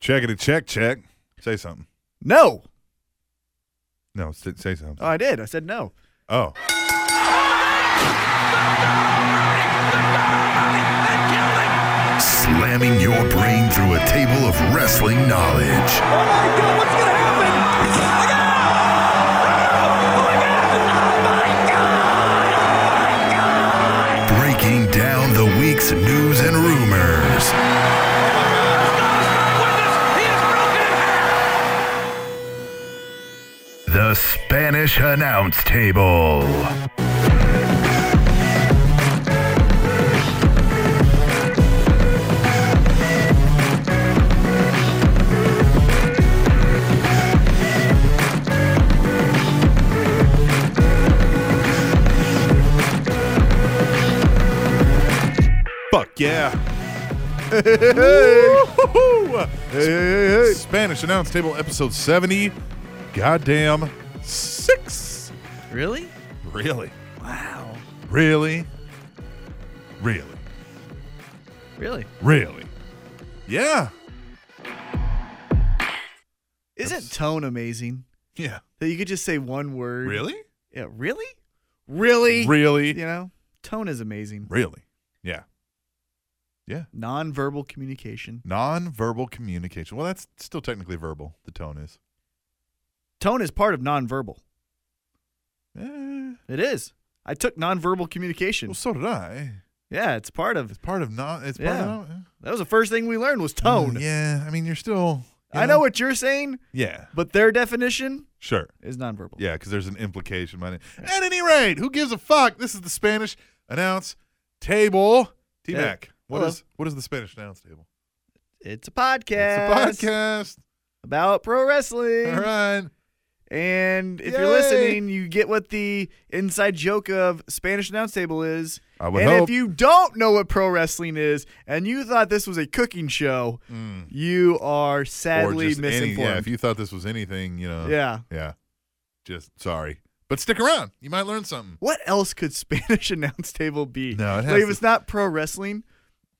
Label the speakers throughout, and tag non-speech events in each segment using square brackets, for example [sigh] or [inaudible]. Speaker 1: Checkity check check. Say something.
Speaker 2: No.
Speaker 1: No, say, say something.
Speaker 2: Oh, I did. I said no.
Speaker 1: Oh.
Speaker 3: Slamming your brain through a table of wrestling knowledge. Breaking down the week's news and rumors. The Spanish Announce Table.
Speaker 1: Fuck yeah. Spanish announce table episode 70. Goddamn six.
Speaker 2: Really?
Speaker 1: Really?
Speaker 2: Wow.
Speaker 1: Really? Really?
Speaker 2: Really?
Speaker 1: Really? Yeah.
Speaker 2: Isn't tone amazing?
Speaker 1: Yeah.
Speaker 2: That you could just say one word.
Speaker 1: Really?
Speaker 2: Yeah. Really? Really?
Speaker 1: Really?
Speaker 2: You know, tone is amazing.
Speaker 1: Really? Yeah. Yeah.
Speaker 2: Nonverbal communication.
Speaker 1: Non-verbal communication. Well, that's still technically verbal. The tone is.
Speaker 2: Tone is part of nonverbal.
Speaker 1: Eh,
Speaker 2: It is. I took nonverbal communication.
Speaker 1: well, so did I.
Speaker 2: Yeah, it's part of.
Speaker 1: It's part of non. It's part
Speaker 2: Yeah.
Speaker 1: of. eh. non-
Speaker 2: That was the first thing we learned was tone.
Speaker 1: Mm, Yeah. I mean, you're still. you
Speaker 2: I know what you're saying,
Speaker 1: Yeah.
Speaker 2: but their definition
Speaker 1: Sure.
Speaker 2: is nonverbal.
Speaker 1: Yeah, because there's an implication behind it. At any rate, who gives a fuck? This is the Spanish announce table. T Mac, what
Speaker 2: hello.
Speaker 1: is what is the Spanish announce table?
Speaker 2: It's a podcast.
Speaker 1: It's a podcast.
Speaker 2: about pro wrestling.
Speaker 1: All right.
Speaker 2: And if
Speaker 1: Yay.
Speaker 2: you're listening, you get what the inside joke of Spanish announce table is.
Speaker 1: I would
Speaker 2: and
Speaker 1: hope.
Speaker 2: if you don't know what pro wrestling is and you thought this was a cooking show,
Speaker 1: Mm.
Speaker 2: you are
Speaker 1: Or
Speaker 2: sadly
Speaker 1: just any,
Speaker 2: misinformed.
Speaker 1: yeah, if you thought this was anything, you know.
Speaker 2: Yeah.
Speaker 1: Yeah. Just sorry. But stick around. You might learn something.
Speaker 2: What else could [laughs] Spanish announce table be?
Speaker 1: No, it has
Speaker 2: like if
Speaker 1: to-
Speaker 2: it's not pro wrestling,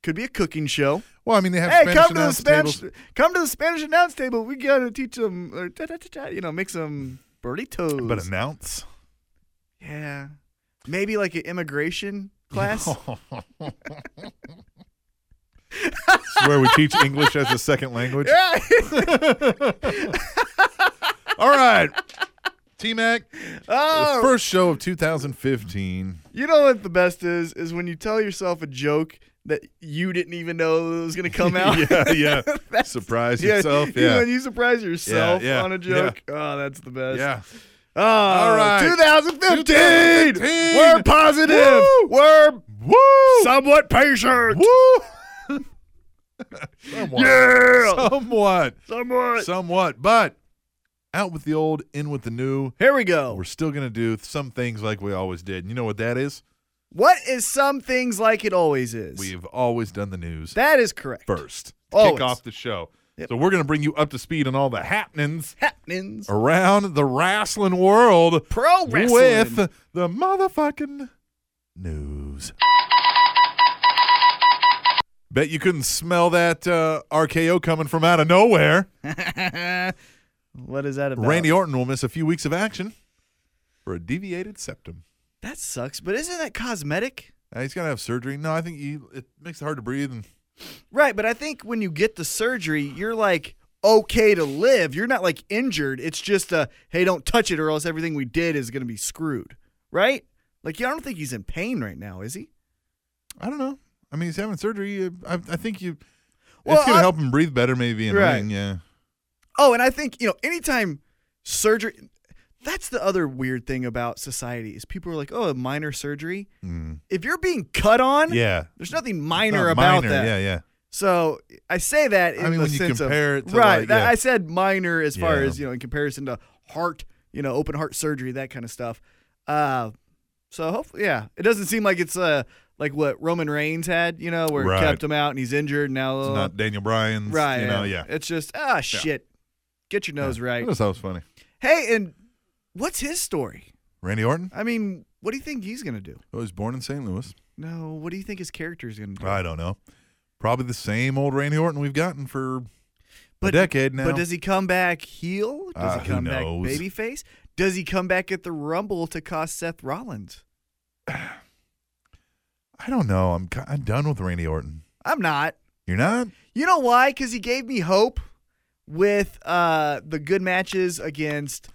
Speaker 2: could be a cooking show.
Speaker 1: Well, I mean, they have
Speaker 2: Hey,
Speaker 1: Spanish
Speaker 2: come to the
Speaker 1: announce
Speaker 2: Spanish,
Speaker 1: tables.
Speaker 2: come to the Spanish announce table. We gotta teach them, or ta- ta- ta- ta, you know, make some burritos.
Speaker 1: But announce.
Speaker 2: Yeah. Maybe like an immigration
Speaker 1: [laughs]
Speaker 2: class.
Speaker 1: It's where we teach English as a second
Speaker 2: [laughs]
Speaker 1: language.
Speaker 2: Yeah.
Speaker 1: All right. T Mac, [laughs]
Speaker 2: [laughs] oh,
Speaker 1: first show of 2015.
Speaker 2: you know what the best is? Is when you tell yourself a joke that you didn't even know was going
Speaker 1: [laughs]
Speaker 2: to come out. [laughs]
Speaker 1: yeah, yeah. Surprise yourself.
Speaker 2: you know,
Speaker 1: Yeah.
Speaker 2: When you surprise yourself
Speaker 1: yeah,
Speaker 2: on a
Speaker 1: yeah.
Speaker 2: joke. Oh, that's the best.
Speaker 1: Yeah.
Speaker 2: Oh,
Speaker 1: All right.
Speaker 2: 2015.
Speaker 1: 2015.
Speaker 2: We're positive.
Speaker 1: Woo.
Speaker 2: We're
Speaker 1: Woo!
Speaker 2: somewhat
Speaker 1: [laughs]
Speaker 2: patient. [laughs]
Speaker 1: Woo! Somewhat.
Speaker 2: Yeah.
Speaker 1: Somewhat.
Speaker 2: Somewhat.
Speaker 1: Somewhat. But out with the old, in with the new.
Speaker 2: Here we go.
Speaker 1: We're still going to do some things like we always did. And you know what that is?
Speaker 2: What is some things like it always is?
Speaker 1: We've always done the news
Speaker 2: that is correct.
Speaker 1: first. to
Speaker 2: Always.
Speaker 1: Kick off the show.
Speaker 2: Yep.
Speaker 1: So we're going to bring you up to speed on all the happenings
Speaker 2: Happenings.
Speaker 1: around the wrestling world
Speaker 2: Pro wrestling.
Speaker 1: with the motherfucking news. Bet you couldn't smell that uh, RKO coming from out of nowhere.
Speaker 2: what is that about?
Speaker 1: Randy Orton will miss a few weeks of action for a deviated septum.
Speaker 2: That sucks, but isn't that cosmetic?
Speaker 1: Uh, he's got to have surgery. No, I think he, it makes it hard to breathe. And
Speaker 2: Right, but I think when you get the surgery, you're like okay to live. You're not like injured. It's just a hey, don't touch it or else everything we did is going to be screwed. Right? Like yeah, I don't think he's in pain right now, is he?
Speaker 1: I don't know. I mean, he's having surgery. I, I think you.
Speaker 2: Well,
Speaker 1: it's gonna
Speaker 2: I-
Speaker 1: help him breathe better, maybe. In
Speaker 2: Right.
Speaker 1: ring, yeah.
Speaker 2: Oh, and I think, you know, anytime surgery that's the other weird thing about society is people are like, "Oh, a minor surgery."
Speaker 1: Mm.
Speaker 2: If you're being cut on,
Speaker 1: Yeah.
Speaker 2: there's nothing minor
Speaker 1: Not
Speaker 2: about
Speaker 1: minor,
Speaker 2: that.
Speaker 1: Yeah, yeah.
Speaker 2: So I say that in
Speaker 1: I mean,
Speaker 2: the
Speaker 1: when you
Speaker 2: sense
Speaker 1: compare
Speaker 2: of
Speaker 1: it to,
Speaker 2: right.
Speaker 1: like,
Speaker 2: that-
Speaker 1: yeah.
Speaker 2: I said minor as far
Speaker 1: Yeah.
Speaker 2: as you know in comparison to heart, you know, open heart surgery, that kind of stuff. Uh, so hopefully, yeah, it doesn't seem like it's uh like what Roman Reigns had, you know, where
Speaker 1: Right.
Speaker 2: it kept him out and he's injured and now. uh,
Speaker 1: It's not Daniel Bryan's.
Speaker 2: right,
Speaker 1: You know, yeah.
Speaker 2: yeah. It's just ah shit. Get your nose right.
Speaker 1: That was funny.
Speaker 2: Hey, and what's his story?
Speaker 1: Randy Orton.
Speaker 2: I mean, what do you think he's gonna do?
Speaker 1: Oh, he was born in St. Louis.
Speaker 2: No, what do you think his character is gonna do?
Speaker 1: I don't know. Probably the same old Randy Orton we've gotten for a decade now.
Speaker 2: But does he come back heel? Does
Speaker 1: Uh,
Speaker 2: he
Speaker 1: who
Speaker 2: come back
Speaker 1: knows?
Speaker 2: babyface? Does he come back at the Rumble to cost Seth Rollins?
Speaker 1: I don't know. I'm ki- I'm done with Randy Orton.
Speaker 2: I'm not.
Speaker 1: You're not?
Speaker 2: You know why? Because he gave me hope with uh, the good matches against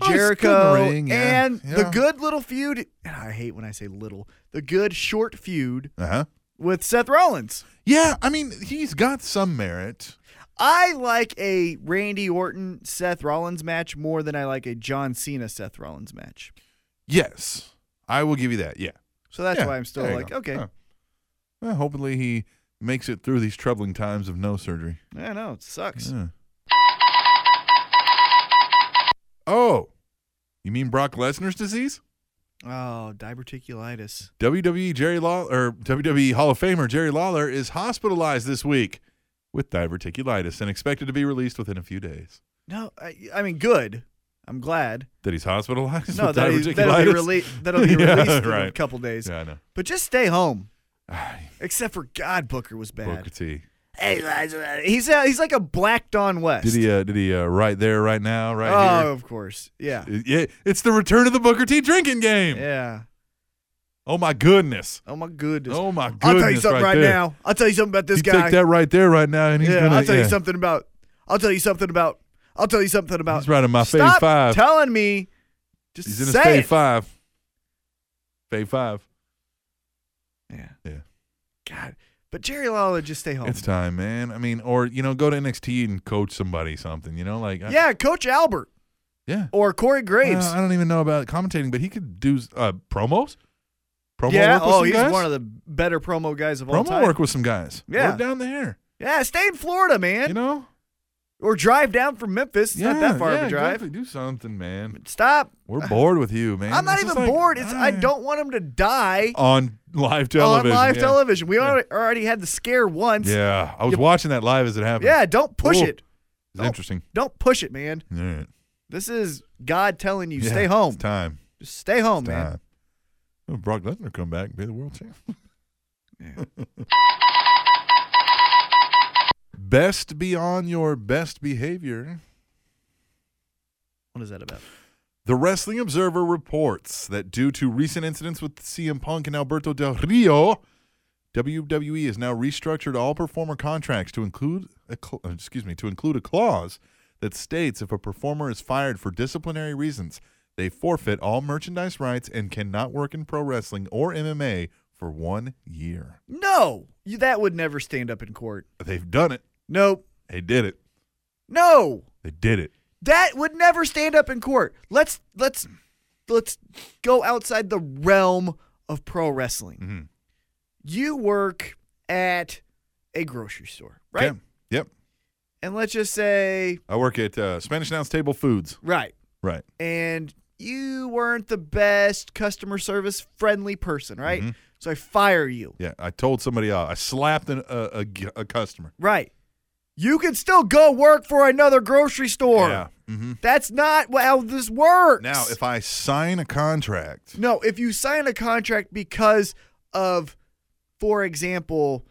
Speaker 1: Oh, he's
Speaker 2: Jericho
Speaker 1: good in the ring, yeah,
Speaker 2: and
Speaker 1: yeah.
Speaker 2: the good little feud. and I hate when I say little. The good short feud
Speaker 1: Uh huh.
Speaker 2: with Seth Rollins.
Speaker 1: Yeah, I mean he's got some merit.
Speaker 2: I like a Randy Orton Seth Rollins match more than I like a John Cena Seth Rollins match.
Speaker 1: Yes, I will give you that. Yeah.
Speaker 2: So that's
Speaker 1: Yeah,
Speaker 2: why I'm still
Speaker 1: there you
Speaker 2: like,
Speaker 1: go.
Speaker 2: okay,
Speaker 1: Huh. Well, hopefully he makes it through these troubling times of no surgery.
Speaker 2: I know it sucks.
Speaker 1: Yeah. Oh, you mean Brock Lesnar's disease?
Speaker 2: Oh, diverticulitis.
Speaker 1: WWE Jerry Lawler or WWE Hall of Famer Jerry Lawler is hospitalized this week with diverticulitis and expected to be released within a few days.
Speaker 2: No, I, I mean, good.
Speaker 1: [laughs]
Speaker 2: I'm glad.
Speaker 1: That he's hospitalized
Speaker 2: No,
Speaker 1: with
Speaker 2: that
Speaker 1: diverticulitis.
Speaker 2: is, that'll be, rele- that'll be
Speaker 1: [laughs] Yeah,
Speaker 2: released in a
Speaker 1: right.
Speaker 2: couple days.
Speaker 1: Yeah, I know.
Speaker 2: But just stay home.
Speaker 1: [sighs] Ay,
Speaker 2: Except for God, Booker was
Speaker 1: Booker
Speaker 2: bad.
Speaker 1: T.
Speaker 2: Hey, guys, uh, he's uh, he's like a black Don West.
Speaker 1: Did he? Uh, did he? Uh, right there, right now, right
Speaker 2: oh, of course. Yeah,
Speaker 1: here. Yeah, it's the return of the Booker T drinking game.
Speaker 2: yeah.
Speaker 1: Oh my goodness.
Speaker 2: Oh my goodness.
Speaker 1: Oh my goodness.
Speaker 2: I'll tell you something right,
Speaker 1: there.
Speaker 2: now. I'll tell you something about this
Speaker 1: You
Speaker 2: guy.
Speaker 1: take that right there, right now, and he's
Speaker 2: yeah,
Speaker 1: gonna.
Speaker 2: I'll tell
Speaker 1: yeah.
Speaker 2: you something about. I'll tell you something about. I'll tell you something about.
Speaker 1: He's right in my fave
Speaker 2: Stop
Speaker 1: five.
Speaker 2: telling me. Just
Speaker 1: He's in his
Speaker 2: say
Speaker 1: fave
Speaker 2: it.
Speaker 1: five. Fave five.
Speaker 2: Yeah.
Speaker 1: Yeah.
Speaker 2: God, but Jerry Lawler just stay home.
Speaker 1: It's time, man. I mean, or you know, go to NXT and coach somebody something. You know, like I-
Speaker 2: yeah, Coach Albert
Speaker 1: yeah.
Speaker 2: or Corey Graves.
Speaker 1: Well, Uh, I don't even know about commentating, but he could do uh, promos. Promo
Speaker 2: yeah.
Speaker 1: work with
Speaker 2: Oh,
Speaker 1: some
Speaker 2: he's
Speaker 1: guys?
Speaker 2: one of the better promo guys of all
Speaker 1: promo
Speaker 2: time.
Speaker 1: work with some guys.
Speaker 2: Yeah.
Speaker 1: work down there.
Speaker 2: Yeah, stay in Florida, man.
Speaker 1: You know,
Speaker 2: or drive down from Memphis. It's
Speaker 1: yeah,
Speaker 2: not that far
Speaker 1: yeah,
Speaker 2: of a drive.
Speaker 1: Exactly. Do something,
Speaker 2: [laughs]
Speaker 1: man.
Speaker 2: Stop.
Speaker 1: We're bored with you, man.
Speaker 2: I'm not
Speaker 1: This is
Speaker 2: even
Speaker 1: like-
Speaker 2: bored. It's I
Speaker 1: ah.
Speaker 2: don't want him to die
Speaker 1: on live television.
Speaker 2: on live
Speaker 1: yeah.
Speaker 2: television. We already, already had the scare once.
Speaker 1: Yeah, I was watching that live as it happened.
Speaker 2: Yeah, don't push
Speaker 1: Ooh.
Speaker 2: it.
Speaker 1: it's
Speaker 2: don't-
Speaker 1: interesting.
Speaker 2: Don't push it, man.
Speaker 1: All right.
Speaker 2: This is God telling you
Speaker 1: Yeah,
Speaker 2: stay home.
Speaker 1: It's time.
Speaker 2: Just stay home,
Speaker 1: It's
Speaker 2: man.
Speaker 1: time. Oh, Brock Lesnar come back and be the world champ. [laughs] best be on your best behavior.
Speaker 2: What is that about?
Speaker 1: The Wrestling Observer reports that due to recent incidents with CM Punk and Alberto Del Rio, WWE has now restructured all performer contracts to include a cl- uh, excuse me to include a clause that states if a performer is fired for disciplinary reasons, they forfeit all merchandise rights and cannot work in pro wrestling or MMA for one year.
Speaker 2: No, you, that would never stand up in court.
Speaker 1: They've done it.
Speaker 2: Nope.
Speaker 1: They did it.
Speaker 2: No,
Speaker 1: They did it.
Speaker 2: that would never stand up in court. Let's let's let's go outside the realm of pro wrestling.
Speaker 1: Mhm.
Speaker 2: You work at a grocery store, right?
Speaker 1: Okay. Yep.
Speaker 2: And let's just say,
Speaker 1: I work at uh, Spanish Announce Table Foods.
Speaker 2: right,
Speaker 1: Right.
Speaker 2: and you weren't the best customer service friendly person, right?
Speaker 1: Mhm.
Speaker 2: So I fire you.
Speaker 1: Yeah. I told somebody off. I slapped an, a, a g- a customer.
Speaker 2: Right. You can still go work for another grocery store.
Speaker 1: Yeah. hmm
Speaker 2: That's not how this works.
Speaker 1: Now, if I sign a contract,
Speaker 2: No, if you sign a contract because of, for example,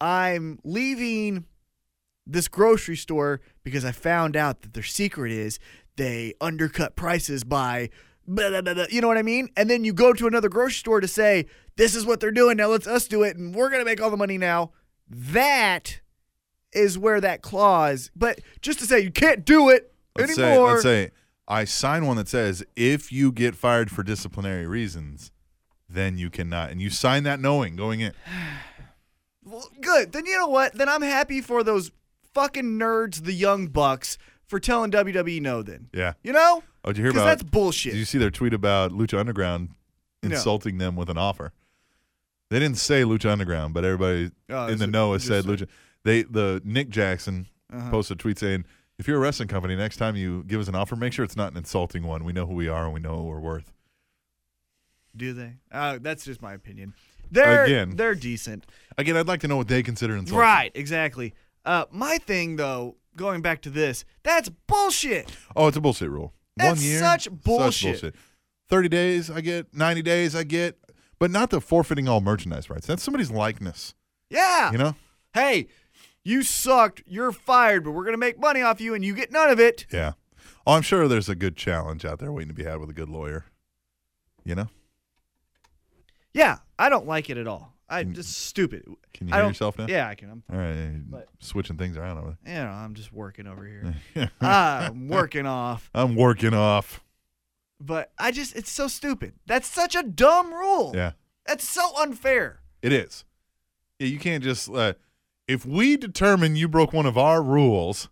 Speaker 2: I'm leaving this grocery store because I found out that their secret is they undercut prices by, blah, blah, blah, blah, you know what I mean? And then you go to another grocery store to say, this is what they're doing. Now let's us do it and we're going to make all the money now. That is where that clause, but just to say you can't do it
Speaker 1: let's say,
Speaker 2: anymore.
Speaker 1: let's say I sign one that says if you get fired for disciplinary reasons, then you cannot, and you sign that knowing going in.
Speaker 2: Well, good. Then you know what? Then I'm happy for those fucking nerds, the young bucks, for telling WWE no. Then
Speaker 1: Yeah.
Speaker 2: you know,
Speaker 1: Oh, did you hear
Speaker 2: because
Speaker 1: about?
Speaker 2: that's
Speaker 1: did you
Speaker 2: bullshit.
Speaker 1: see their tweet about Lucha Underground
Speaker 2: No.
Speaker 1: insulting them with an offer? They didn't say Lucha Underground, but everybody
Speaker 2: Oh,
Speaker 1: in
Speaker 2: it's
Speaker 1: the
Speaker 2: a-
Speaker 1: know has
Speaker 2: just
Speaker 1: said
Speaker 2: a-
Speaker 1: Lucha. They the Nick Jackson
Speaker 2: Uh-huh.
Speaker 1: posted a tweet saying, "If you're a wrestling company, next time you give us an offer, make sure it's not an insulting one. We know who we are and we know what we're worth."
Speaker 2: Do they? Uh, that's just my opinion. They're
Speaker 1: Again.
Speaker 2: they're decent.
Speaker 1: Again, I'd like to know what they consider insulting.
Speaker 2: Right? Exactly. Uh, my thing though, going back to this, that's bullshit.
Speaker 1: Oh, it's a bullshit rule.
Speaker 2: That's
Speaker 1: One year,
Speaker 2: such bullshit.
Speaker 1: Thirty days, I get. Ninety days, I get. But not the forfeiting all merchandise rights. That's somebody's likeness.
Speaker 2: Yeah.
Speaker 1: You know.
Speaker 2: Hey, you sucked, you're fired, but we're gonna make money off you, and you get none of it.
Speaker 1: Yeah. Oh, I'm sure there's a good challenge out there waiting to be had with a good lawyer. You know?
Speaker 2: Yeah, I don't like it at all. I
Speaker 1: Mm.
Speaker 2: just stupid.
Speaker 1: Can you
Speaker 2: I
Speaker 1: hear
Speaker 2: don't-
Speaker 1: yourself now?
Speaker 2: Yeah, I can. I'm,
Speaker 1: All right.
Speaker 2: But-
Speaker 1: switching things around over
Speaker 2: you know, I'm just working over
Speaker 1: [laughs]
Speaker 2: here.
Speaker 1: there.
Speaker 2: I'm working off,
Speaker 1: I'm working off.
Speaker 2: but I just it's so stupid. That's such a dumb rule.
Speaker 1: Yeah.
Speaker 2: That's so unfair.
Speaker 1: It is. Yeah, you can't just. Uh, if we determine you broke one of our rules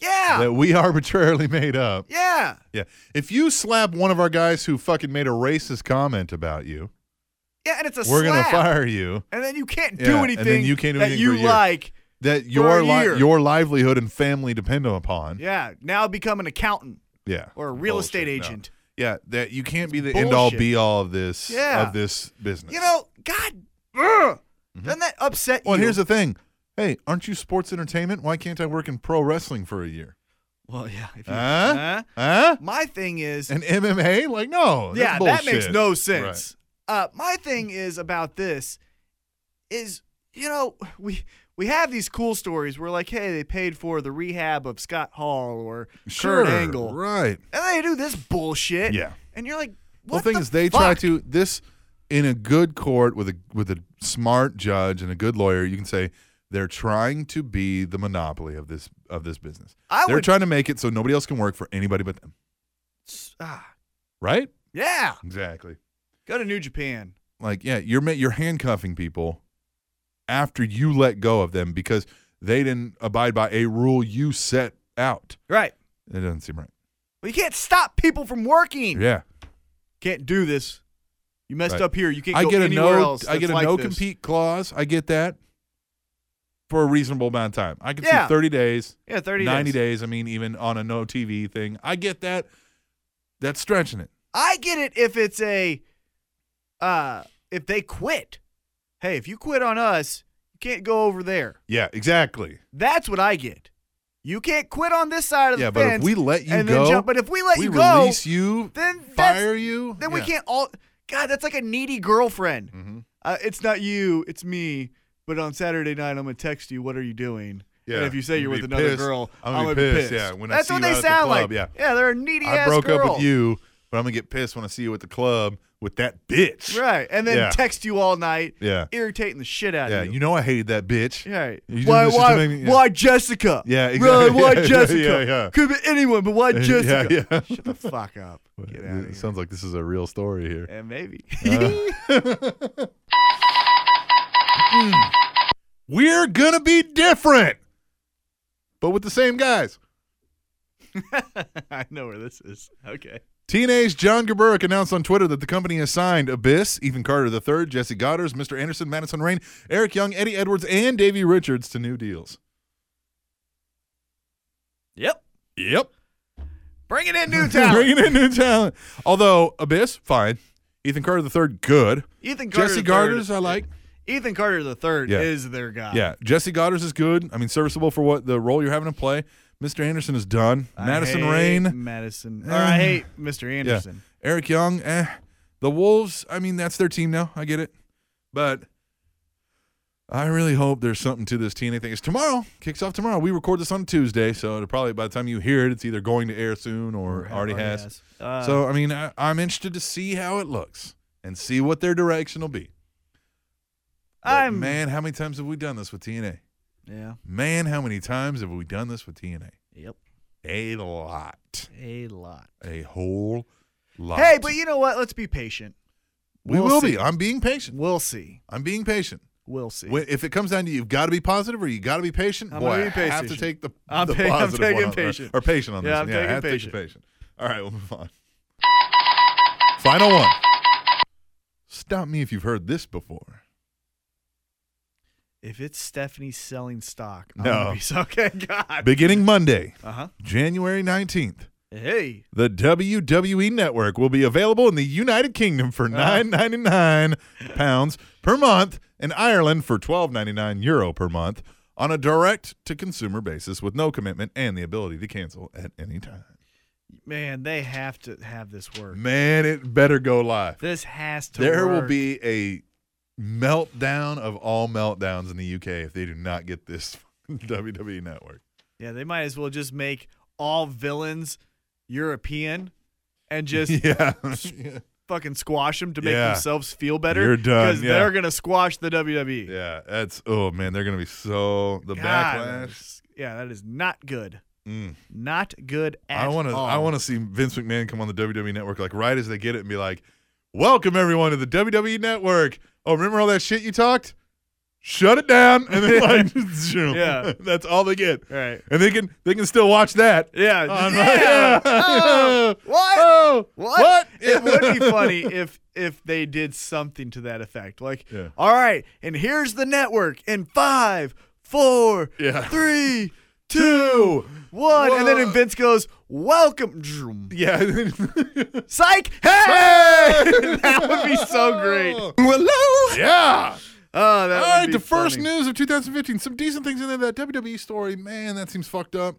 Speaker 2: Yeah.
Speaker 1: that we [laughs] arbitrarily made up,
Speaker 2: yeah.
Speaker 1: yeah. If you slap one of our guys who fucking made a racist comment about you,
Speaker 2: Yeah, and it's a
Speaker 1: we're gonna
Speaker 2: slap.
Speaker 1: fire you.
Speaker 2: And then you can't
Speaker 1: Yeah,
Speaker 2: do
Speaker 1: and then
Speaker 2: anything
Speaker 1: you can't do
Speaker 2: that
Speaker 1: anything
Speaker 2: you
Speaker 1: for a year.
Speaker 2: like.
Speaker 1: That your
Speaker 2: a year.
Speaker 1: li- your livelihood and family depend upon.
Speaker 2: Yeah. Now become an accountant
Speaker 1: Yeah.
Speaker 2: or a real
Speaker 1: Bullshit,
Speaker 2: estate
Speaker 1: no.
Speaker 2: agent.
Speaker 1: Yeah, that you can't be the
Speaker 2: Bullshit.
Speaker 1: end all be all of this
Speaker 2: Yeah.
Speaker 1: of this business.
Speaker 2: You know, God, ugh, doesn't that upset
Speaker 1: Mm-hmm. Well, and
Speaker 2: you?
Speaker 1: here's the thing. Hey, aren't you sports entertainment? Why can't I work in pro wrestling for a year?
Speaker 2: well, yeah. If you,
Speaker 1: Huh?
Speaker 2: Huh?
Speaker 1: Huh?
Speaker 2: My thing is,
Speaker 1: And MMA? Like, no. Oh, that's
Speaker 2: yeah, that makes
Speaker 1: bullshit.
Speaker 2: no
Speaker 1: Right.
Speaker 2: sense. Uh, my thing is about this is you know we we have these cool stories where like hey they paid for the rehab of Scott Hall or
Speaker 1: Sure.
Speaker 2: Kurt Angle
Speaker 1: Right.
Speaker 2: and they do this bullshit.
Speaker 1: Yeah.
Speaker 2: and you're like,
Speaker 1: Well,
Speaker 2: what
Speaker 1: the thing
Speaker 2: the
Speaker 1: is, they
Speaker 2: fuck?
Speaker 1: try to this in a good court with a with a smart judge and a good lawyer. You can say they're trying to be the monopoly of this of this business.
Speaker 2: I
Speaker 1: they're
Speaker 2: would-
Speaker 1: trying to make it so nobody else can work for anybody but them.
Speaker 2: Ah,
Speaker 1: Right?
Speaker 2: yeah,
Speaker 1: Exactly.
Speaker 2: go to New Japan.
Speaker 1: Like, yeah, you're ma- you're handcuffing people after you let go of them because they didn't abide by a rule you set out.
Speaker 2: Right.
Speaker 1: It doesn't seem right.
Speaker 2: Well, you can't stop people from working.
Speaker 1: Yeah.
Speaker 2: Can't do this. You messed
Speaker 1: Right.
Speaker 2: up here. You can't
Speaker 1: I
Speaker 2: go
Speaker 1: get a
Speaker 2: anywhere
Speaker 1: no.
Speaker 2: else.
Speaker 1: I get
Speaker 2: that's
Speaker 1: a
Speaker 2: like
Speaker 1: no
Speaker 2: this.
Speaker 1: compete clause. I get that for a reasonable amount of time. I can
Speaker 2: Yeah.
Speaker 1: see thirty days,
Speaker 2: Yeah, thirty.
Speaker 1: ninety
Speaker 2: days.
Speaker 1: days. I mean, even on a no TV thing, I get that. That's stretching it.
Speaker 2: I get it if it's a, uh, if they quit. Hey, if you quit on us, you can't go over there.
Speaker 1: Yeah, exactly.
Speaker 2: That's what I get. You can't quit on this side of
Speaker 1: Yeah,
Speaker 2: the
Speaker 1: but if
Speaker 2: fence.
Speaker 1: we let you
Speaker 2: and
Speaker 1: go,
Speaker 2: then jump, but if we let
Speaker 1: we
Speaker 2: you go,
Speaker 1: release you,
Speaker 2: then that's-
Speaker 1: fire you.
Speaker 2: then we can't all. God, that's like a needy girlfriend.
Speaker 1: hmm
Speaker 2: uh, it's not you, it's me. But on Saturday night, I'm gonna text you. What are you doing?
Speaker 1: Yeah,
Speaker 2: And if you say
Speaker 1: I'm
Speaker 2: you're
Speaker 1: gonna
Speaker 2: with
Speaker 1: be
Speaker 2: another
Speaker 1: pissed.
Speaker 2: girl,
Speaker 1: I'm gonna be pissed, yeah, when I
Speaker 2: that's
Speaker 1: see
Speaker 2: what
Speaker 1: you
Speaker 2: they
Speaker 1: out at the
Speaker 2: sound
Speaker 1: club,
Speaker 2: like.
Speaker 1: yeah.
Speaker 2: yeah, they're a needy
Speaker 1: I
Speaker 2: ass
Speaker 1: broke
Speaker 2: girl.
Speaker 1: up with you, but I'm gonna get pissed when I see you at the club with that bitch.
Speaker 2: right? And then
Speaker 1: Yeah.
Speaker 2: text you all night,
Speaker 1: Yeah.
Speaker 2: irritating the shit out
Speaker 1: Yeah.
Speaker 2: of
Speaker 1: You
Speaker 2: you.
Speaker 1: know I hated that bitch.
Speaker 2: Right.
Speaker 1: You do
Speaker 2: why?
Speaker 1: this just to
Speaker 2: Why?
Speaker 1: make me- yeah.
Speaker 2: Why Jessica?
Speaker 1: Yeah,
Speaker 2: Really,
Speaker 1: exactly. [laughs]
Speaker 2: why
Speaker 1: Yeah, yeah,
Speaker 2: Jessica?
Speaker 1: yeah.
Speaker 2: Could be anyone, but why Jessica?
Speaker 1: [laughs] [laughs] Yeah. yeah.
Speaker 2: Shut the
Speaker 1: [laughs]
Speaker 2: fuck up. Get out of
Speaker 1: It
Speaker 2: here.
Speaker 1: sounds like this is a real story here.
Speaker 2: [laughs]
Speaker 1: Uh, [laughs]
Speaker 2: And maybe.
Speaker 1: We're gonna be different, but with the same guys.
Speaker 2: I know where this is. Okay.
Speaker 1: TNA's John Gerberk announced on Twitter that the company has signed Abyss, Ethan Carter III, Jesse Goddard's, Mr. Anderson, Madison Rain, Eric Young, Eddie Edwards, and Davey Richards to new deals.
Speaker 2: Yep.
Speaker 1: Yep.
Speaker 2: Bring
Speaker 1: [laughs]
Speaker 2: it in, new talent.
Speaker 1: Bringing in new talent. Although Abyss, fine. Ethan Carter III, good.
Speaker 2: Ethan Carter
Speaker 1: Jesse
Speaker 2: III.
Speaker 1: Goddard's, I like.
Speaker 2: Ethan Carter the third
Speaker 1: Yeah.
Speaker 2: is their guy.
Speaker 1: Yeah, Jesse Goddard's is good. I mean, serviceable for what the role you're having to play. Mr. Anderson is done.
Speaker 2: I
Speaker 1: Madison
Speaker 2: hate
Speaker 1: Rain,
Speaker 2: Madison. Or I
Speaker 1: Eh.
Speaker 2: hate Mr. Anderson.
Speaker 1: yeah. Eric Young, eh. The Wolves. I mean, that's their team now. I get it, but I really hope there's something to this TNA thing. It's tomorrow. Kicks off tomorrow. We record this on Tuesday, so it'll probably by the time you hear it, it's either going to air soon or already, has.
Speaker 2: Uh,
Speaker 1: so I mean, I, I'm interested to see how it looks and see what their direction will be. But,
Speaker 2: I'm
Speaker 1: man, how many times have we done this with TNA?
Speaker 2: Yeah.
Speaker 1: Man, how many times have we done this with TNA?
Speaker 2: Yep.
Speaker 1: A lot.
Speaker 2: A lot.
Speaker 1: A whole lot.
Speaker 2: Hey, but you know what? Let's be patient.
Speaker 1: we
Speaker 2: we'll
Speaker 1: will
Speaker 2: see.
Speaker 1: be. I'm being patient.
Speaker 2: We'll see.
Speaker 1: I'm being patient.
Speaker 2: We'll see.
Speaker 1: When, if it comes down to you've got to be positive or you got to be patient,
Speaker 2: I'm
Speaker 1: boy,
Speaker 2: gonna be
Speaker 1: I have to
Speaker 2: patient.
Speaker 1: take the,
Speaker 2: I'm
Speaker 1: the
Speaker 2: ta- I'm
Speaker 1: positive
Speaker 2: taking
Speaker 1: one on- or-
Speaker 2: patient.
Speaker 1: Or, patient on
Speaker 2: Yeah,
Speaker 1: this.
Speaker 2: I'm
Speaker 1: one. yeah, I
Speaker 2: taking
Speaker 1: have to take the patient.
Speaker 2: patient.
Speaker 1: All right, we'll move on. Final one. Stop me if you've heard this before.
Speaker 2: if it's Stephanie selling stock,
Speaker 1: No.
Speaker 2: I'm gonna be so, [laughs] okay, God.
Speaker 1: Beginning Monday,
Speaker 2: Uh huh.
Speaker 1: January 19th,
Speaker 2: Hey.
Speaker 1: the WWE Network will be available in the United Kingdom for nine ninety nine pounds per month and Ireland for twelve ninety nine euro per month on a direct to consumer basis with no commitment and the ability to cancel at any time.
Speaker 2: Man, they have to have this work.
Speaker 1: Man, it better go live.
Speaker 2: This has to
Speaker 1: There will
Speaker 2: work.
Speaker 1: be a meltdown of all meltdowns in the UK if they do not get this [laughs] WWE Network.
Speaker 2: Yeah, they might as well just make all villains European
Speaker 1: [laughs]
Speaker 2: and
Speaker 1: [laughs]
Speaker 2: just
Speaker 1: Yeah.
Speaker 2: fucking squash them to make
Speaker 1: Yeah.
Speaker 2: themselves feel better.
Speaker 1: You're done,
Speaker 2: Because
Speaker 1: yeah.
Speaker 2: they're going to squash the WWE.
Speaker 1: yeah. That's, oh, man, they're going to be so, the
Speaker 2: God, that
Speaker 1: backlash.
Speaker 2: is- Yeah, that is not good.
Speaker 1: Mm.
Speaker 2: Not good at
Speaker 1: I want to,
Speaker 2: all.
Speaker 1: I want to see Vince McMahon come on the WWE Network, like right as they get it and be like, welcome everyone to the WWE Network. Oh, remember all that shit you talked? Shut it down. And then,
Speaker 2: [laughs]
Speaker 1: like, zoom.
Speaker 2: Yeah.
Speaker 1: [laughs] That's all they get.
Speaker 2: All right.
Speaker 1: And they can, they can still watch that. [laughs]
Speaker 2: Yeah.
Speaker 1: on my-
Speaker 2: yeah.
Speaker 1: [laughs]
Speaker 2: Oh, what?
Speaker 1: Oh,
Speaker 2: What?
Speaker 1: What?
Speaker 2: [laughs] It would be funny if if they did something to that effect. Like,
Speaker 1: Yeah.
Speaker 2: all right, and here's the network in five, four,
Speaker 1: Yeah. [laughs]
Speaker 2: three,
Speaker 1: Two.
Speaker 2: one, and then
Speaker 1: Whoa.
Speaker 2: Vince goes, "Welcome, Zoom."
Speaker 1: [laughs] Yeah.
Speaker 2: psych. Hey, [laughs]
Speaker 1: [laughs]
Speaker 2: that would be so great.
Speaker 1: Hello. Oh. Yeah.
Speaker 2: Oh, that
Speaker 1: All
Speaker 2: would
Speaker 1: right.
Speaker 2: be
Speaker 1: The first
Speaker 2: funny.
Speaker 1: news of 2015. Some decent things in there. That WWE story. Man, that seems fucked up.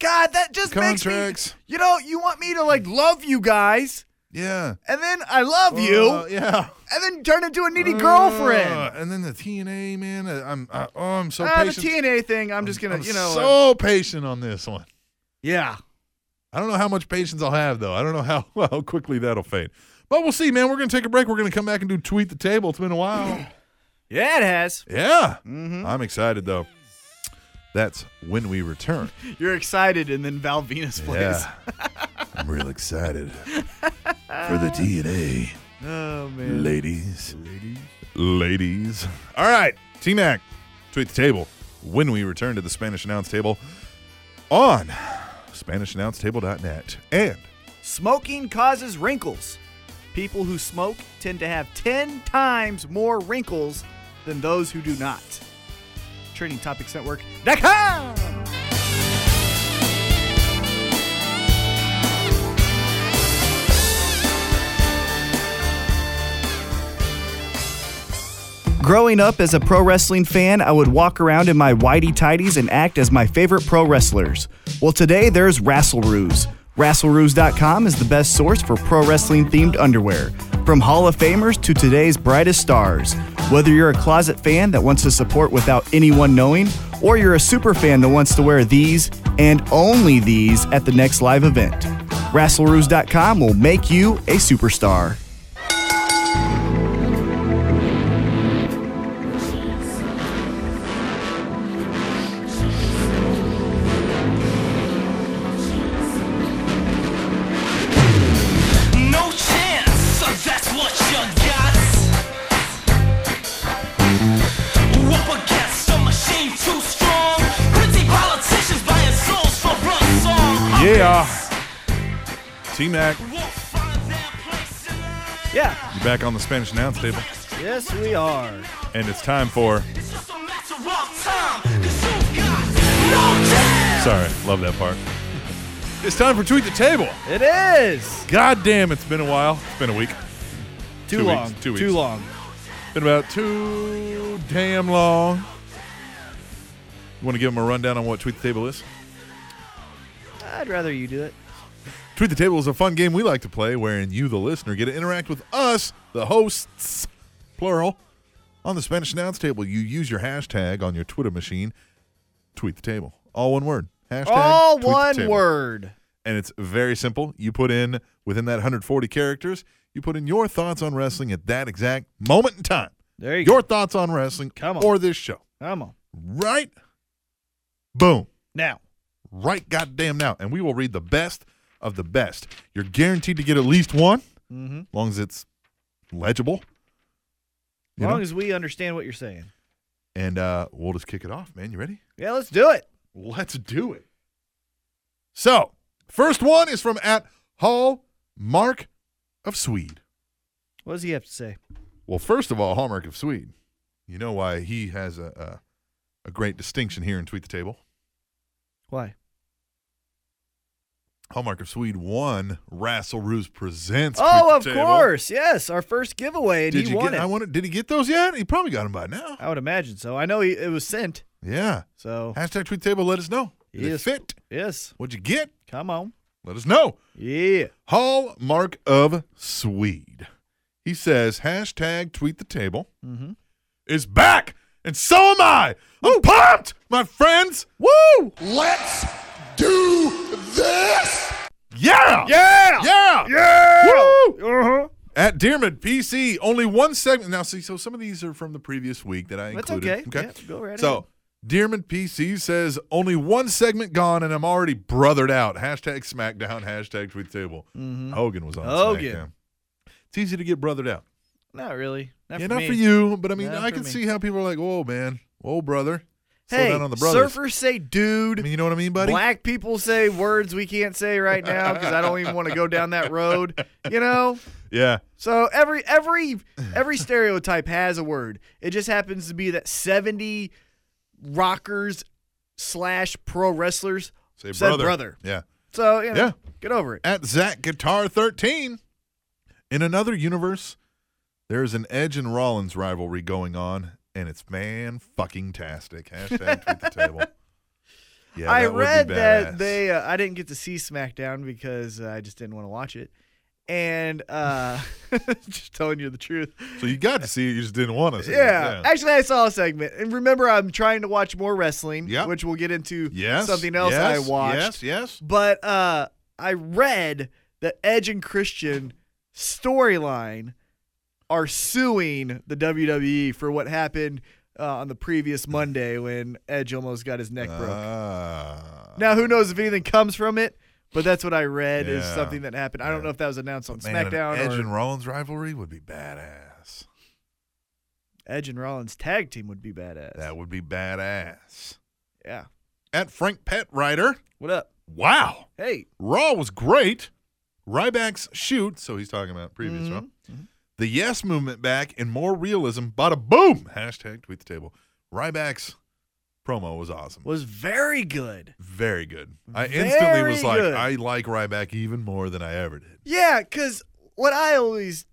Speaker 2: God, that just
Speaker 1: Contracts.
Speaker 2: makes me. You know, you want me to like love you guys,
Speaker 1: Yeah.
Speaker 2: and then I love
Speaker 1: Uh,
Speaker 2: you,
Speaker 1: yeah.
Speaker 2: and then turn into a needy
Speaker 1: Uh,
Speaker 2: girlfriend.
Speaker 1: and then the TNA man. uh, I'm. I, oh, I'm so
Speaker 2: ah, the
Speaker 1: patient.
Speaker 2: TNA thing. I'm just gonna,
Speaker 1: I'm
Speaker 2: you know, uh,
Speaker 1: so patient on this one.
Speaker 2: yeah.
Speaker 1: I don't know how much patience I'll have though. I don't know how [laughs] how quickly that'll fade. But we'll see, man. We're gonna take a break. We're gonna come back and do tweet the table. It's been a
Speaker 2: [clears throat]
Speaker 1: while.
Speaker 2: Yeah, it has.
Speaker 1: yeah.
Speaker 2: Mm-hmm.
Speaker 1: I'm excited though. That's when we
Speaker 2: [laughs]
Speaker 1: return.
Speaker 2: You're excited, and then Val Venus plays.
Speaker 1: I'm real excited for the TNA.
Speaker 2: Oh man.
Speaker 1: Ladies. Ladies. All right. T Mac, tweet the table when we return to the Spanish Announce Table on SpanishAnnounceTable.net. And
Speaker 2: Smoking causes wrinkles. People who smoke tend to have 10 times more wrinkles than those who do not. TrainingTopicsNetwork.com. Growing up as a pro wrestling fan, I would walk around in my whitey tidies and act as my favorite pro wrestlers. Well, today there's Rasselroos. Rasselroos.com is the best source for pro wrestling themed underwear. From Hall of Famers to today's brightest stars. Whether you're a closet fan that wants to support without anyone knowing, or you're a super fan that wants to wear these and only these at the next live event, Rasselroos.com will make you a superstar.
Speaker 4: No chance, so that's what you got. Up against a machine too strong. Pretty politicians buying souls for one song.
Speaker 1: Yeah. T Mac,
Speaker 4: Won't find their place in line.
Speaker 2: Yeah.
Speaker 1: you're back on the Spanish Announce Table.
Speaker 2: Yes, we are.
Speaker 1: And it's time for.
Speaker 4: It's just a matter of time. 'cause you got no chance.
Speaker 1: Sorry, love that part. It's time for Tweet the Table.
Speaker 2: It is.
Speaker 1: God damn, it's been a while. It's been a week.
Speaker 2: Too
Speaker 1: Two weeks,
Speaker 2: long.
Speaker 1: two
Speaker 2: Too
Speaker 1: weeks.
Speaker 2: long.
Speaker 1: Been about too damn long. You want to give them a rundown on what Tweet the Table is?
Speaker 2: I'd rather you do it.
Speaker 1: Tweet the Table is a fun game we like to play wherein you, the listener, get to interact with us, the hosts, plural, on the Spanish Announce Table. You use your hashtag on your Twitter machine, Tweet the Table. All one word. Hashtag
Speaker 2: All
Speaker 1: Tweet the
Speaker 2: one
Speaker 1: Table.
Speaker 2: word.
Speaker 1: and it's very simple. You put in within that 140 characters, you put in your thoughts on wrestling at that exact moment in time.
Speaker 2: There you
Speaker 1: Your thoughts on wrestling
Speaker 2: Come on.
Speaker 1: or this show.
Speaker 2: go. Come on.
Speaker 1: Right? Boom.
Speaker 2: Now.
Speaker 1: Right goddamn now. And we will read the best of the best. You're guaranteed to get at least one,
Speaker 2: Mm-hmm. As
Speaker 1: as long as it's legible. You know?
Speaker 2: long as we understand what you're saying.
Speaker 1: and uh, we'll just kick it off, man. You ready?
Speaker 2: Yeah, let's do it.
Speaker 1: Let's do it. So, first one is from at Hall Mark of Swede.
Speaker 2: What does he have to say?
Speaker 1: Well, first of all, Hallmark of Sweden. You know why he has a a, a great distinction here in Tweet the Table.
Speaker 2: Why?
Speaker 1: Hallmark of Sweden won Rassel Ruse presents. Tweet
Speaker 2: Oh,
Speaker 1: the
Speaker 2: of
Speaker 1: Table.
Speaker 2: course. Yes, our first giveaway, and
Speaker 1: Did
Speaker 2: he
Speaker 1: you
Speaker 2: won
Speaker 1: get?
Speaker 2: it.
Speaker 1: I won it. Did he get those yet? He probably got them by now.
Speaker 2: I would imagine so. I know he, it was sent.
Speaker 1: Yeah.
Speaker 2: So
Speaker 1: Hashtag Tweet the Table. Let us know. Did
Speaker 2: Yes.
Speaker 1: it fit?
Speaker 2: yes,
Speaker 1: What'd you get?
Speaker 2: come on.
Speaker 1: Let us know.
Speaker 2: Yeah.
Speaker 1: Hallmark of Swede. He says hashtag Tweet the Table
Speaker 2: Mhm.
Speaker 1: is back. and so am I. I'm pumped, my friends. Woo!
Speaker 5: Let's do this!
Speaker 1: Yeah!
Speaker 2: Yeah.
Speaker 1: Yeah!
Speaker 2: Yeah.
Speaker 1: Woo!
Speaker 2: Uh huh.
Speaker 1: At Dearman PC, only one segment. Now, see, so some of these are from the previous week that I
Speaker 2: That's
Speaker 1: included.
Speaker 2: okay. Yeah, go right
Speaker 1: so, Dearman PC says, only one segment gone, and I'm already brothered out. Hashtag SmackDown, hashtag Tweet Table. Hogan was on
Speaker 2: Mm-hmm. Hogan.
Speaker 1: SmackDown. It's easy to get brothered out.
Speaker 2: Not really. Not
Speaker 1: yeah,
Speaker 2: for
Speaker 1: not
Speaker 2: me.
Speaker 1: for you, but I mean,
Speaker 2: Not
Speaker 1: I
Speaker 2: for
Speaker 1: can
Speaker 2: me.
Speaker 1: see how people are like, whoa, man. Whoa, brother. Slow
Speaker 2: Hey,
Speaker 1: down on the brothers.
Speaker 2: surfers say
Speaker 1: I
Speaker 2: dude.
Speaker 1: mean, you know what I mean, buddy?
Speaker 2: Black people say words we can't say right now because I don't even want to go down that road. You know.
Speaker 1: Yeah.
Speaker 2: So every
Speaker 1: [laughs]
Speaker 2: every every stereotype has a word. It just happens to be that seventy rockers slash pro wrestlers
Speaker 1: Say
Speaker 2: said
Speaker 1: brother.
Speaker 2: brother.
Speaker 1: Yeah.
Speaker 2: So you know,
Speaker 1: Yeah.
Speaker 2: get over it.
Speaker 1: at Zach Guitar 13. In another universe, there is an Edge and Rollins rivalry going on, and it's man fucking tastic. Hashtag tweet the
Speaker 2: [laughs]
Speaker 1: table. Yeah,
Speaker 2: I
Speaker 1: that would be
Speaker 2: read that
Speaker 1: badass.
Speaker 2: they. Uh, I didn't get to see SmackDown because uh, I just didn't want to watch it. And
Speaker 1: [laughs]
Speaker 2: uh, [laughs] just telling you the truth.
Speaker 1: So you got to see it, you just didn't want to see
Speaker 2: Yeah.
Speaker 1: it.
Speaker 2: Actually, I saw a segment. And remember, I'm trying to watch more wrestling,
Speaker 1: Yep.
Speaker 2: which we'll get into
Speaker 1: Yes.
Speaker 2: something else
Speaker 1: yes,
Speaker 2: I
Speaker 1: Yes,
Speaker 2: watched.
Speaker 1: yes.
Speaker 2: But uh, I read that Edge and Christian storyline are suing the WWE for what happened uh, on the previous Monday when Edge almost got his neck broke.
Speaker 1: Ah.
Speaker 2: Now, who knows if anything comes from it? But that's what I read is
Speaker 1: Yeah.
Speaker 2: something that happened. I don't
Speaker 1: Yeah.
Speaker 2: know if that was announced on
Speaker 1: Man, an
Speaker 2: SmackDown
Speaker 1: Edge
Speaker 2: or
Speaker 1: and Rollins rivalry would be badass.
Speaker 2: Edge and Rollins tag team would be badass.
Speaker 1: That would be badass.
Speaker 2: yeah.
Speaker 1: At Frank Pet Rider.
Speaker 2: What up?
Speaker 1: Wow.
Speaker 2: Hey.
Speaker 1: Raw was great. Ryback's shoot, so he's talking about previous
Speaker 2: Mm-hmm.
Speaker 1: Raw. The Yes Movement back and more realism. Bada boom! Hashtag tweet the table. Ryback's promo was awesome.
Speaker 2: Was very good.
Speaker 1: Very good. I instantly was
Speaker 2: Very
Speaker 1: like,
Speaker 2: good.
Speaker 1: I like Ryback even more than I ever did.
Speaker 2: Yeah, because what I always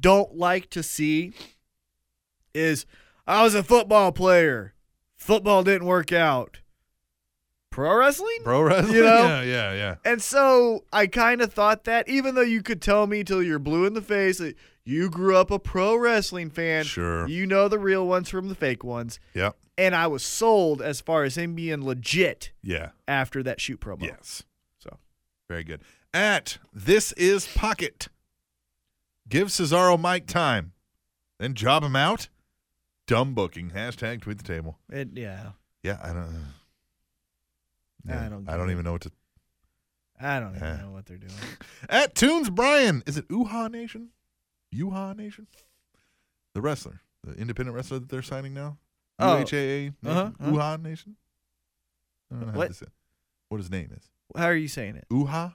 Speaker 2: don't like to see is I was a football player. Football didn't work out. Pro wrestling?
Speaker 1: Pro wrestling?
Speaker 2: You know?
Speaker 1: Yeah, yeah, yeah.
Speaker 2: And so I kind of thought that, even though you could tell me till you're blue in the face that you grew up a pro wrestling fan,
Speaker 1: Sure.
Speaker 2: you know the real ones from the fake ones,
Speaker 1: Yep.
Speaker 2: and I was sold as far as him being legit
Speaker 1: Yeah.
Speaker 2: after that shoot promo.
Speaker 1: Yes.
Speaker 2: So.
Speaker 1: Very good. At this is pocket. Give Cesaro Mike time, then job him out. Dumb booking. Hashtag tweet the table.
Speaker 2: It, yeah,
Speaker 1: Yeah, I don't. uh, Yeah,
Speaker 2: I don't
Speaker 1: I don't
Speaker 2: get it.
Speaker 1: even know what to.
Speaker 2: I don't even
Speaker 1: Yeah.
Speaker 2: know what they're doing.
Speaker 1: At Tunes Brian, is it Uha Nation? Uha Nation? The wrestler, the independent wrestler that they're signing now.
Speaker 2: Oh.
Speaker 1: UHAA Nation.
Speaker 2: Uh-huh, uh-huh.
Speaker 1: Uha Nation. I don't know how
Speaker 2: What?
Speaker 1: to say. What his name is?
Speaker 2: How are you saying it?
Speaker 1: Uha.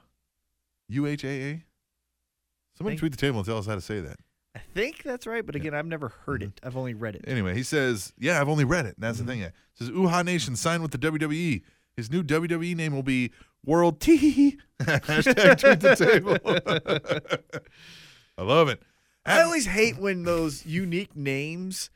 Speaker 1: UHAA. Somebody
Speaker 2: Think-
Speaker 1: tweet the table and tell us how to say that.
Speaker 2: I think that's right, but again, I've never
Speaker 1: Mm-hmm.
Speaker 2: heard it. I've only read it.
Speaker 1: Anyway, he says, "Yeah, I've only read it." And that's
Speaker 2: Mm-hmm.
Speaker 1: the thing. It says Uha Nation signed with the WWE. His new WWE name will be World Tee. [laughs] Hashtag tweet the table. [laughs] I love it.
Speaker 2: I always hate when those unique names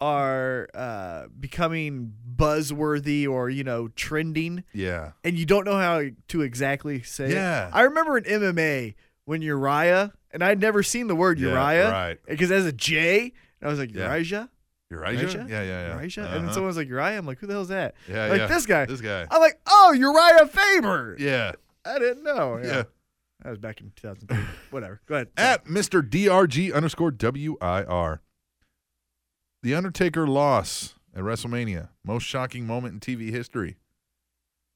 Speaker 2: are uh, becoming buzzworthy or you know trending,
Speaker 1: yeah.
Speaker 2: and you don't know how to exactly say.
Speaker 1: Yeah.
Speaker 2: it. I remember in MMA when Uriah, and I'd never seen the word
Speaker 1: Yeah,
Speaker 2: Uriah,
Speaker 1: right.
Speaker 2: Because as a J, and I was like
Speaker 1: Yeah.
Speaker 2: Uriah,
Speaker 1: Eurasia?
Speaker 2: Eurasia?
Speaker 1: Yeah, yeah, yeah.
Speaker 2: Uriah,
Speaker 1: Uh-huh.
Speaker 2: and then someone's like Uriah. I'm like, who the hell's that?
Speaker 1: yeah,
Speaker 2: like
Speaker 1: yeah.
Speaker 2: this guy.
Speaker 1: This guy.
Speaker 2: I'm like, oh, Uriah Faber.
Speaker 1: Yeah.
Speaker 2: I didn't know.
Speaker 1: Yeah.
Speaker 2: That was back in [laughs] 2003. Whatever. Go ahead.
Speaker 1: At Mr. DRG underscore WIR. The Undertaker loss at WrestleMania. Most shocking moment in TV history.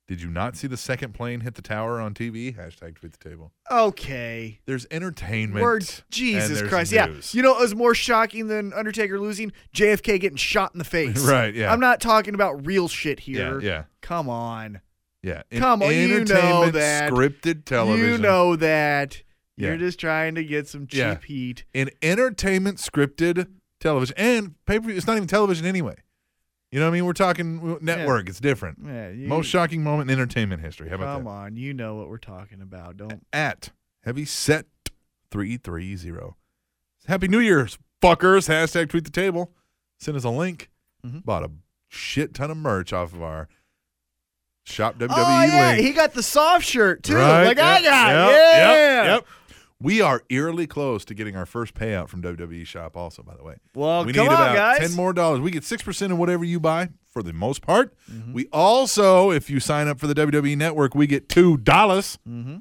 Speaker 1: Did you not see the second plane hit the tower on TV? Hashtag tweet the table.
Speaker 2: okay.
Speaker 1: There's entertainment.
Speaker 2: Words.
Speaker 1: and
Speaker 2: Jesus
Speaker 1: there's
Speaker 2: Christ.
Speaker 1: news.
Speaker 2: Yeah. You know, it was more shocking than Undertaker losing JFK getting shot in the face.
Speaker 1: [laughs] Right, yeah.
Speaker 2: I'm not talking about real shit
Speaker 1: yeah,
Speaker 2: here.
Speaker 1: yeah,
Speaker 2: Come on.
Speaker 1: yeah. In
Speaker 2: Come on, you know
Speaker 1: entertainment,
Speaker 2: that.
Speaker 1: scripted television.
Speaker 2: You know that.
Speaker 1: Yeah.
Speaker 2: You're just trying to get some cheap
Speaker 1: Yeah.
Speaker 2: heat.
Speaker 1: in entertainment scripted television and pay per view. It's not even television anyway. You know what I mean? We're talking network. It's different.
Speaker 2: Yeah, you,
Speaker 1: Most shocking moment in entertainment history. How about
Speaker 2: Come
Speaker 1: that? E
Speaker 2: on. You know what we're talking
Speaker 1: [laughs]
Speaker 2: about. Don't.
Speaker 1: At heavy set three three zero. Happy New Year's, fuckers! Hashtag tweet the table. Send us a link.
Speaker 2: Mhm.
Speaker 1: Bought a shit ton of merch off of our shop WWE
Speaker 2: oh, yeah.
Speaker 1: link.
Speaker 2: He got the soft shirt, too.
Speaker 1: Right,
Speaker 2: Like I
Speaker 1: yep,
Speaker 2: got.
Speaker 1: yep,
Speaker 2: yeah.
Speaker 1: Yep. yep. We are eerily close to getting our first payout from WWE Shop. Also, by the way,
Speaker 2: Well,
Speaker 1: we
Speaker 2: come
Speaker 1: need
Speaker 2: on,
Speaker 1: about
Speaker 2: guys.
Speaker 1: ten more dollars. We get six percent of whatever you buy for the most part.
Speaker 2: Mm-hmm.
Speaker 1: We also, if you sign up for the WWE Network, we get two dollars.
Speaker 2: Mm-hmm.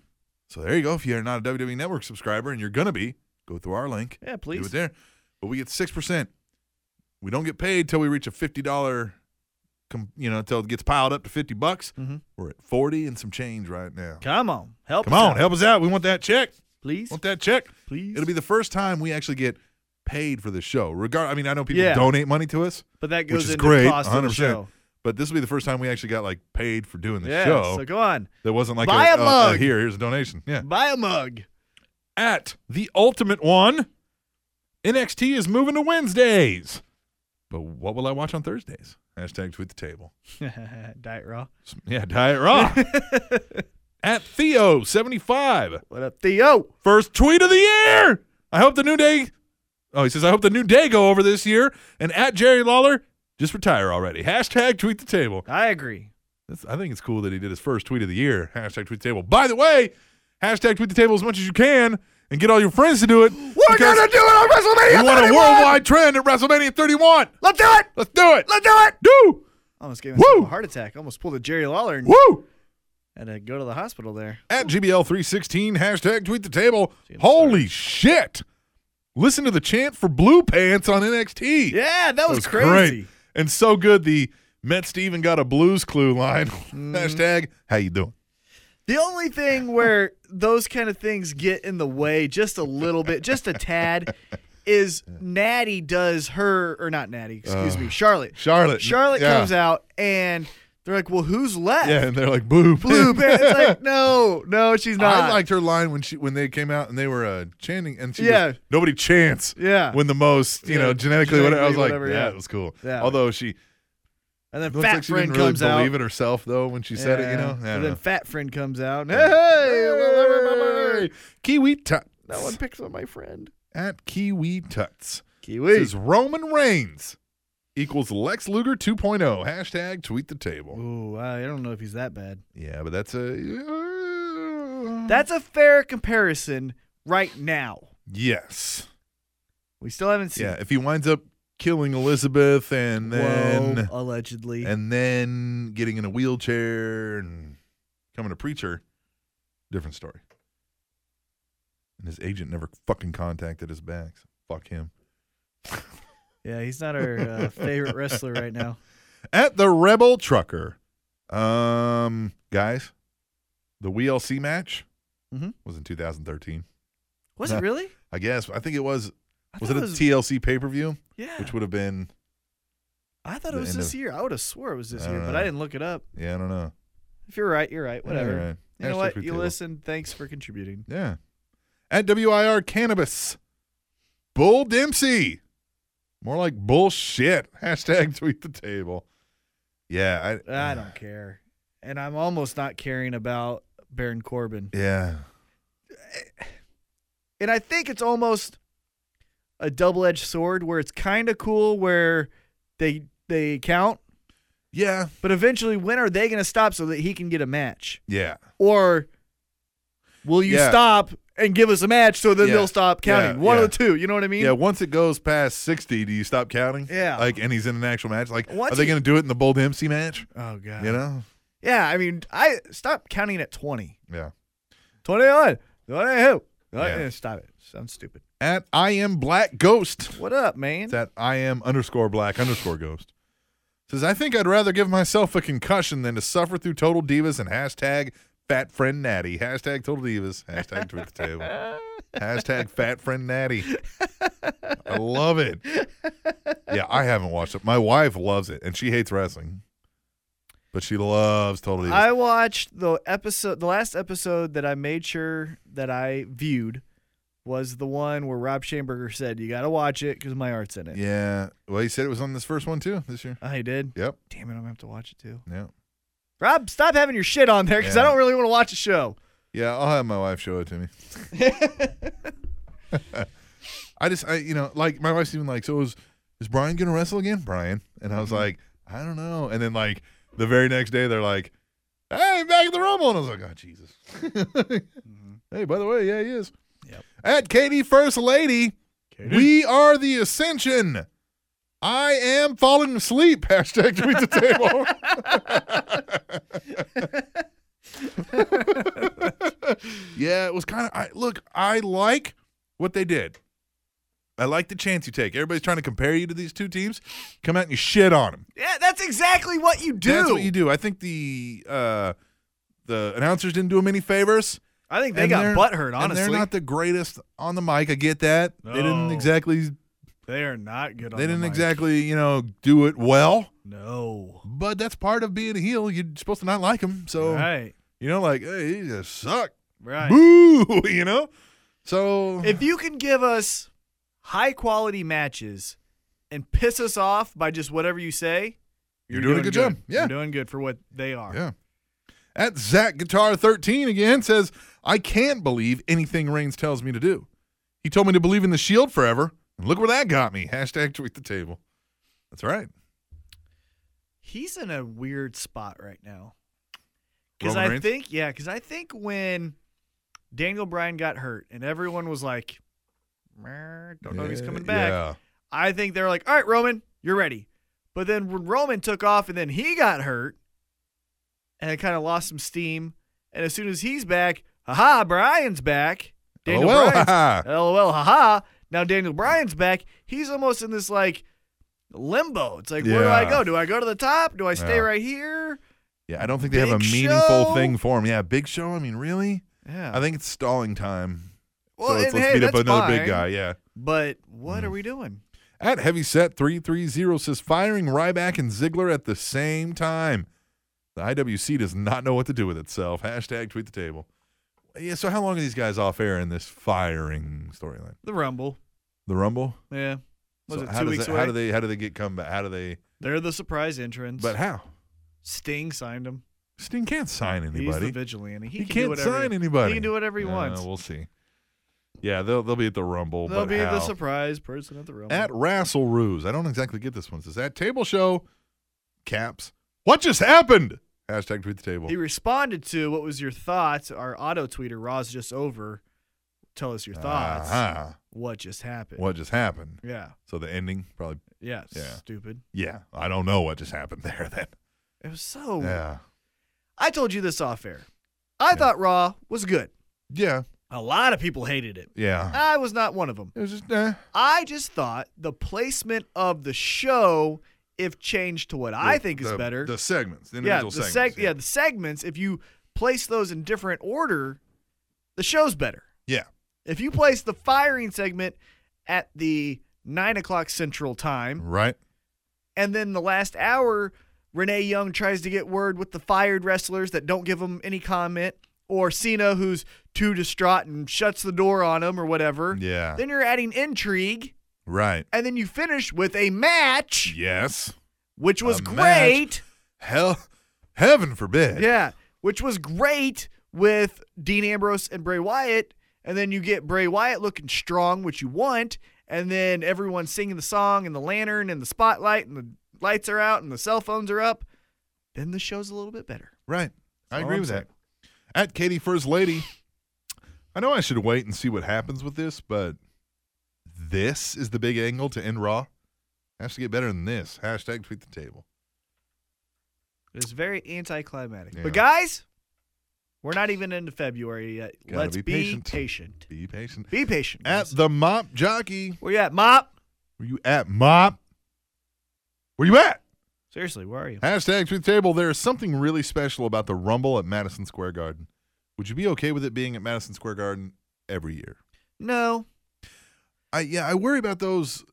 Speaker 1: So there you go. If you're not a WWE Network subscriber, and you're gonna be, go through our link.
Speaker 2: Yeah,
Speaker 1: Do
Speaker 2: please.
Speaker 1: it there. But we get six percent. We don't get paid till we reach a fifty dollar, you know, till it gets piled up to fifty bucks.
Speaker 2: Mm-hmm.
Speaker 1: We're at forty and some change right now.
Speaker 2: Come on, help.
Speaker 1: Come
Speaker 2: us
Speaker 1: on,
Speaker 2: out,
Speaker 1: help us out. We want that check.
Speaker 2: please.
Speaker 1: Want that check?
Speaker 2: Please.
Speaker 1: It'll be the first time we actually get paid for the show. Regard. I mean, I know people
Speaker 2: Yeah.
Speaker 1: donate money to us,
Speaker 2: But that
Speaker 1: which
Speaker 2: goes
Speaker 1: is
Speaker 2: into
Speaker 1: great,
Speaker 2: cost of the
Speaker 1: 100%.
Speaker 2: show.
Speaker 1: But this will be the first time we actually got like paid for doing the
Speaker 2: Yeah.
Speaker 1: show.
Speaker 2: So go on,
Speaker 1: that wasn't like
Speaker 2: Buy a
Speaker 1: uh, uh,
Speaker 2: mug.
Speaker 1: here, here's a donation. Yeah.
Speaker 2: buy a mug. [laughs]
Speaker 1: At the ultimate one, NXT is moving to Wednesdays. But what will I watch on Thursdays? Hashtag tweet the table.
Speaker 2: Diet Raw.
Speaker 1: Yeah, [laughs] Diet
Speaker 2: [laughs]
Speaker 1: Raw. At Theo seventy five.
Speaker 2: What up, Theo?
Speaker 1: First tweet of the year. I hope the new day. Oh, he says, I hope the new day go over this year. And at Jerry Lawler, just retire already. Hashtag tweet the table.
Speaker 2: I agree.
Speaker 1: That's, I think it's cool that he did his first tweet of the year. Hashtag tweet the table. By the way, hashtag tweet the table as much as you can and get all your friends to do it.
Speaker 2: We're gonna do it on WrestleMania.
Speaker 1: We want a
Speaker 2: 31!
Speaker 1: worldwide trend at WrestleMania 31.
Speaker 2: Let's do it.
Speaker 1: Let's do it.
Speaker 2: Let's do it.
Speaker 1: do.
Speaker 2: Almost gave myself
Speaker 1: Woo!
Speaker 2: a heart attack. Almost pulled a Jerry Lawler and
Speaker 1: Woo.
Speaker 2: had to go to the hospital there.
Speaker 1: at GBL316, hashtag tweet the table. Holy shit. Listen to the chant for blue pants on NXT.
Speaker 2: Yeah, that was,
Speaker 1: It
Speaker 2: crazy.
Speaker 1: great. And so good the Mets even got a blues clue line. [laughs]
Speaker 2: Mm.
Speaker 1: hashtag, how you doing?
Speaker 2: The only thing where those kind of things get in the way just a little bit, just a tad, is Natty does her or not Natty, excuse me, Charlotte.
Speaker 1: Charlotte.
Speaker 2: Charlotte
Speaker 1: Yeah.
Speaker 2: comes out and they're like, "Well, who's left?"
Speaker 1: Yeah, and they're like, boo.
Speaker 2: Blue Bear. It's
Speaker 1: [laughs]
Speaker 2: [laughs] like, no, no, she's not.
Speaker 1: I liked her line when she when they came out and they were uh, chanting and she
Speaker 2: Yeah.
Speaker 1: goes, nobody chants
Speaker 2: Yeah.
Speaker 1: when the most you
Speaker 2: Yeah,
Speaker 1: know genetically, whatever I was
Speaker 2: genetically
Speaker 1: like
Speaker 2: whatever,
Speaker 1: that
Speaker 2: yeah.
Speaker 1: was cool
Speaker 2: Yeah.
Speaker 1: although she
Speaker 2: and then
Speaker 1: looks
Speaker 2: Fat
Speaker 1: like she
Speaker 2: Friend
Speaker 1: didn't really
Speaker 2: comes out.
Speaker 1: believe it herself though when she said it you
Speaker 2: Yeah.
Speaker 1: know I
Speaker 2: And
Speaker 1: don't
Speaker 2: then
Speaker 1: know.
Speaker 2: Fat Friend comes out. and, [laughs]
Speaker 1: Hey,
Speaker 2: Hey,
Speaker 1: Kiwi Tuts.
Speaker 2: no one picks on my friend.
Speaker 1: At Kiwi Tuts.
Speaker 2: Kiwi.
Speaker 1: Says Roman Reigns equals Lex Luger 2.0. Hashtag tweet the table.
Speaker 2: Ooh, I don't know if he's that bad.
Speaker 1: Yeah, but that's uh, a.
Speaker 2: That's a fair comparison right now.
Speaker 1: Yes.
Speaker 2: We still haven't seen.
Speaker 1: Yeah, if he winds up killing Elizabeth and then.
Speaker 2: Whoa, allegedly.
Speaker 1: And then getting in a wheelchair and becoming a preacher, different story. And his agent never fucking contacted us back. So fuck him.
Speaker 2: yeah, he's not
Speaker 1: [laughs]
Speaker 2: our uh, favorite wrestler right now.
Speaker 1: at the Rebel Trucker. Um, guys, the WLC match
Speaker 2: Mhm.
Speaker 1: was in 2013.
Speaker 2: Was it really?
Speaker 1: I guess I think it was.
Speaker 2: I
Speaker 1: Was
Speaker 2: thought
Speaker 1: it a
Speaker 2: was,
Speaker 1: TLC pay per view?
Speaker 2: Yeah,
Speaker 1: Which would have been.
Speaker 2: I thought
Speaker 1: the
Speaker 2: it was
Speaker 1: end
Speaker 2: this
Speaker 1: of-
Speaker 2: year. I would have swore it was this
Speaker 1: I
Speaker 2: year,
Speaker 1: don't
Speaker 2: but
Speaker 1: know.
Speaker 2: I didn't look it up.
Speaker 1: Yeah, I don't know.
Speaker 2: If you're right, you're right. Whatever.
Speaker 1: Yeah, right.
Speaker 2: You know
Speaker 1: Hashtag
Speaker 2: what?
Speaker 1: tweet
Speaker 2: You
Speaker 1: table.
Speaker 2: listen. Thanks for contributing.
Speaker 1: Yeah. At WIR Cannabis, Bull Dempsey. More like bullshit. [laughs] Hashtag tweet the table. Yeah, I. [sighs]
Speaker 2: I don't care, and I'm almost not caring about Baron Corbin.
Speaker 1: Yeah.
Speaker 2: and I think it's almost a double-edged sword where it's kind of cool where they they count,
Speaker 1: Yeah.
Speaker 2: but eventually when are they going to stop so that he can get a match?
Speaker 1: Yeah.
Speaker 2: Or will you
Speaker 1: Yeah.
Speaker 2: stop and give us a match so then
Speaker 1: Yeah.
Speaker 2: they'll stop counting?
Speaker 1: Yeah,
Speaker 2: One
Speaker 1: yeah.
Speaker 2: of the two, you know what I mean?
Speaker 1: Yeah, once it goes past sixty, do you stop counting?
Speaker 2: Yeah.
Speaker 1: like and he's in an actual match. Like,
Speaker 2: Once
Speaker 1: are they
Speaker 2: he-
Speaker 1: going to do it in the Bold MC match?
Speaker 2: Oh god.
Speaker 1: You know?
Speaker 2: Yeah, I mean, I stop counting at 20.
Speaker 1: Yeah.
Speaker 2: 21. 22.
Speaker 1: Yeah.
Speaker 2: Yeah. Eh, Stop it. Sounds stupid.
Speaker 1: At I am Black Ghost.
Speaker 2: What up, man?
Speaker 1: It's at I am underscore Black underscore Ghost. Says I think I'd rather give myself a concussion than to suffer through total divas and hashtag fat friend natty hashtag total divas hashtag tweet the table hashtag fat friend natty. I love it. Yeah, I haven't watched it. My wife loves it and she hates wrestling, but she loves total divas.
Speaker 2: I watched the episode, the last episode that I made sure that I viewed was the one where Rob Schamberger said, You got to watch it because my art's in it.
Speaker 1: Yeah. Well, he said it was on this first one too this year.
Speaker 2: I did.
Speaker 1: Yep.
Speaker 2: Damn it, I'm going to have to watch it too.
Speaker 1: Yeah.
Speaker 2: Rob, stop having your shit on there because
Speaker 1: Yeah.
Speaker 2: I don't really want to watch a show.
Speaker 1: Yeah. I'll have my wife show it to me. I just, I, you know, like my wife's even like, so is is Brian gonna wrestle again, Brian? And I was like, I don't know. And then like the very next day, they're like, [laughs] Hey, back at the Rumble, and I was like, Oh Jesus. Hey, by the way, yeah, he is. At Katie First Lady, we are the Ascension. I am falling asleep. [laughs] Hashtag tweet the table. yeah, it was kind of. I, look, I like what they did. I like the chance you take. Everybody's trying to compare you to these two teams. Come out and you shit on them.
Speaker 2: Yeah, that's exactly what you do.
Speaker 1: That's what you do. I think the uh, the announcers didn't do him any favors.
Speaker 2: I think they
Speaker 1: And
Speaker 2: got
Speaker 1: they're-
Speaker 2: butthurt,
Speaker 1: and
Speaker 2: honestly.
Speaker 1: they're not the greatest on the mic. I get that. They didn't
Speaker 2: No.
Speaker 1: exactly.
Speaker 2: They are not good on
Speaker 1: They
Speaker 2: the
Speaker 1: didn't
Speaker 2: mic.
Speaker 1: exactly, you know, do it well.
Speaker 2: No.
Speaker 1: But that's part of being a heel. You're supposed to not like him. So
Speaker 2: Right.
Speaker 1: you know, like hey, he just suck.
Speaker 2: Right.
Speaker 1: Boo. [laughs] You know. So
Speaker 2: If you can give us high quality matches and piss us off by just whatever you say,
Speaker 1: You're doing a good job. Yeah.
Speaker 2: You're doing good for what they are.
Speaker 1: Yeah. At Zach Guitar 13 again says, I can't believe anything Reigns tells me to do. He told me to believe in the shield forever. And look where that got me. Hashtag tweet the table. That's right.
Speaker 2: He's in a weird spot right now. Because
Speaker 1: Roman
Speaker 2: I
Speaker 1: Reigns?
Speaker 2: think, yeah, because I think when Daniel Bryan got hurt and everyone was like, "Meh, don't know if he's coming back.
Speaker 1: Yeah.
Speaker 2: I think they're like, all right, Roman, you're ready. But then when Roman took off and then he got hurt and it kind of lost some steam. And as soon as he's back, haha, Brian's back. Daniel
Speaker 1: LOL,
Speaker 2: Bryan's,
Speaker 1: haha.
Speaker 2: LOL, haha. Now Daniel Bryan's back. He's almost in this like limbo. It's like, where do I
Speaker 1: Yeah.
Speaker 2: go? Do I go to the top? Do I stay
Speaker 1: Yeah.
Speaker 2: right here?
Speaker 1: Yeah, I don't think they have a
Speaker 2: Big
Speaker 1: meaningful
Speaker 2: Show.
Speaker 1: thing for him. Yeah, Big Show. I mean, really?
Speaker 2: Yeah.
Speaker 1: I think it's stalling time.
Speaker 2: well,
Speaker 1: so
Speaker 2: and
Speaker 1: it's, let's
Speaker 2: hey,
Speaker 1: beat up
Speaker 2: that's
Speaker 1: another
Speaker 2: fine,
Speaker 1: big guy. Mm. Yeah.
Speaker 2: But what are we doing?
Speaker 1: At Heavyset 330 says, firing Ryback and Ziggler at the same time. The IWC does not know what to do with itself. Hashtag tweet the table. Yeah, so how long are these guys off air in this firing storyline?
Speaker 2: The Rumble.
Speaker 1: The Rumble?
Speaker 2: Yeah. Was
Speaker 1: So
Speaker 2: it
Speaker 1: how
Speaker 2: two
Speaker 1: does
Speaker 2: weeks
Speaker 1: that-
Speaker 2: away?
Speaker 1: How do they how do they get comeback? How do they
Speaker 2: They're the surprise entrance.
Speaker 1: but how?
Speaker 2: Sting signed him.
Speaker 1: Sting can't sign
Speaker 2: He's the
Speaker 1: anybody.
Speaker 2: vigilante. He,
Speaker 1: He
Speaker 2: can do
Speaker 1: can't
Speaker 2: whatever
Speaker 1: sign
Speaker 2: he,
Speaker 1: anybody.
Speaker 2: He can do whatever he
Speaker 1: Uh,
Speaker 2: wants.
Speaker 1: We'll see. Yeah, they'll they'll be at the Rumble.
Speaker 2: They'll
Speaker 1: but
Speaker 2: be
Speaker 1: how?
Speaker 2: the surprise person at the room.
Speaker 1: At Rassel Ruse. I don't exactly get this one. It says at table show caps. What just happened? Hashtag tweet the table.
Speaker 2: he responded to what was your thoughts? Our auto tweeter, Roz just over. Tell us your thoughts.
Speaker 1: Uh-huh.
Speaker 2: What just happened?
Speaker 1: What just happened?
Speaker 2: Yeah.
Speaker 1: So the ending probably.
Speaker 2: Yeah. it's
Speaker 1: Yeah.
Speaker 2: Stupid.
Speaker 1: Yeah, I don't know what just happened there. Then.
Speaker 2: It was so.
Speaker 1: Yeah.
Speaker 2: I told you this off air. I thought Raw was good.
Speaker 1: Yeah.
Speaker 2: A lot of people hated it.
Speaker 1: Yeah.
Speaker 2: I was not one of them.
Speaker 1: It was just. Eh.
Speaker 2: I just thought the placement of the show, if changed to what I
Speaker 1: The-
Speaker 2: think is
Speaker 1: the-
Speaker 2: better,
Speaker 1: The segments. The
Speaker 2: yeah,
Speaker 1: individual
Speaker 2: the
Speaker 1: segments.
Speaker 2: seg- yeah. the segments. If you place those in different order, the show's better.
Speaker 1: Yeah.
Speaker 2: If you place the firing segment at the nine o'clock central time,
Speaker 1: Right.
Speaker 2: and then the last hour, Renee Young tries to get word with the fired wrestlers that don't give them any comment, or Cena who's too distraught and shuts the door on him or whatever.
Speaker 1: Yeah.
Speaker 2: Then you're adding intrigue,
Speaker 1: Right.
Speaker 2: and then you finish with a match,
Speaker 1: Yes.
Speaker 2: which was
Speaker 1: A match.
Speaker 2: great.
Speaker 1: Hell. Heaven forbid.
Speaker 2: Yeah, which was great with Dean Ambrose and Bray Wyatt, and then you get Bray Wyatt looking strong, which you want, and then everyone singing the song and the lantern and the spotlight and the lights are out and the cell phones are up. Then the show's a little bit better.
Speaker 1: Right. I
Speaker 2: all
Speaker 1: agree
Speaker 2: I'm
Speaker 1: with
Speaker 2: saying.
Speaker 1: that. At Katie First Lady. I know I should wait and see what happens with this, but this is the big angle to end Raw. Has to get better than this. Hashtag tweet the table.
Speaker 2: It's very anticlimactic.
Speaker 1: Yeah.
Speaker 2: But guys, we're not even into February yet.
Speaker 1: Gotta
Speaker 2: Let's
Speaker 1: be
Speaker 2: be,
Speaker 1: patient.
Speaker 2: patient.
Speaker 1: Be patient.
Speaker 2: Be patient.
Speaker 1: At
Speaker 2: guys.
Speaker 1: the Mop Jockey.
Speaker 2: where you at, Mop?
Speaker 1: Were you at Mop? Where you at?
Speaker 2: Seriously, where are you?
Speaker 1: Hashtag tweet the table. There is something really special about the Rumble at Madison Square Garden. Would you be okay with it being at Madison Square Garden every year?
Speaker 2: No.
Speaker 1: I yeah, I worry about those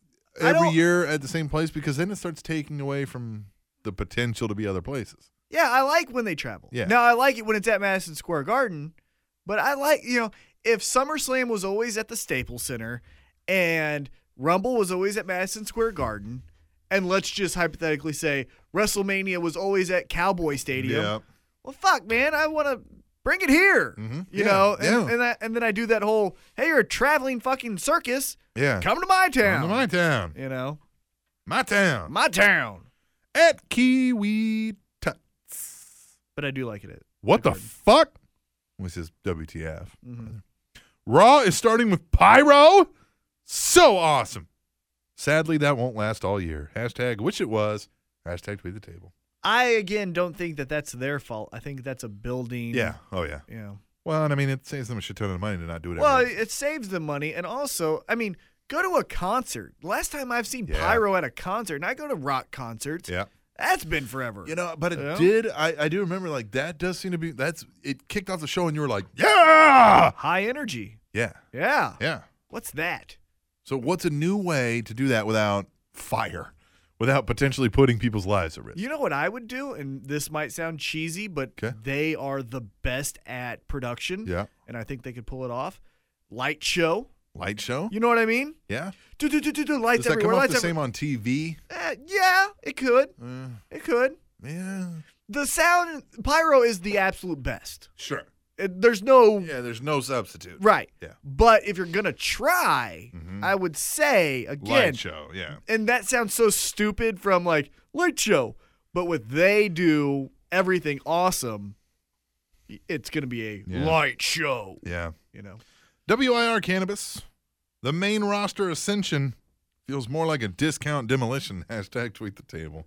Speaker 2: I
Speaker 1: every
Speaker 2: don't-
Speaker 1: year at the same place because then it starts taking away from the potential to be other places.
Speaker 2: Yeah, I like when they travel.
Speaker 1: Yeah.
Speaker 2: Now I like it when it's at Madison Square Garden, but I like you know if SummerSlam was always at the Staples Center and Rumble was always at Madison Square Garden, and let's just hypothetically say WrestleMania was always at Cowboy Stadium. Well, fuck, man, I want to bring it here.
Speaker 1: Mhm. Yeah,
Speaker 2: You know, and
Speaker 1: yeah.
Speaker 2: and, I, and then I do that whole hey, you're a traveling fucking circus.
Speaker 1: Yeah.
Speaker 2: Come to my
Speaker 1: Come
Speaker 2: town.
Speaker 1: to my town.
Speaker 2: you know,
Speaker 1: My town.
Speaker 2: my town.
Speaker 1: At Kiwi Tuts.
Speaker 2: But I do like it. at-
Speaker 1: What
Speaker 2: the
Speaker 1: the fuck? Which is WTF.
Speaker 2: Mhm.
Speaker 1: Raw is starting with Pyro? So awesome. Sadly, that won't last all year. Hashtag wish it was. Hashtag tweet the table.
Speaker 2: I again don't think that that's their fault. I think that's a building.
Speaker 1: Yeah. Oh, yeah.
Speaker 2: You know.
Speaker 1: Well, and I mean, it saves them a shit ton of money to not do it.
Speaker 2: Well,
Speaker 1: every-
Speaker 2: it saves them money, and also, I mean, go to a concert. Last time I've seen
Speaker 1: Yeah.
Speaker 2: pyro at a concert, and I go to rock concerts.
Speaker 1: yeah.
Speaker 2: That's been forever.
Speaker 1: You know, but it
Speaker 2: Yeah.
Speaker 1: did. I, I do remember like that does seem to be that's it kicked off the show and you were like, yeah,
Speaker 2: high energy.
Speaker 1: yeah,
Speaker 2: Yeah.
Speaker 1: yeah.
Speaker 2: What's that?
Speaker 1: So what's a new way to do that without fire, without potentially putting people's lives at risk?
Speaker 2: You know what I would do, and this might sound cheesy, but
Speaker 1: 'Kay.
Speaker 2: they are the best at production.
Speaker 1: Yeah.
Speaker 2: and I think they could pull it off. Light show.
Speaker 1: Light show?
Speaker 2: You know what I mean?
Speaker 1: Yeah.
Speaker 2: Do do do do do
Speaker 1: Does
Speaker 2: lights
Speaker 1: that come
Speaker 2: everywhere.
Speaker 1: off
Speaker 2: Lights
Speaker 1: the same
Speaker 2: everywhere.
Speaker 1: on TV?
Speaker 2: Eh, yeah, it could.
Speaker 1: Uh,
Speaker 2: It could.
Speaker 1: yeah.
Speaker 2: The sound pyro is the absolute best.
Speaker 1: Sure.
Speaker 2: It- there's no
Speaker 1: Yeah. There's no substitute.
Speaker 2: right.
Speaker 1: Yeah. Mm-hmm.
Speaker 2: But if you're gonna try, I would say
Speaker 1: Light
Speaker 2: again,
Speaker 1: show. Yeah.
Speaker 2: and that sounds so stupid from like light show, but what they do, everything awesome. y- It's gonna be a
Speaker 1: Yeah.
Speaker 2: light show.
Speaker 1: Yeah.
Speaker 2: You know.
Speaker 1: WIR Cannabis, the main roster ascension feels more like a discount demolition. [laughs] Hashtag tweet the table.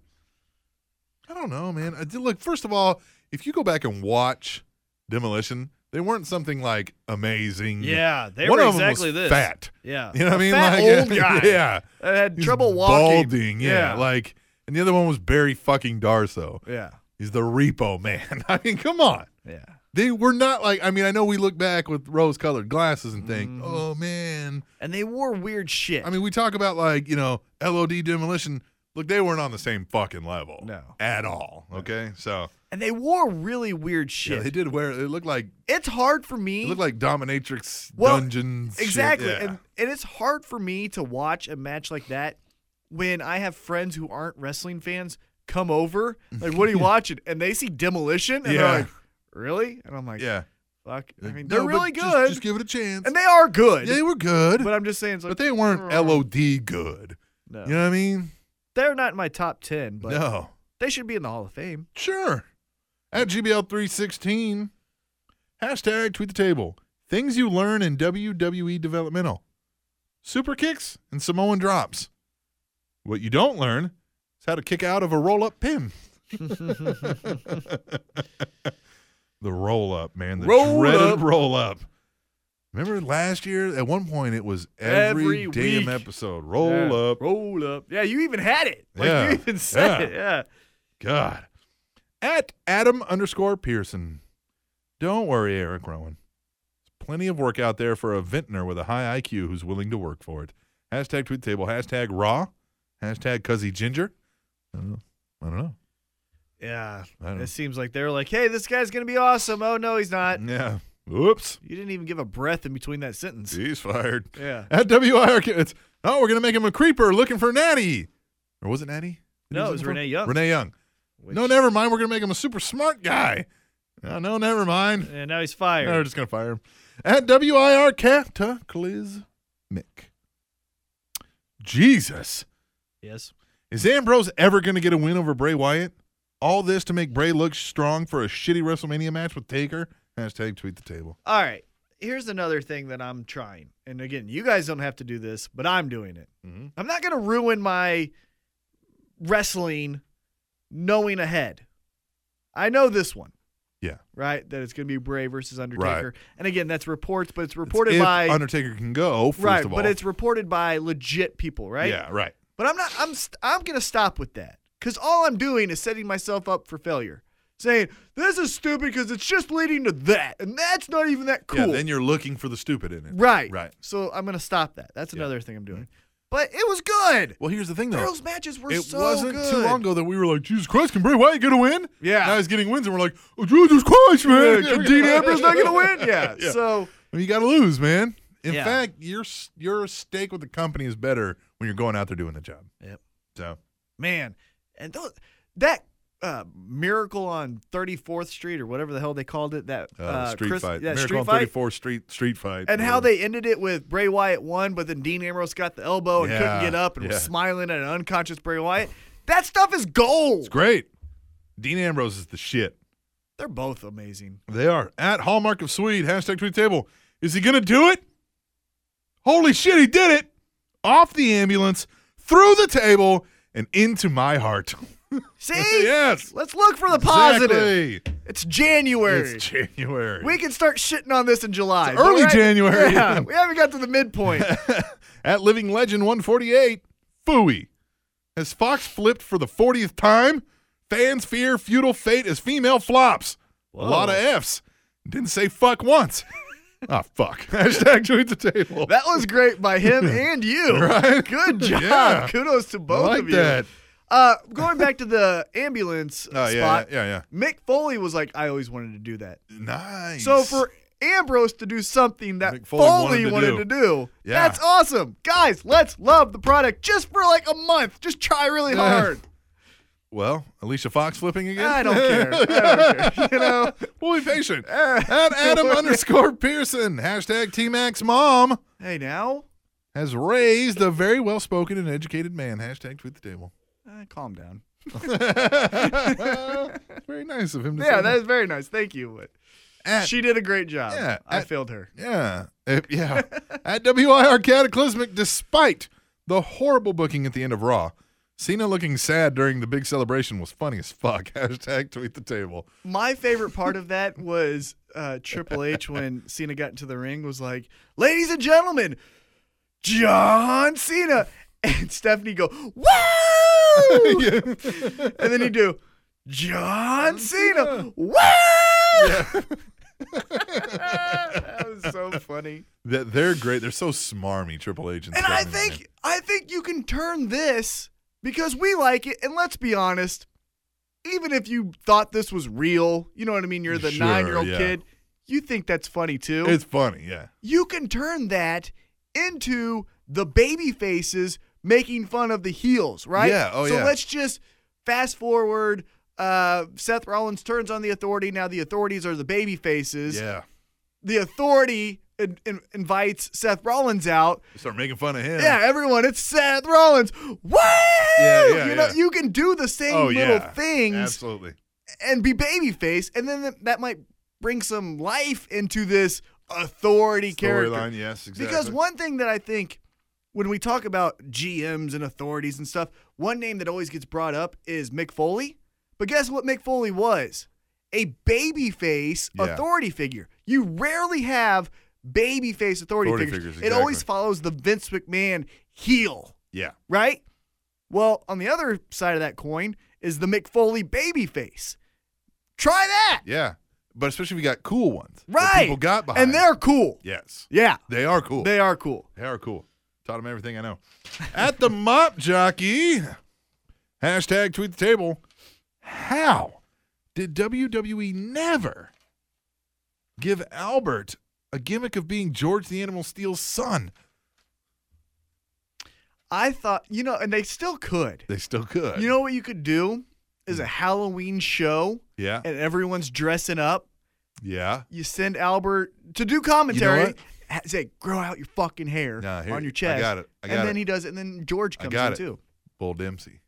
Speaker 1: I don't know, man. I did, look, first of all, if you go back and watch Demolition, they weren't something like amazing.
Speaker 2: Yeah, they
Speaker 1: One
Speaker 2: were
Speaker 1: of 'em was
Speaker 2: exactly this.
Speaker 1: Fat.
Speaker 2: Yeah.
Speaker 1: You know what I
Speaker 2: A
Speaker 1: mean?
Speaker 2: Fat
Speaker 1: Like, [laughs]
Speaker 2: old guy.
Speaker 1: Yeah.
Speaker 2: I had
Speaker 1: He's
Speaker 2: trouble walking.
Speaker 1: Balding. Yeah, Like, and the other one was Barry fucking Darso.
Speaker 2: yeah.
Speaker 1: He's the repo man. [laughs] I mean, come on
Speaker 2: Yeah.
Speaker 1: they were not like I mean, I know we look back with rose colored glasses and think, oh man.
Speaker 2: And they wore weird shit.
Speaker 1: I mean, we talk about like, you know, LOD demolition. Look, they weren't on the same fucking level.
Speaker 2: No.
Speaker 1: At all. Okay. So
Speaker 2: and they wore really weird
Speaker 1: yeah,
Speaker 2: shit.
Speaker 1: they did wear it looked like
Speaker 2: it's hard for
Speaker 1: it
Speaker 2: me.
Speaker 1: looked like Dominatrix
Speaker 2: Well,
Speaker 1: dungeons.
Speaker 2: exactly.
Speaker 1: Shit. Yeah.
Speaker 2: And, and it's hard for me to watch a match like that when I have friends who aren't wrestling fans come
Speaker 1: [laughs]
Speaker 2: over. Like, what are you watching? And they see Demolition and
Speaker 1: Yeah.
Speaker 2: they're like, really? And I'm like,
Speaker 1: yeah.
Speaker 2: fuck. I mean,
Speaker 1: No,
Speaker 2: they're
Speaker 1: but
Speaker 2: really
Speaker 1: just-
Speaker 2: good.
Speaker 1: Just, give it a chance.
Speaker 2: and they are good.
Speaker 1: yeah, they were good.
Speaker 2: but
Speaker 1: But,
Speaker 2: I'm just saying, it's like, Mm,
Speaker 1: they weren't LOD good.
Speaker 2: No.
Speaker 1: You know what I mean?
Speaker 2: They're not in my top 10, but
Speaker 1: no.
Speaker 2: they should be in the Hall of Fame.
Speaker 1: Sure. At GBL316, hashtag tweet the table. Things you learn in WWE developmental super kicks and Samoan drops. What you don't learn is how to kick out of a roll up pin. [laughs] the roll up, man. The
Speaker 2: Roll
Speaker 1: dreaded
Speaker 2: up.
Speaker 1: roll up. Remember last year? At one point, it was every,
Speaker 2: Every
Speaker 1: damn
Speaker 2: week.
Speaker 1: episode. Roll
Speaker 2: Yeah.
Speaker 1: up.
Speaker 2: Roll up. Yeah, you even had it. Like
Speaker 1: Yeah.
Speaker 2: you even
Speaker 1: Yeah.
Speaker 2: said it. Yeah.
Speaker 1: God. At Adam underscore Pearson. Don't worry, Eric Rowan. There's plenty of work out there for a vintner with a high IQ who's willing to work for it. Hashtag tweet table. Hashtag raw. Hashtag cuzzy ginger. I don't know. I don't know.
Speaker 2: Yeah.
Speaker 1: I don't know.
Speaker 2: It seems like they're like, hey, this guy's gonna be awesome. Oh no, he's not.
Speaker 1: Yeah. Whoops.
Speaker 2: You didn't even give a breath in between that sentence.
Speaker 1: He's fired.
Speaker 2: Yeah.
Speaker 1: At WIRK. It's, oh, we're going to make him a creeper looking for Natty. Or was it Natty? that he
Speaker 2: No, it was
Speaker 1: looking for?
Speaker 2: Renee Young.
Speaker 1: Renee Young.
Speaker 2: Which-
Speaker 1: No, never mind. We're going to make him a super smart guy. No, no, never mind.
Speaker 2: And now he's
Speaker 1: No, we're
Speaker 2: fired.
Speaker 1: just gonna fire him. At W I R cataclysmic. Jesus,
Speaker 2: Yes.
Speaker 1: is Ambrose ever gonna get a win over Bray Wyatt? All this to make Bray look strong for a shitty WrestleMania match with Taker? Hashtag tweet the table.
Speaker 2: All right. Here's another thing that I'm trying. And again, you guys don't have to do this, but I'm doing it.
Speaker 1: Mhm.
Speaker 2: I'm not gonna ruin my wrestling knowing ahead. I know this one.
Speaker 1: Yeah.
Speaker 2: Right? That it's gonna be Bray versus Undertaker. And again, that's reports, but it's reported
Speaker 1: It's if
Speaker 2: by
Speaker 1: Undertaker can go first
Speaker 2: right,
Speaker 1: of all.
Speaker 2: but it's reported by legit people, right?
Speaker 1: yeah, right.
Speaker 2: But I'm not. I'm. St- I'm gonna stop with that because all I'm doing is setting myself up for failure. Saying this is stupid because it's just leading to that, and that's not even that cool.
Speaker 1: Yeah, then you're looking for the stupid in it.
Speaker 2: right.
Speaker 1: Right.
Speaker 2: So I'm gonna stop that. That's another thing I'm doing. But it was good.
Speaker 1: Well, here's the thing though.
Speaker 2: Girls' matches were
Speaker 1: it
Speaker 2: so
Speaker 1: wasn't
Speaker 2: good.
Speaker 1: too long ago that we were like, Jesus Christ, can Bray Wyatt get a win?
Speaker 2: Yeah.
Speaker 1: Now he's getting wins, and we're like, oh, Jesus Christ, man.
Speaker 2: Yeah, Dean Ambrose's not gonna win. [laughs] Yeah.
Speaker 1: [laughs] Yeah.
Speaker 2: So
Speaker 1: I mean, you got to lose, man. In
Speaker 2: Yeah.
Speaker 1: fact, your s- your stake with the company is better when you're going out there doing the job.
Speaker 2: Yep.
Speaker 1: So
Speaker 2: man, and tho- that. Uh, miracle on 34th Street or whatever the hell they called it. That
Speaker 1: uh,
Speaker 2: uh,
Speaker 1: street
Speaker 2: Chris-
Speaker 1: fight,
Speaker 2: That
Speaker 1: Miracle
Speaker 2: street
Speaker 1: on
Speaker 2: fight.
Speaker 1: 34th Street street fight,
Speaker 2: And how
Speaker 1: whatever.
Speaker 2: they ended it with Bray Wyatt won, but then Dean Ambrose got the elbow and
Speaker 1: Yeah,
Speaker 2: couldn't get up and
Speaker 1: yeah.
Speaker 2: was smiling at an unconscious Bray Wyatt. That stuff is gold.
Speaker 1: it's great. Dean Ambrose is the shit.
Speaker 2: They're both amazing.
Speaker 1: They are at Hallmark of Swede hashtag tweet table. Is he gonna do it? Holy shit, he did it! Off the ambulance, through the table, and into my
Speaker 2: [laughs]
Speaker 1: heart.
Speaker 2: See?
Speaker 1: Yes.
Speaker 2: Let's look for the positive.
Speaker 1: Exactly.
Speaker 2: It's January.
Speaker 1: It's January.
Speaker 2: we can start shitting on this in July.
Speaker 1: It's early
Speaker 2: All
Speaker 1: January.
Speaker 2: Yeah, we haven't got to the midpoint.
Speaker 1: [laughs] At Living Legend 148, Fooey. Has Fox flipped for the 40th time? Fans fear feudal fate as female flops. A lot of F's. Didn't say fuck once. [laughs] ah, fuck. [laughs] Hashtag tweet the table.
Speaker 2: that was great
Speaker 1: [laughs]
Speaker 2: by him and you.
Speaker 1: Right? [laughs]
Speaker 2: Good job.
Speaker 1: Yeah.
Speaker 2: Kudos to
Speaker 1: I
Speaker 2: both
Speaker 1: like
Speaker 2: of you.
Speaker 1: that.
Speaker 2: Uh, going back to the ambulance
Speaker 1: [laughs] Oh,
Speaker 2: spot.
Speaker 1: yeah, yeah, yeah,
Speaker 2: Mick Foley was like, I always wanted to do that.
Speaker 1: yeah. Nice.
Speaker 2: So for Ambrose to do something that
Speaker 1: Mick Foley
Speaker 2: Foley
Speaker 1: wanted to
Speaker 2: wanted, to,
Speaker 1: do.
Speaker 2: do,
Speaker 1: Yeah. [laughs]
Speaker 2: that's awesome. Guys, let's love the product just for like a month. Just try really
Speaker 1: Yeah. [laughs]
Speaker 2: hard.
Speaker 1: Well, Alicia Fox flipping again?
Speaker 2: I
Speaker 1: [laughs]
Speaker 2: don't care. I don't care. You know,
Speaker 1: We'll be
Speaker 2: [laughs]
Speaker 1: patient. At Adam underscore Pearson, hashtag T Max mom,
Speaker 2: hey now,
Speaker 1: has raised a very well spoken and educated man. Hashtag tweet the
Speaker 2: [laughs]
Speaker 1: table.
Speaker 2: uh, calm down.
Speaker 1: very nice of him to say
Speaker 2: Yeah, that is very nice. Thank you. But
Speaker 1: At-
Speaker 2: she did a great job.
Speaker 1: Yeah,
Speaker 2: I
Speaker 1: at-
Speaker 2: failed her.
Speaker 1: Yeah. Uh, yeah. at WIR Cataclysmic, despite the horrible booking at the end of Raw, Cena looking sad during the big celebration was funny as fuck. [laughs] Hashtag tweet the table.
Speaker 2: My favorite part of that was uh, Triple H when Cena got into the ring was like, "Ladies and gentlemen, John Cena," and Stephanie go, "Woo!" [laughs] and then you do, "John Cena, woo!" [laughs] that was so funny.
Speaker 1: That They're great. They're so smarmy, Triple H. And,
Speaker 2: And I
Speaker 1: Stephanie,
Speaker 2: think I think you can turn this because we like it. And let's be honest, even if you thought this was real, you know what I mean. You're the
Speaker 1: Sure,
Speaker 2: nine year old
Speaker 1: yeah.
Speaker 2: kid. You think that's funny too.
Speaker 1: man. It's funny. Yeah.
Speaker 2: you can turn that into the baby faces making fun of the heels, right?
Speaker 1: Yeah, oh,
Speaker 2: so
Speaker 1: yeah.
Speaker 2: let's just fast forward. Uh, Seth Rollins turns on the authority. Now the authorities are the baby faces.
Speaker 1: Yeah.
Speaker 2: The authority in- in- invites Seth Rollins out.
Speaker 1: Start making fun of him.
Speaker 2: Yeah, everyone, it's Seth Rollins. Woo!
Speaker 1: Yeah, yeah,
Speaker 2: you know,
Speaker 1: yeah.
Speaker 2: you can do the same
Speaker 1: Oh,
Speaker 2: little
Speaker 1: yeah.
Speaker 2: things
Speaker 1: Absolutely.
Speaker 2: and be babyface, and then th- that might bring some life into this authority character.
Speaker 1: Storyline. Yes, exactly.
Speaker 2: Because one thing that I think when we talk about GMs and authorities and stuff, one name that always gets brought up is Mick Foley. But guess what Mick Foley was? A babyface
Speaker 1: Yeah.
Speaker 2: authority figure. You rarely have babyface authority,
Speaker 1: Authority
Speaker 2: figures.
Speaker 1: figures,
Speaker 2: It always
Speaker 1: exactly.
Speaker 2: follows the Vince McMahon heel,
Speaker 1: Yeah.
Speaker 2: right? Well, on the other side of that coin is the Mick Foley babyface. Try that.
Speaker 1: Yeah. But especially if you got cool ones. that
Speaker 2: Right.
Speaker 1: People got behind.
Speaker 2: And they're cool.
Speaker 1: Yes.
Speaker 2: Yeah.
Speaker 1: They are cool.
Speaker 2: They are cool.
Speaker 1: They are cool. Taught him everything I know. [laughs] At the mop jockey, hashtag tweet the table. How did WWE never give Albert a gimmick of being George the Animal Steel's son?
Speaker 2: I thought, you know, and they still could.
Speaker 1: They still could.
Speaker 2: You know what you could do is a Halloween show
Speaker 1: yeah.
Speaker 2: and everyone's dressing up.
Speaker 1: Yeah.
Speaker 2: You send Albert to do commentary.
Speaker 1: You know what?
Speaker 2: ha- Say, grow out your fucking hair
Speaker 1: Nah, here-
Speaker 2: on your
Speaker 1: I
Speaker 2: chest.
Speaker 1: got it. I got
Speaker 2: and then
Speaker 1: it.
Speaker 2: he does it, and then George
Speaker 1: I
Speaker 2: comes
Speaker 1: got
Speaker 2: in
Speaker 1: it.
Speaker 2: too.
Speaker 1: Bull Dempsey.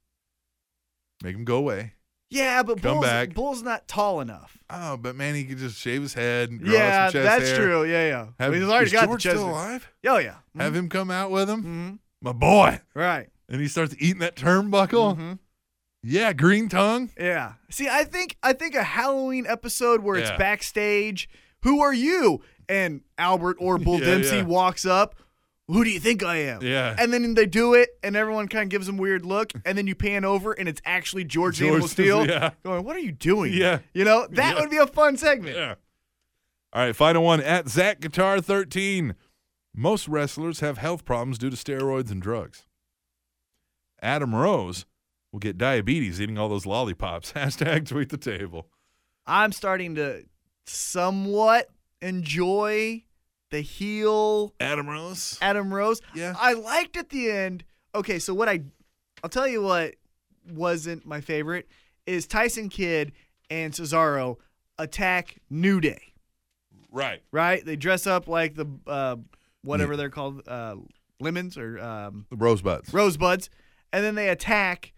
Speaker 1: Make him go away.
Speaker 2: Yeah, but
Speaker 1: Come
Speaker 2: Bull's,
Speaker 1: back.
Speaker 2: Bull's not tall enough.
Speaker 1: Oh, but man, he could just shave his head and grow out
Speaker 2: yeah,
Speaker 1: some chest
Speaker 2: that's
Speaker 1: hair.
Speaker 2: true. Yeah, yeah.
Speaker 1: Have,
Speaker 2: Well, he's already
Speaker 1: is
Speaker 2: got
Speaker 1: George
Speaker 2: the chest.
Speaker 1: still
Speaker 2: hair.
Speaker 1: alive?
Speaker 2: Oh yeah.
Speaker 1: Have him come out with him?
Speaker 2: Mhm.
Speaker 1: My boy.
Speaker 2: Right.
Speaker 1: and he starts eating that turnbuckle.
Speaker 2: Mhm.
Speaker 1: Yeah, green tongue.
Speaker 2: Yeah. See, I think I think a Halloween episode where it's
Speaker 1: Yeah.
Speaker 2: backstage, who are you? And Albert or
Speaker 1: [laughs]
Speaker 2: Bull
Speaker 1: Yeah,
Speaker 2: Dempsey
Speaker 1: yeah.
Speaker 2: walks up, who do you think I am?
Speaker 1: Yeah.
Speaker 2: And then they do it and everyone kind of gives him a weird look and then you pan over and it's actually George, the Animal
Speaker 1: George,
Speaker 2: Steel
Speaker 1: [laughs] yeah.
Speaker 2: going, "What are you doing?"
Speaker 1: Yeah.
Speaker 2: You know, that
Speaker 1: Yeah.
Speaker 2: would be a fun segment.
Speaker 1: All right, final one at Zach Guitar 13. Most wrestlers have health problems due to steroids and drugs. Adam Rose will get diabetes eating all those lollipops. [laughs] Hashtag tweet the table.
Speaker 2: I'm starting to somewhat enjoy the heel
Speaker 1: Adam Rose.
Speaker 2: Adam Rose.
Speaker 1: Yeah.
Speaker 2: I liked at the end. Okay, so what I I'll tell you what wasn't my favorite is Tyson Kidd and Cesaro attack New Day,
Speaker 1: Right.
Speaker 2: right? They dress up like the uh, whatever they're called uh, lemons or um,
Speaker 1: The Rosebuds.
Speaker 2: rosebuds and then they attack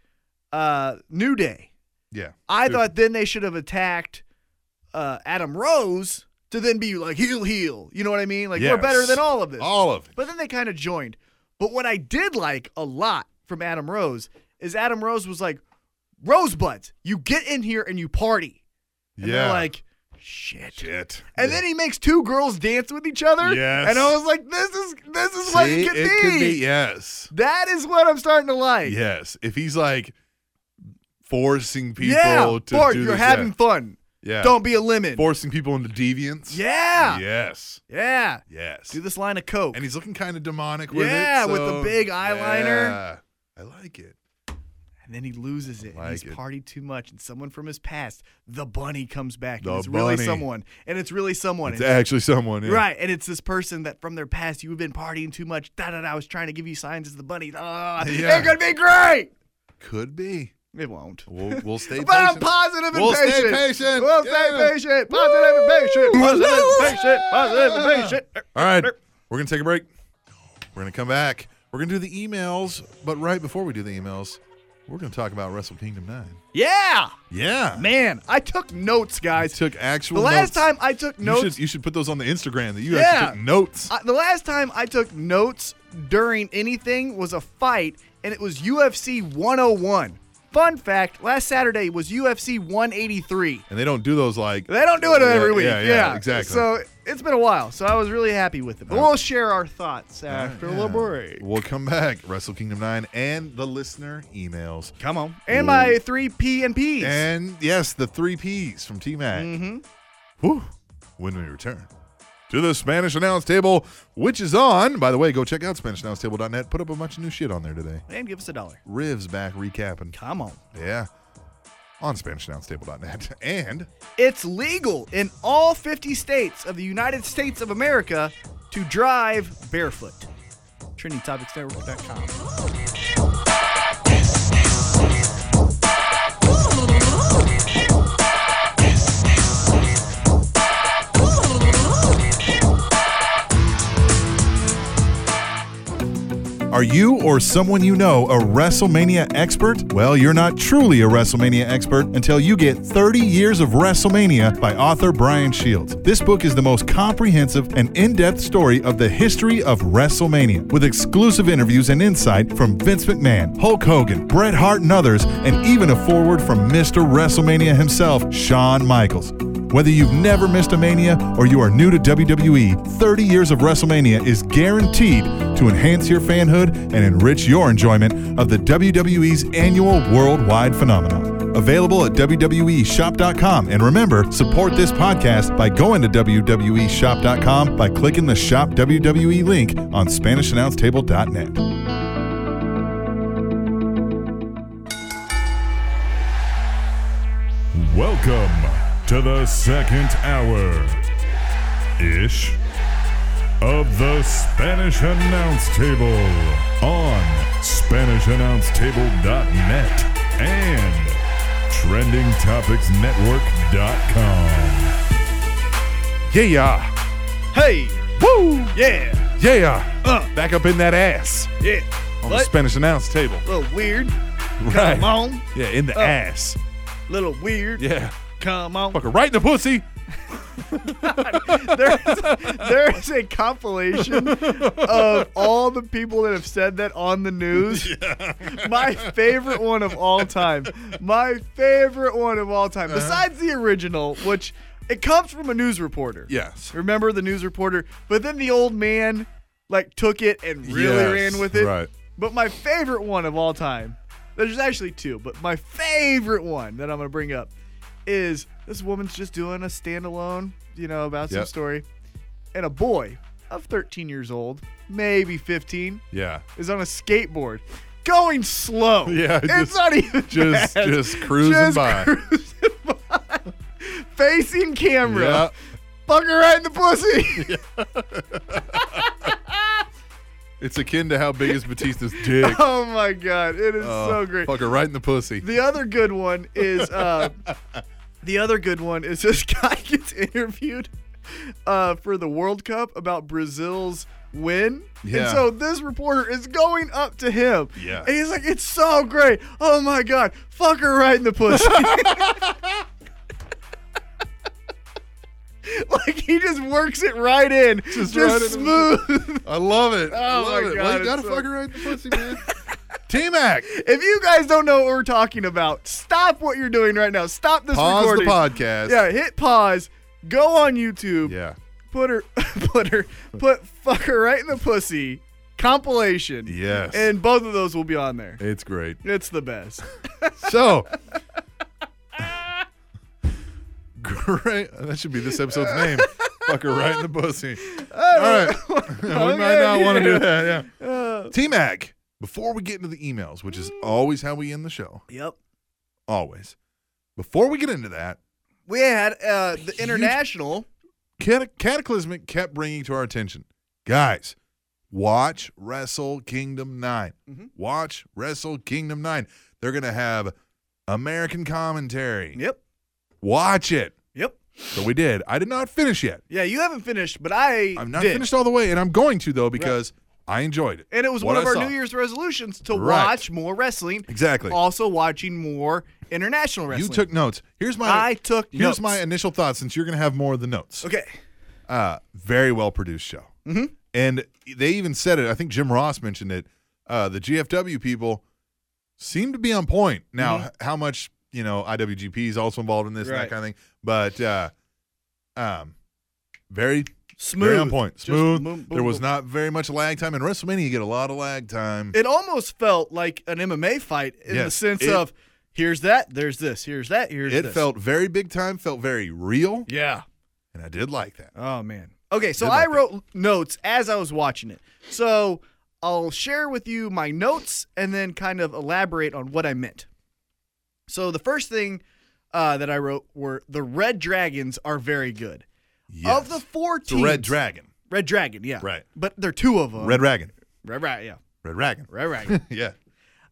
Speaker 2: uh, New Day.
Speaker 1: yeah.
Speaker 2: I
Speaker 1: They're-
Speaker 2: thought then they should have attacked uh, Adam Rose to then be like heel heel. You know what I mean? Like
Speaker 1: Yes.
Speaker 2: we're better than all of this.
Speaker 1: All of it.
Speaker 2: But then they kind of joined. But what I did like a lot from Adam Rose is Adam Rose was like, Rosebuds, you get in here and you party. And
Speaker 1: yeah.
Speaker 2: they're like, shit.
Speaker 1: shit.
Speaker 2: And then he makes two girls dance with each other.
Speaker 1: Yes.
Speaker 2: And I was like, this is this is
Speaker 1: See,
Speaker 2: what it could be.
Speaker 1: could be. Yes.
Speaker 2: That is what I'm starting to like.
Speaker 1: Yes. If he's like forcing people
Speaker 2: yeah.
Speaker 1: to
Speaker 2: Bart,
Speaker 1: do
Speaker 2: you're
Speaker 1: this, yeah.
Speaker 2: having fun.
Speaker 1: yeah.
Speaker 2: Don't be a lemon.
Speaker 1: forcing people into deviance.
Speaker 2: yeah. yeah.
Speaker 1: Yes. Yes.
Speaker 2: Do this line of coke.
Speaker 1: And he's looking kind of demonic with
Speaker 2: Yeah,
Speaker 1: it.
Speaker 2: with the
Speaker 1: so-
Speaker 2: big eyeliner.
Speaker 1: Yeah. I like it.
Speaker 2: And then he loses it.
Speaker 1: Like
Speaker 2: and he's
Speaker 1: it.
Speaker 2: partied too much, and someone from his past, the bunny, comes back.
Speaker 1: The
Speaker 2: and it's really
Speaker 1: bunny.
Speaker 2: someone, and it's really someone.
Speaker 1: It's
Speaker 2: And-
Speaker 1: actually someone. yeah.
Speaker 2: Right, and it's this person that from their past you've been partying too much. Da da da. I was trying to give you signs as the bunny. Ah,
Speaker 1: [laughs] Yeah.
Speaker 2: It could be great.
Speaker 1: Could be.
Speaker 2: It won't.
Speaker 1: We'll, we'll
Speaker 2: [laughs]
Speaker 1: stay
Speaker 2: But I'm
Speaker 1: patient.
Speaker 2: positive and
Speaker 1: We'll stay
Speaker 2: patient.
Speaker 1: patient.
Speaker 2: We'll
Speaker 1: Yeah.
Speaker 2: stay patient. Positive and patient. Positive and patient. Positive and patient.
Speaker 1: All right. We're going to take a break. We're going to come back. We're going to do the emails. But right before we do the emails, we're going to talk about Wrestle Kingdom 9.
Speaker 2: Yeah,
Speaker 1: Yeah.
Speaker 2: man. I took notes,
Speaker 1: I
Speaker 2: guys.
Speaker 1: took actual
Speaker 2: the last
Speaker 1: notes.
Speaker 2: time I took
Speaker 1: You
Speaker 2: notes,
Speaker 1: should, you should put those on the Instagram that you
Speaker 2: Yeah.
Speaker 1: actually took notes.
Speaker 2: I, the last time I took notes during anything was a fight, and it was UFC 101. Fun fact: Last Saturday was UFC 183.
Speaker 1: and they don't do those like.
Speaker 2: They don't do it every
Speaker 1: Yeah,
Speaker 2: week.
Speaker 1: yeah,
Speaker 2: Yeah,
Speaker 1: yeah, exactly.
Speaker 2: So it's been a while. So I was really happy with it. But we'll share our thoughts after
Speaker 1: Yeah.
Speaker 2: the break.
Speaker 1: We'll come back. Wrestle Kingdom 9 and the listener emails.
Speaker 2: Come on. And my three P and Ps.
Speaker 1: And yes, the three P's from T Mac. Mm-hmm. When we return to the Spanish Announce Table, which is on, by the way, go check out SpanishAnnounceTable.net. Put up a bunch of new shit on there today.
Speaker 2: and give us a dollar.
Speaker 1: Riv's back recapping.
Speaker 2: Come on.
Speaker 1: Yeah. On SpanishAnnounceTable.net. [laughs] And
Speaker 2: It's legal in all 50 states of the United States of America to drive barefoot. TrinityTopicsNetwork.com.
Speaker 1: Are you or someone you know a WrestleMania expert? Well, you're not truly a WrestleMania expert until you get 30 Years of WrestleMania by author Brian Shields. This book is the most comprehensive and in depth story of the history of WrestleMania, with exclusive interviews and insight from Vince McMahon, Hulk Hogan, Bret Hart, and others, and even a foreword from Mr. WrestleMania himself, Shawn Michaels. Whether you've never missed a Mania or you are new to WWE, 30 years of WrestleMania is guaranteed to enhance your fanhood and enrich your enjoyment of the WWE's annual worldwide phenomenon. Available at E WWEshop.com. And remember, support this podcast by going to E WWEshop.com by clicking the Shop WWE link on SpanishAnnounceTable.net.
Speaker 6: Welcome to the second hour ish of the Spanish Announce Table on SpanishAnnounceTable.net and TrendingTopicsNetwork.com.
Speaker 1: Yeah,
Speaker 2: Hey,
Speaker 1: woo,
Speaker 2: yeah,
Speaker 1: yeah,
Speaker 2: uh,
Speaker 1: back up in that ass
Speaker 2: yeah.
Speaker 1: on
Speaker 2: What?
Speaker 1: Spanish Announce Table.
Speaker 2: little weird,
Speaker 1: Right.
Speaker 2: come on.
Speaker 1: Yeah, in the
Speaker 2: Uh.
Speaker 1: ass.
Speaker 2: Little weird,
Speaker 1: Yeah.
Speaker 2: come on.
Speaker 1: Fucker right in the pussy.
Speaker 2: There's, there's a compilation of all the people that have said that on the news. My favorite one of all time. My favorite one of all time, besides the original, which it comes from a news reporter.
Speaker 1: Yes.
Speaker 2: Remember the news reporter? But then the old man like took it and really
Speaker 1: Yes,
Speaker 2: ran with it.
Speaker 1: right.
Speaker 2: But my favorite one of all time, there's actually two, but my favorite one that I'm gonna bring up is this woman's just doing a standalone, you know, about some
Speaker 1: Yep.
Speaker 2: story. And a boy of 13 years old, maybe 15,
Speaker 1: Yeah.
Speaker 2: is on a skateboard going slow.
Speaker 1: [laughs] Yeah,
Speaker 2: It's
Speaker 1: just-
Speaker 2: not even
Speaker 1: [laughs] just-
Speaker 2: fast.
Speaker 1: just cruising
Speaker 2: Just
Speaker 1: by.
Speaker 2: cruising by. Facing camera.
Speaker 1: Yeah.
Speaker 2: Fucker right in the pussy. [laughs]
Speaker 1: It's akin to how big is Batista's dick.
Speaker 2: oh my god, it is
Speaker 1: Uh,
Speaker 2: so great.
Speaker 1: Fucker right in the pussy.
Speaker 2: The other good one
Speaker 1: [laughs]
Speaker 2: is uh, the other good one is this [laughs] guy gets interviewed uh, for the World Cup about Brazil's win.
Speaker 1: Yeah.
Speaker 2: And so this reporter is going up to him.
Speaker 1: Yeah.
Speaker 2: And he's like, "It's so great! Oh my god, fuck her right in the pussy." [laughs] like he just works it right in, just,
Speaker 1: Just right in.
Speaker 2: smooth. [laughs]
Speaker 1: I love it.
Speaker 2: Oh,
Speaker 1: love
Speaker 2: my
Speaker 1: it.
Speaker 2: God,
Speaker 1: Well, you
Speaker 2: it's
Speaker 1: gotta
Speaker 2: so-
Speaker 1: fuck her right in the pussy,
Speaker 2: [laughs]
Speaker 1: man. T Mac,
Speaker 2: if you guys don't know what we're talking about, stop what you're doing right now. Stop this
Speaker 1: pause
Speaker 2: recording.
Speaker 1: the podcast.
Speaker 2: Yeah, hit pause. Go on YouTube.
Speaker 1: Yeah.
Speaker 2: Put her, [laughs] put her, put fuck her right in the pussy. Compilation.
Speaker 1: Yes.
Speaker 2: And both of those will be on there.
Speaker 1: It's great.
Speaker 2: It's
Speaker 1: [laughs]
Speaker 2: the best.
Speaker 1: So, great. That should be this episode's name. Fucker right in the pussy. All right. [laughs] we might not want to do that. Yeah.
Speaker 2: Uh.
Speaker 1: T Mac, before we get into the emails, which is always how we end the show,
Speaker 2: Mm. Yep.
Speaker 1: always. Before we get into that,
Speaker 2: We had uh, the international.
Speaker 1: Cat- Cataclysmic kept bringing to our attention, guys. Watch Wrestle Kingdom 9
Speaker 2: Mm-hmm.
Speaker 1: Watch Wrestle Kingdom Nine. They're gonna have American commentary.
Speaker 2: Yep.
Speaker 1: Watch it.
Speaker 2: Yep.
Speaker 1: So we did. I did not finish yet.
Speaker 2: Yeah, you haven't finished, but I
Speaker 1: I'm not
Speaker 2: did.
Speaker 1: finished all the way, and I'm going to though because I enjoyed it.
Speaker 2: And it was
Speaker 1: What
Speaker 2: one of
Speaker 1: I
Speaker 2: our
Speaker 1: saw.
Speaker 2: New Year's resolutions to
Speaker 1: Right.
Speaker 2: watch more wrestling.
Speaker 1: Exactly.
Speaker 2: Also watching more international wrestling.
Speaker 1: You took notes. Here's my.
Speaker 2: I took
Speaker 1: Here's
Speaker 2: notes.
Speaker 1: my initial thoughts. Since you're gonna have more of the notes.
Speaker 2: Okay.
Speaker 1: Uh, very well produced show. Mm-hmm. And they even said it. I think Jim Ross mentioned it. Uh, the GFW people seem to be on point. Now, h- how much you know IWGP is also involved in this and
Speaker 2: Mm-hmm. Right.
Speaker 1: that kind of thing, but uh, um, very
Speaker 2: Smooth.
Speaker 1: Very on point.
Speaker 2: Just
Speaker 1: Smooth.
Speaker 2: boom, boom,
Speaker 1: there was
Speaker 2: boom.
Speaker 1: not very much lag time. In WrestleMania, you get a lot of lag time.
Speaker 2: It almost felt like an MMA fight in the
Speaker 1: Yes,
Speaker 2: sense
Speaker 1: it-
Speaker 2: of here's that, there's this, here's that, here's
Speaker 1: It
Speaker 2: this.
Speaker 1: felt very big time, felt very real,
Speaker 2: Yeah.
Speaker 1: and I did like that.
Speaker 2: Oh man. Okay, so
Speaker 1: Did like
Speaker 2: I
Speaker 1: that.
Speaker 2: wrote notes as I was watching it. So I'll share with you my notes and then kind of elaborate on what I meant. So the first thing uh, that I wrote were the Red Dragons are very good.
Speaker 1: Yes.
Speaker 2: Of the four
Speaker 1: the
Speaker 2: teams,
Speaker 1: Red Dragon.
Speaker 2: Red Dragon, yeah,
Speaker 1: Right.
Speaker 2: But there are two of them.
Speaker 1: Red Dragon.
Speaker 2: Red, right, yeah,
Speaker 1: Red Dragon. [laughs]
Speaker 2: Red Dragon.
Speaker 1: Yeah.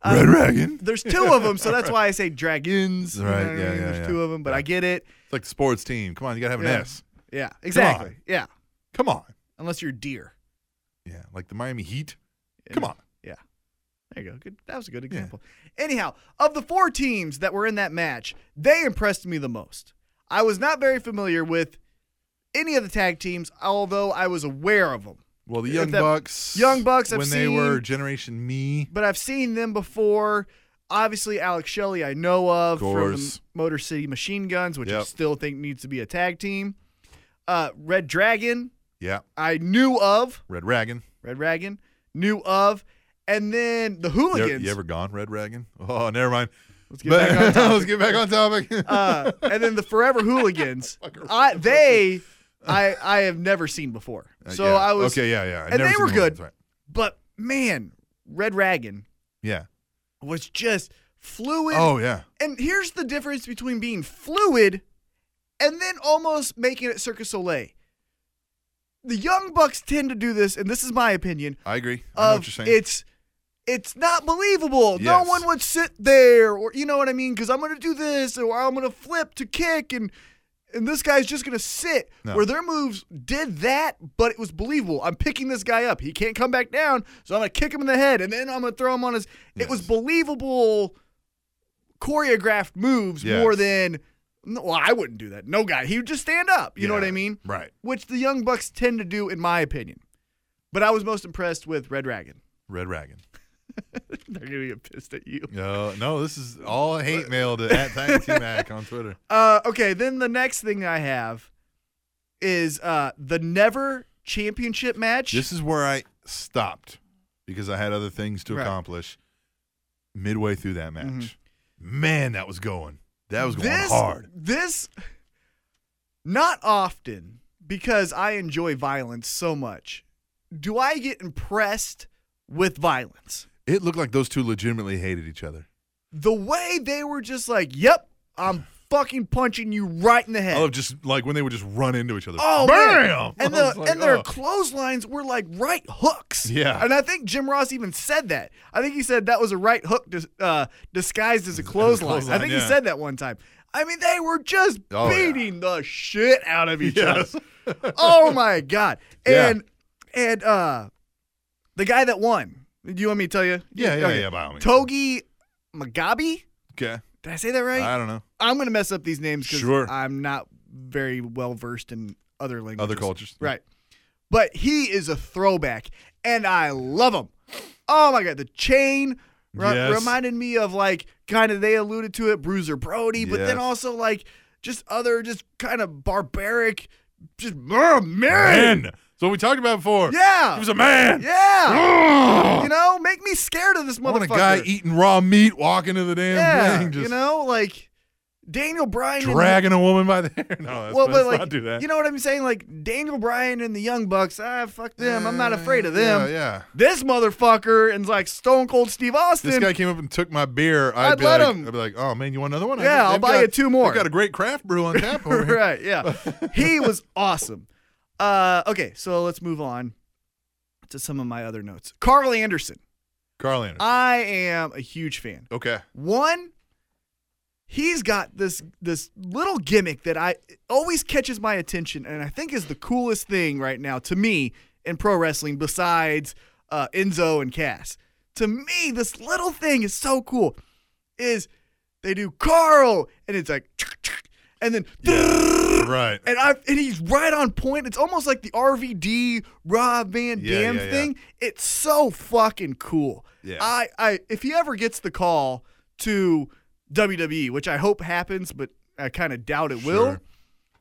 Speaker 2: Um,
Speaker 1: Red Dragon.
Speaker 2: [laughs] There's two of them, so that's why I say dragons. you know
Speaker 1: Right,
Speaker 2: what I
Speaker 1: yeah,
Speaker 2: mean?
Speaker 1: yeah,
Speaker 2: There's
Speaker 1: yeah.
Speaker 2: two of them, but I get it.
Speaker 1: It's like the sports team. Come on, you got to have an
Speaker 2: Yeah.
Speaker 1: S.
Speaker 2: Yeah, exactly. Yeah,
Speaker 1: Come on.
Speaker 2: unless you're deer.
Speaker 1: Yeah, like the Miami Heat. Come on.
Speaker 2: Yeah. There you go. Good. That was a good example. Anyhow, of the four teams that were in that match, they impressed me the most. I was not very familiar with any of the tag teams, although I was aware of them.
Speaker 1: Well, the
Speaker 2: If
Speaker 1: Young
Speaker 2: that-
Speaker 1: Bucks.
Speaker 2: Young Bucks, I've
Speaker 1: When they were
Speaker 2: seen.
Speaker 1: Generation Me.
Speaker 2: But I've seen them before. Obviously, Alex Shelley, I know of from the
Speaker 1: Course.
Speaker 2: Motor City Machine Guns, which I
Speaker 1: Yep.
Speaker 2: still think needs to be a tag team. Uh, Red Dragon,
Speaker 1: Yeah.
Speaker 2: I knew of.
Speaker 1: Red Dragon.
Speaker 2: Red Dragon, knew of. And then the
Speaker 1: You,
Speaker 2: Hooligans.
Speaker 1: ever- you ever gone Red Dragon? Oh, never mind. Let's
Speaker 2: get back on
Speaker 1: [laughs]
Speaker 2: topic.
Speaker 1: Let's get back on topic.
Speaker 2: [laughs] uh, and then the Forever
Speaker 1: [laughs]
Speaker 2: Hooligans. Uh, I, they, I, I have never seen before. So
Speaker 1: Uh, Yeah.
Speaker 2: I was,
Speaker 1: Okay, yeah, yeah. I've
Speaker 2: and
Speaker 1: never
Speaker 2: they
Speaker 1: seen
Speaker 2: were
Speaker 1: the Lions,
Speaker 2: good.
Speaker 1: right.
Speaker 2: but man, Red Dragon
Speaker 1: Yeah.
Speaker 2: was just fluid.
Speaker 1: Oh, yeah.
Speaker 2: And here's the difference between being fluid and then almost making it Circus Soleil. The young bucks tend to do this, and this is my opinion.
Speaker 1: I agree. I know
Speaker 2: Of
Speaker 1: what you're saying.
Speaker 2: it's, it's not believable. No
Speaker 1: Yes.
Speaker 2: one would sit there, or you know what I mean? Because I'm gonna do this, or I'm gonna flip to kick, and and this guy's just gonna sit.
Speaker 1: No.
Speaker 2: Where their moves did that, but it was believable. I'm picking this guy up. He can't come back down, so I'm gonna kick him in the head, and then I'm gonna throw him on his. It was
Speaker 1: Yes.
Speaker 2: believable, choreographed moves
Speaker 1: Yes.
Speaker 2: more than. no, Well, I wouldn't do that. No guy. He would just stand up. You know what I
Speaker 1: Yeah,
Speaker 2: mean?
Speaker 1: right.
Speaker 2: Which the Young Bucks tend to do, in my opinion. But I was most impressed with Red Dragon.
Speaker 1: Red Dragon.
Speaker 2: They're gonna get pissed at you.
Speaker 1: No, no, this is all hate mail to at Tag Team Mac on Twitter.
Speaker 2: Uh, okay, then the next thing I have is uh, the never championship match.
Speaker 1: This is where I stopped because I had other things to
Speaker 2: Right. Mm-hmm.
Speaker 1: accomplish midway through that match. Man, that was going. That was going
Speaker 2: this,
Speaker 1: hard.
Speaker 2: This not often because I enjoy violence so much. Do I get impressed with violence?
Speaker 1: It looked like those two legitimately hated each other.
Speaker 2: The way they were just like, "Yep, I'm fucking punching you right in the head."
Speaker 1: I love Oh, just like when they would just run into each other.
Speaker 2: Eh. [laughs] Oh
Speaker 1: bam!
Speaker 2: man. And
Speaker 1: I was
Speaker 2: the
Speaker 1: like,
Speaker 2: and their
Speaker 1: oh.
Speaker 2: clotheslines were like right hooks.
Speaker 1: Yeah.
Speaker 2: And I think Jim Ross even said that. I think he said that was a right hook dis- uh, disguised as a clothesline. I
Speaker 1: clothesline,
Speaker 2: think he
Speaker 1: yeah.
Speaker 2: said that one time. I mean, they were just
Speaker 1: Oh, yeah.
Speaker 2: beating the shit out of
Speaker 1: [laughs]
Speaker 2: each
Speaker 1: Yes.
Speaker 2: other. oh my god!
Speaker 1: Yeah.
Speaker 2: And and uh, the guy that won. Do you want me to tell you?
Speaker 1: Yeah, yeah, yeah, by all means.
Speaker 2: Togi Magabi.
Speaker 1: okay.
Speaker 2: Did I say that right?
Speaker 1: I don't know.
Speaker 2: I'm gonna mess up these names because
Speaker 1: Sure.
Speaker 2: I'm not very well versed in other languages.
Speaker 1: Other cultures.
Speaker 2: Right. But he is a throwback, and I love him. Oh my god, the chain re-
Speaker 1: Yes.
Speaker 2: reminded me of like kind of they alluded to it, Bruiser Brody, but
Speaker 1: Yes.
Speaker 2: then also like just other just kind of barbaric, just oh, man.
Speaker 1: Man. So we talked about before.
Speaker 2: Yeah.
Speaker 1: He was a man.
Speaker 2: Yeah. you know, make me scared of this
Speaker 1: I want
Speaker 2: motherfucker.
Speaker 1: a guy eating raw meat walking to the damn
Speaker 2: yeah.
Speaker 1: thing, just
Speaker 2: you know, like Daniel Bryan and-
Speaker 1: dragging a woman by the hair. [laughs] No, that's,
Speaker 2: well,
Speaker 1: let's
Speaker 2: but like,
Speaker 1: not do that.
Speaker 2: you know what I'm saying? Like Daniel Bryan and the Young Bucks, ah, fuck them. I'm not afraid of them.
Speaker 1: Yeah, yeah.
Speaker 2: This motherfucker and like Stone Cold Steve Austin.
Speaker 1: This guy came up and took my beer. I'd,
Speaker 2: I'd
Speaker 1: be
Speaker 2: let
Speaker 1: like,
Speaker 2: him.
Speaker 1: I'd be like, oh man, you want another one? I
Speaker 2: Yeah,
Speaker 1: got-
Speaker 2: I'll
Speaker 1: they've
Speaker 2: buy
Speaker 1: got-
Speaker 2: you two more.
Speaker 1: They've got a great craft brew on tap
Speaker 2: [laughs]
Speaker 1: over here. [laughs]
Speaker 2: right, yeah. he was awesome. Uh, okay, so let's move on to some of my other notes. Carl Anderson.
Speaker 1: Carl Anderson.
Speaker 2: I am a huge fan.
Speaker 1: okay.
Speaker 2: One, he's got this this little gimmick that I it always catches my attention, and I think is the coolest thing right now to me in pro wrestling besides uh, Enzo and Cass. To me, this little thing is so cool. Is they do Carl, and it's like, and then.
Speaker 1: Right. [laughs]
Speaker 2: And I and he's right on point. It's almost like the RVD Rob Van
Speaker 1: Yeah,
Speaker 2: Dam
Speaker 1: yeah, yeah.
Speaker 2: thing. It's so fucking cool.
Speaker 1: Yeah.
Speaker 2: I, I if he ever gets the call to WWE, which I hope happens, but I kind of doubt it will.
Speaker 1: Sure.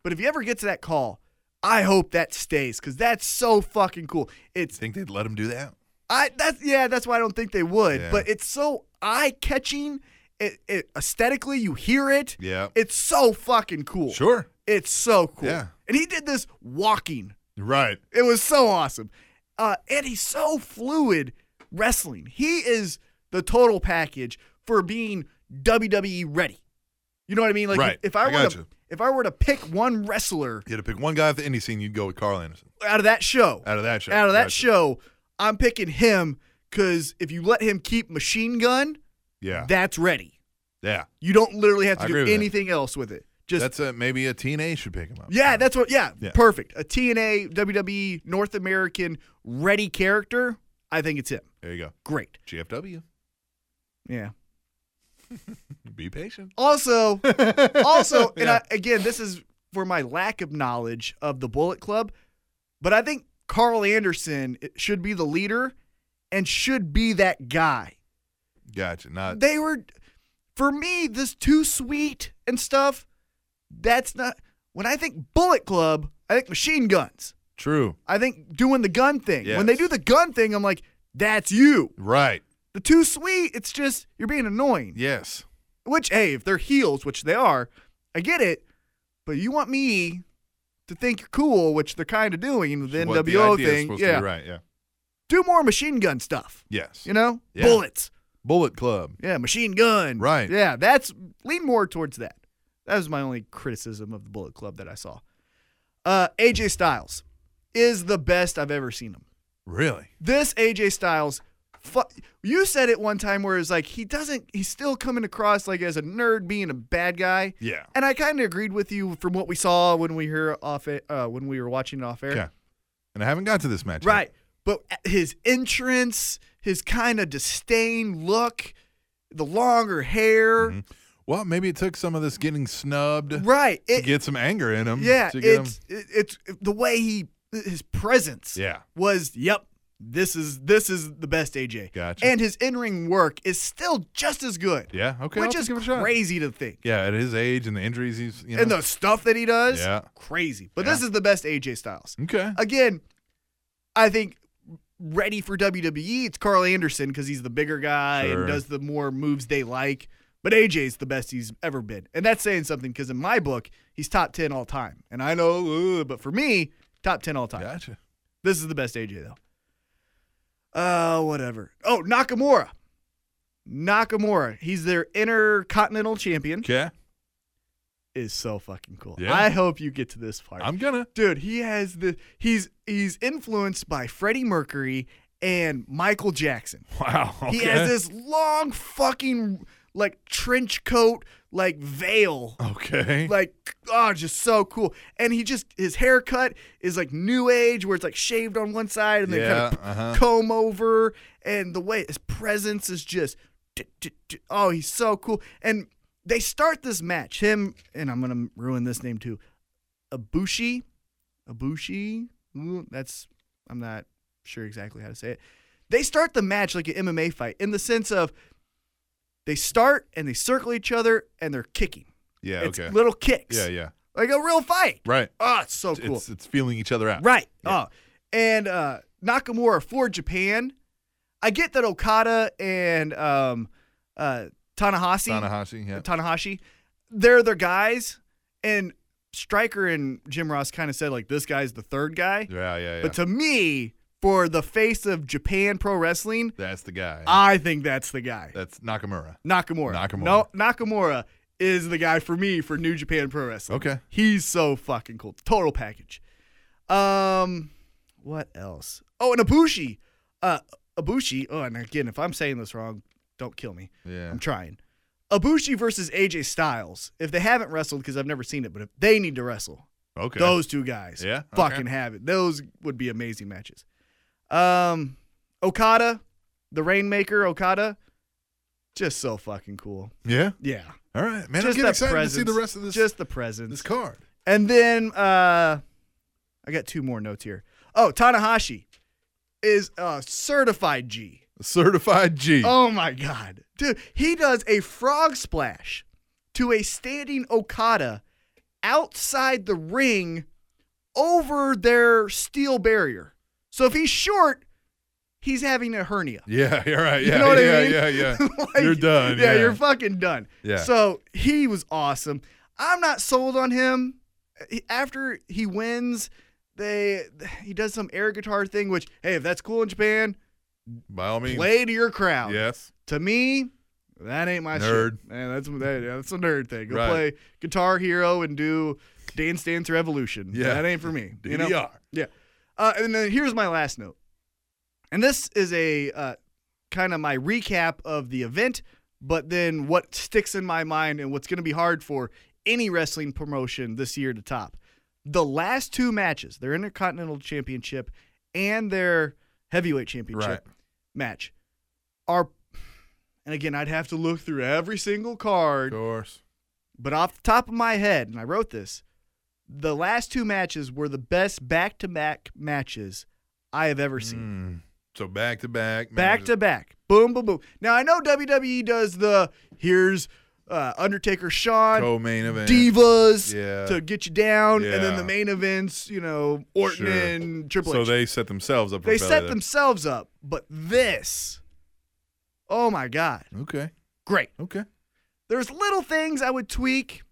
Speaker 2: But if he ever gets that call, I hope that stays because that's so fucking cool. It's
Speaker 1: Think they'd let him do that?
Speaker 2: I that's yeah, that's why I don't think they would.
Speaker 1: Yeah.
Speaker 2: But it's so eye catching. It, it aesthetically, you hear it.
Speaker 1: Yeah.
Speaker 2: It's so fucking cool.
Speaker 1: Sure.
Speaker 2: It's so cool.
Speaker 1: Yeah.
Speaker 2: And he did this walking.
Speaker 1: Right.
Speaker 2: It was so awesome. Uh, and he's so fluid wrestling. He is the total package for being WWE ready. You know what I mean? Like
Speaker 1: Right.
Speaker 2: if, if I
Speaker 1: I
Speaker 2: were
Speaker 1: got
Speaker 2: to
Speaker 1: you.
Speaker 2: if I were to pick one wrestler
Speaker 1: You had to pick one guy at the indie scene, you'd go with Carl Anderson.
Speaker 2: out of that show,
Speaker 1: Out of that show.
Speaker 2: out of that
Speaker 1: Gotcha.
Speaker 2: show, I'm picking him because if you let him keep machine gun,
Speaker 1: Yeah.
Speaker 2: that's ready.
Speaker 1: yeah.
Speaker 2: You don't literally have to
Speaker 1: I agree
Speaker 2: do
Speaker 1: with that.
Speaker 2: anything else with it. Just
Speaker 1: That's a, maybe a TNA should pick him up.
Speaker 2: Yeah, that's what. Yeah,
Speaker 1: Yeah.
Speaker 2: perfect. A TNA WWE North American ready character. I think it's him.
Speaker 1: There you go.
Speaker 2: Great.
Speaker 1: GFW.
Speaker 2: Yeah.
Speaker 1: Be patient.
Speaker 2: Also,
Speaker 1: [laughs]
Speaker 2: also, and
Speaker 1: Yeah.
Speaker 2: I, again, this is for my lack of knowledge of the Bullet Club, but I think Carl Anderson should be the leader and should be that guy.
Speaker 1: Gotcha. Not
Speaker 2: They were, for me, this too sweet and stuff. That's not when I think Bullet Club. I think machine guns.
Speaker 1: true.
Speaker 2: I think doing the gun thing. When
Speaker 1: Yes.
Speaker 2: they do the gun thing, I'm like, that's you.
Speaker 1: Right.
Speaker 2: The too sweet, it's just you're being annoying.
Speaker 1: Yes.
Speaker 2: Which, hey, if they're heels, which they are, I get it. But you want me to think you're cool, which they're kind of doing with the
Speaker 1: What the
Speaker 2: NWO
Speaker 1: idea is
Speaker 2: thing.
Speaker 1: supposed
Speaker 2: Yeah,
Speaker 1: To be right. Yeah.
Speaker 2: do more machine gun stuff.
Speaker 1: Yes.
Speaker 2: You know,
Speaker 1: Yeah.
Speaker 2: bullets.
Speaker 1: Bullet Club.
Speaker 2: Yeah, machine gun.
Speaker 1: Right.
Speaker 2: Yeah, that's lean more towards that. That was my only criticism of the Bullet Club that I saw. Uh, AJ Styles is the best I've ever seen him.
Speaker 1: Really?
Speaker 2: this AJ Styles, fu- you said it one time where it's like he doesn't, he's still coming across like as a nerd being a bad guy.
Speaker 1: Yeah.
Speaker 2: And I kind of agreed with you from what we saw when we hear off it, uh, when we were watching it off air.
Speaker 1: Okay. And I haven't got to this match. yet.
Speaker 2: Right. But his entrance, his kind of disdain look, the longer hair.
Speaker 1: Well, maybe it took some of this getting snubbed
Speaker 2: Right.
Speaker 1: to
Speaker 2: It,
Speaker 1: get some anger in him.
Speaker 2: yeah.
Speaker 1: To get him.
Speaker 2: It's, it, it's the way he, his presence.
Speaker 1: Yeah.
Speaker 2: was yep this is this is the best AJ.
Speaker 1: Gotcha.
Speaker 2: And his in-ring work is still just as good.
Speaker 1: Yeah, okay,
Speaker 2: Which
Speaker 1: I'll
Speaker 2: is
Speaker 1: give it a shot.
Speaker 2: crazy to think.
Speaker 1: Yeah. At his age and the injuries he's. You know.
Speaker 2: And the stuff that he does,
Speaker 1: Yeah.
Speaker 2: crazy. But this
Speaker 1: Yeah.
Speaker 2: is the best AJ Styles.
Speaker 1: Okay.
Speaker 2: Again, I think ready for WWE, it's Carl Anderson because he's the bigger guy
Speaker 1: Sure.
Speaker 2: and does the more moves they like. But AJ's the best he's ever been. And that's saying something because in my book, he's top 10 all time. And I know, uh, but for me, top 10 all time.
Speaker 1: Gotcha.
Speaker 2: This is the best AJ though. Uh, whatever. Oh, Nakamura. Nakamura. He's their intercontinental champion.
Speaker 1: Okay.
Speaker 2: Is so fucking cool.
Speaker 1: Yeah.
Speaker 2: I hope you get to this part.
Speaker 1: I'm gonna.
Speaker 2: Dude, he has the he's he's influenced by Freddie Mercury and Michael Jackson.
Speaker 1: Wow.
Speaker 2: He has this long fucking like trench coat like veil
Speaker 1: Okay.
Speaker 2: like oh just so cool and he just his haircut is like new age where it's like shaved on one side and then
Speaker 1: Yeah,
Speaker 2: kind of
Speaker 1: uh-huh.
Speaker 2: comb over and the way his presence is just d- d- d- oh he's so cool and they start this match him and i'm gonna ruin this name too abushi Abushi. Ooh, That's I'm not sure exactly how to say it. They start the match like an MMA fight in the sense of they start and they circle each other and they're kicking.
Speaker 1: Yeah,
Speaker 2: it's
Speaker 1: okay.
Speaker 2: little kicks.
Speaker 1: Yeah, yeah.
Speaker 2: Like a real fight.
Speaker 1: Right.
Speaker 2: Oh, it's so cool.
Speaker 1: It's it's feeling each other out.
Speaker 2: Right. Oh. And uh, Nakamura for Japan. I get that Okada and um, uh, Tanahashi,
Speaker 1: Tanahashi, yeah.
Speaker 2: Tanahashi, they're their guys. And Stryker and Jim Ross kind of said, like, this guy's the third guy.
Speaker 1: Yeah, yeah, yeah.
Speaker 2: But to me, for the face of Japan pro wrestling,
Speaker 1: that's the guy.
Speaker 2: I think that's the guy.
Speaker 1: that's Nakamura.
Speaker 2: Nakamura.
Speaker 1: Nakamura.
Speaker 2: No, Nakamura is the guy for me for New Japan Pro Wrestling.
Speaker 1: Okay.
Speaker 2: He's so fucking cool. Total package. Um, what else? Oh, and Ibushi. Uh, Ibushi. Oh, and again, if I'm saying this wrong, don't kill me.
Speaker 1: Yeah.
Speaker 2: I'm trying. Ibushi versus AJ Styles. If they haven't wrestled, because I've never seen it, but if they need to wrestle,
Speaker 1: Okay.
Speaker 2: those two guys,
Speaker 1: Yeah, okay.
Speaker 2: fucking have it. Those would be amazing matches. Um, Okada, the Rainmaker, Okada, just so fucking cool.
Speaker 1: Yeah.
Speaker 2: Yeah,
Speaker 1: All right, man. I'm
Speaker 2: just that
Speaker 1: getting excited
Speaker 2: presence.
Speaker 1: to see the rest of this
Speaker 2: Just the presence.
Speaker 1: this card.
Speaker 2: And then uh, I got two more notes here. Oh, Tanahashi is a certified G.
Speaker 1: Certified G.
Speaker 2: Oh my god, dude, he does a frog splash to a standing Okada outside the ring over their steel barrier. So if he's short, he's having a hernia.
Speaker 1: Yeah, you're right. Yeah,
Speaker 2: you know what
Speaker 1: yeah,
Speaker 2: I mean?
Speaker 1: yeah, yeah.
Speaker 2: [laughs] Like,
Speaker 1: you're done.
Speaker 2: Yeah,
Speaker 1: Yeah,
Speaker 2: you're fucking done.
Speaker 1: Yeah.
Speaker 2: So he was awesome. I'm not sold on him. He- After he wins, they he does some air guitar thing. Which hey, if that's cool in Japan,
Speaker 1: By all means.
Speaker 2: play to your crowd.
Speaker 1: Yes.
Speaker 2: To me, that ain't my
Speaker 1: Nerd.
Speaker 2: shit. Man, that's that, yeah, that's a nerd thing. Go
Speaker 1: Right.
Speaker 2: play Guitar Hero and do Dance Dance Revolution.
Speaker 1: Yeah.
Speaker 2: that ain't for me. You know.
Speaker 1: DDR.
Speaker 2: Yeah. Uh, and then here's my last note. And this is a uh, kind of my recap of the event, but then what sticks in my mind and what's going to be hard for any wrestling promotion this year to top. The last two matches, their Intercontinental Championship and their Heavyweight Championship match, are, and again, I'd have to look through every single card.
Speaker 1: Of course.
Speaker 2: But off the top of my head, and I wrote this, the last two matches were the best back to back matches I have ever seen.
Speaker 1: Mm. So back to back.
Speaker 2: Back to back. Boom, boom, boom. Now, I know WWE does the here's uh, Undertaker Shawn,
Speaker 1: co-main event.
Speaker 2: Divas
Speaker 1: Yeah.
Speaker 2: to get you down, and then
Speaker 1: Yeah.
Speaker 2: the main events, you know, Orton
Speaker 1: Sure.
Speaker 2: and Triple
Speaker 1: So
Speaker 2: H.
Speaker 1: they set themselves up. For
Speaker 2: They
Speaker 1: failure
Speaker 2: set
Speaker 1: there.
Speaker 2: themselves up, but this, oh my God,
Speaker 1: Okay.
Speaker 2: great.
Speaker 1: Okay.
Speaker 2: there's little things I would tweak,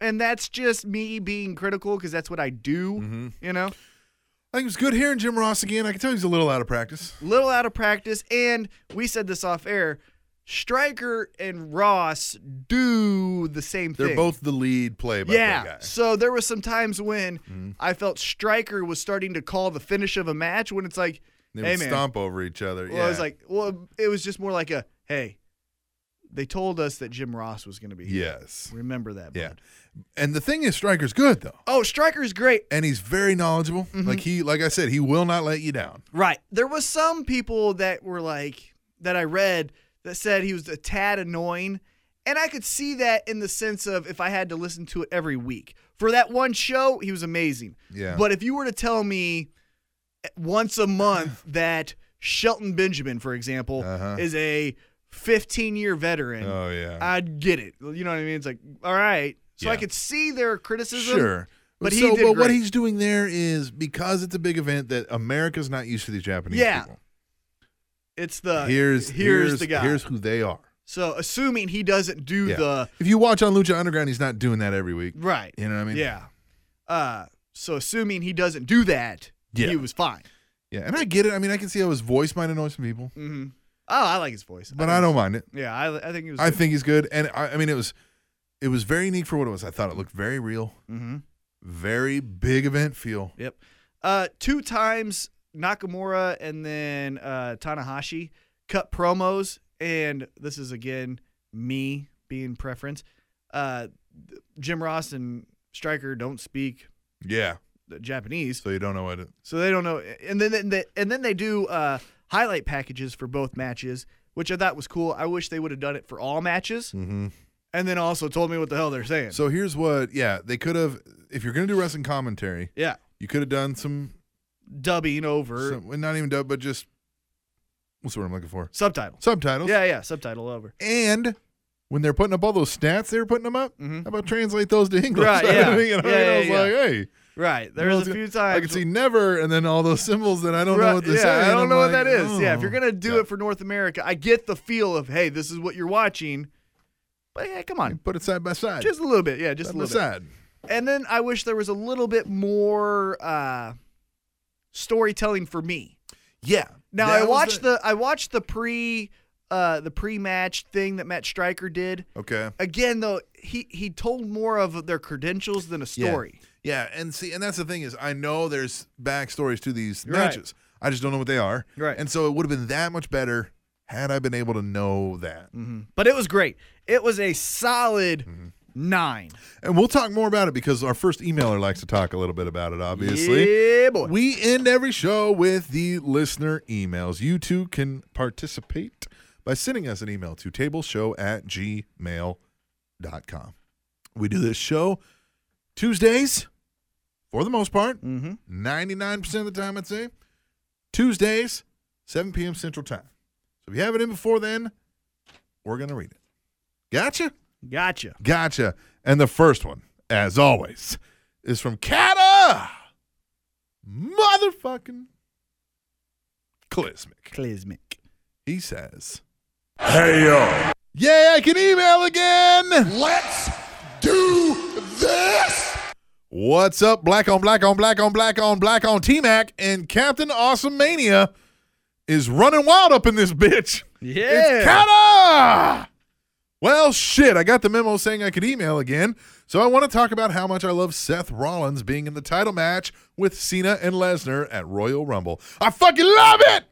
Speaker 2: and that's just me being critical because that's what I do.
Speaker 1: Mm-hmm.
Speaker 2: You know,
Speaker 1: I think it was good hearing Jim Ross again. I can tell he's a little out of practice.
Speaker 2: little out of practice, and we said this off air. Stryker and Ross do the same
Speaker 1: They're
Speaker 2: thing.
Speaker 1: both the lead play by play
Speaker 2: yeah.
Speaker 1: guy.
Speaker 2: So there were some times when
Speaker 1: Mm-hmm.
Speaker 2: I felt Stryker was starting to call the finish of a match when it's like,
Speaker 1: They
Speaker 2: hey
Speaker 1: would
Speaker 2: man,
Speaker 1: stomp over each other.
Speaker 2: Well,
Speaker 1: yeah.
Speaker 2: I was like, well, it was just more like a hey. They told us that Jim Ross was going to be here.
Speaker 1: yes.
Speaker 2: Remember that.
Speaker 1: Yeah.
Speaker 2: bud.
Speaker 1: And the thing is, Striker's good though,
Speaker 2: Oh, Stryker's great.
Speaker 1: and he's very knowledgeable.
Speaker 2: Mm-hmm.
Speaker 1: Like he, like I said, he will not let you down.
Speaker 2: Right. There was some people that were like that I read that said he was a tad annoying, and I could see that in the sense of if I had to listen to it every week. For that one show, he was amazing.
Speaker 1: Yeah.
Speaker 2: But if you were to tell me eh, once
Speaker 1: [laughs]
Speaker 2: a month that Shelton Benjamin, for example,
Speaker 1: Uh-huh.
Speaker 2: is a 15 year veteran,
Speaker 1: Oh yeah.
Speaker 2: I'd get it. You know what I mean? It's like, all right. So I
Speaker 1: Yeah.
Speaker 2: could see their criticism.
Speaker 1: Sure.
Speaker 2: But he
Speaker 1: so,
Speaker 2: did
Speaker 1: but what
Speaker 2: great.
Speaker 1: he's doing there is because it's a big event that America's not used to these Japanese
Speaker 2: Yeah.
Speaker 1: people.
Speaker 2: It's the
Speaker 1: Here's,
Speaker 2: here's, the guy.
Speaker 1: Here's who they are.
Speaker 2: so assuming he doesn't do
Speaker 1: Yeah.
Speaker 2: the
Speaker 1: if you watch on Lucha Underground, he's not doing that every week.
Speaker 2: Right.
Speaker 1: You know what I mean?
Speaker 2: Yeah. Uh, so assuming he doesn't do that,
Speaker 1: Yeah.
Speaker 2: he was fine.
Speaker 1: Yeah. And I get it. I mean, I can see how his voice might annoy some people,
Speaker 2: Mm-hmm. Oh, I like his voice.
Speaker 1: but I don't mind it.
Speaker 2: Yeah, I, I think he was.
Speaker 1: I think he's good. And I, I mean, it was, it was very unique for what it was. I thought it looked very real,
Speaker 2: Mm-hmm.
Speaker 1: very big event feel.
Speaker 2: Yep. Uh, two times Nakamura and then uh, Tanahashi cut promos, and this is again me being preference. Uh, th- Jim Ross and Stryker don't speak
Speaker 1: Yeah.
Speaker 2: uh, Japanese,
Speaker 1: So you don't know what it.
Speaker 2: So they don't know. And then then they, and then they do uh, highlight packages for both matches, which I thought was cool. I wish they would have done it for all matches.
Speaker 1: Mm-hmm.
Speaker 2: And then also told me what the hell they're saying.
Speaker 1: So here's what. Yeah, they could have. If you're gonna do wrestling commentary,
Speaker 2: yeah.
Speaker 1: You could have done some,
Speaker 2: dubbing over
Speaker 1: some well, not even dub, but just what's the word I'm looking for?
Speaker 2: subtitle.
Speaker 1: Subtitles.
Speaker 2: Yeah, yeah, subtitle over.
Speaker 1: And when they're putting up all those stats, they were putting them up. How about translate those to English?
Speaker 2: Mm-hmm. Right, yeah.
Speaker 1: I, mean, [laughs] you know,
Speaker 2: Yeah,
Speaker 1: I
Speaker 2: yeah,
Speaker 1: was
Speaker 2: yeah.
Speaker 1: like, hey,
Speaker 2: Right. There was a few times
Speaker 1: I could see never, and then all those symbols that I don't
Speaker 2: Right,
Speaker 1: know what they
Speaker 2: yeah,
Speaker 1: say.
Speaker 2: I
Speaker 1: and
Speaker 2: don't
Speaker 1: I'm
Speaker 2: know what
Speaker 1: like,
Speaker 2: that is. Yeah, if you're
Speaker 1: oh.
Speaker 2: gonna do
Speaker 1: Yeah.
Speaker 2: it for North America, I get the feel of hey, this is what you're watching. But yeah, come on,
Speaker 1: put it side by side,
Speaker 2: just a little bit. Yeah, just
Speaker 1: side
Speaker 2: a
Speaker 1: by
Speaker 2: little bit.
Speaker 1: side.
Speaker 2: And then I wish there was a little bit more uh, storytelling for me.
Speaker 1: Yeah.
Speaker 2: Now I watched the I watched the pre uh, the pre match thing that Matt Stryker did.
Speaker 1: Okay.
Speaker 2: Again, though, he he told more of their credentials than a story.
Speaker 1: Yeah, and see, and that's the thing is, I know there's backstories to these
Speaker 2: Right.
Speaker 1: matches. I just don't know what they are.
Speaker 2: Right.
Speaker 1: And so it would have been that much better had I been able to know that.
Speaker 2: But it was great. It was a solid
Speaker 1: Mm-hmm.
Speaker 2: nine.
Speaker 1: And we'll talk more about it because our first emailer likes to talk a little bit about it, obviously.
Speaker 2: Yeah, boy.
Speaker 1: We end every show with the listener emails. You too can participate by sending us an email to tableshow at gmail.com. We do this show Tuesdays, for the most part,
Speaker 2: mm-hmm.
Speaker 1: 99% of the time, I'd say. Tuesdays, 7 p.m. Central Time. So if you have it in before then, we're going to read it. Gotcha?
Speaker 2: Gotcha.
Speaker 1: Gotcha. And the first one, as always, is from Kata Motherfucking Clismic.
Speaker 2: Clismic.
Speaker 1: He says, Hey yo. Yeah, I can email again.
Speaker 5: Let's do this.
Speaker 1: What's up, black on black on black on black on black on T Mac and Captain Awesome Mania is running wild up in this bitch. It's Kata! Well, shit, I got the memo saying I could email again, so I want to talk about how much I love Seth Rollins being in the title match with Cena and Lesnar at Royal Rumble. I fucking love it!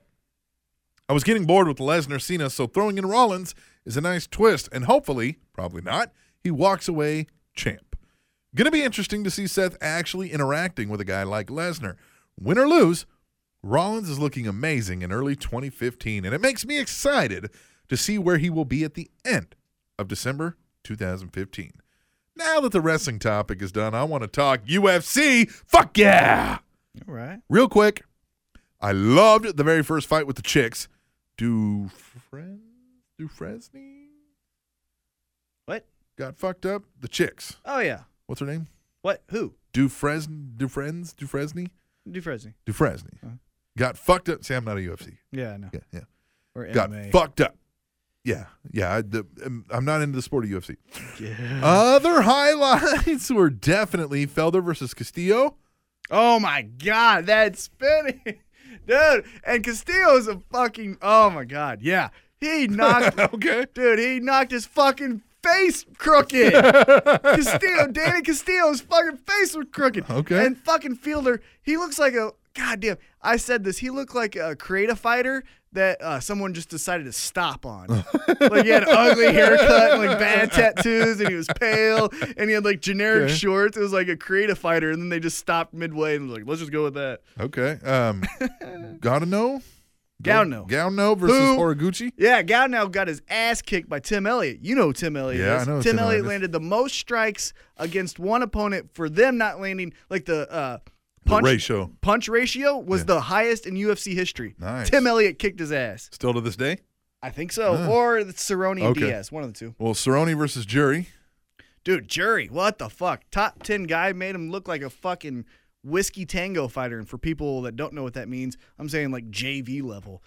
Speaker 1: I was getting bored with Lesnar Cena, so throwing in Rollins is a nice twist, and hopefully, probably not, he walks away champ. Gonna be interesting to see Seth actually interacting with a guy like Lesnar. Win or lose, Rollins is looking amazing in early 2015, and it makes me excited to see where he will be at the end of December 2015. Now that the wrestling topic is done, I want to talk UFC. Fuck yeah!
Speaker 2: All right.
Speaker 1: Real quick, I loved the very first fight with the chicks. Do friends? Do Fresney
Speaker 2: What?
Speaker 1: got fucked up? The chicks.
Speaker 2: Oh yeah.
Speaker 1: What's her name?
Speaker 2: What? Who?
Speaker 1: Dufresne, Dufresne, Dufresne,
Speaker 2: Dufresne.
Speaker 1: Dufresne. Got fucked up. See, I'm not a UFC.
Speaker 2: Yeah, I know.
Speaker 1: Yeah, yeah.
Speaker 2: Or
Speaker 1: got
Speaker 2: MMA.
Speaker 1: fucked up. Yeah, yeah. I, the, I'm- I'm not into the sport of UFC. Other [laughs] highlights were definitely Felder versus Castillo.
Speaker 2: Oh my god, that's spinning. Dude, and Castillo's a fucking oh my god. Yeah. He knocked
Speaker 1: Okay.
Speaker 2: dude, he knocked his fucking face crooked. Castillo, Danny Castillo's fucking face was crooked.
Speaker 1: Okay.
Speaker 2: And fucking Fielder, he looks like a goddamn. I said this. He looked like a creative fighter that uh, someone just decided to stop
Speaker 1: [laughs]
Speaker 2: on. like he had an ugly haircut, and, like bad tattoos, and he was pale, and he had like generic
Speaker 1: Okay.
Speaker 2: shorts. It was like a creative fighter, and then they just stopped midway and was like, let's just go with that.
Speaker 1: Okay.
Speaker 2: [laughs]
Speaker 1: Um, gotta know.
Speaker 2: Gauno.
Speaker 1: Gauno versus
Speaker 2: Who-
Speaker 1: Horiguchi.
Speaker 2: Yeah, Gownow got his ass kicked by Tim Elliott. You know who Tim Elliott.
Speaker 1: Yeah,
Speaker 2: is.
Speaker 1: I know who
Speaker 2: Tim,
Speaker 1: Tim Elliott
Speaker 2: Elliott
Speaker 1: is.
Speaker 2: landed the most strikes against one opponent for them not landing like the uh, punch
Speaker 1: ratio.
Speaker 2: Punch ratio was the highest in UFC history.
Speaker 1: Nice.
Speaker 2: Tim Elliott kicked his ass.
Speaker 1: Still to this day.
Speaker 2: I think so. Or it's Cerrone and
Speaker 1: Okay.
Speaker 2: Diaz, one of the two.
Speaker 1: Well, Cerrone versus Jury.
Speaker 2: Dude, Jury, what the fuck? Top ten guy made him look like a fucking whiskey tango fighter. And for people that don't know what that means, I'm saying like JV level.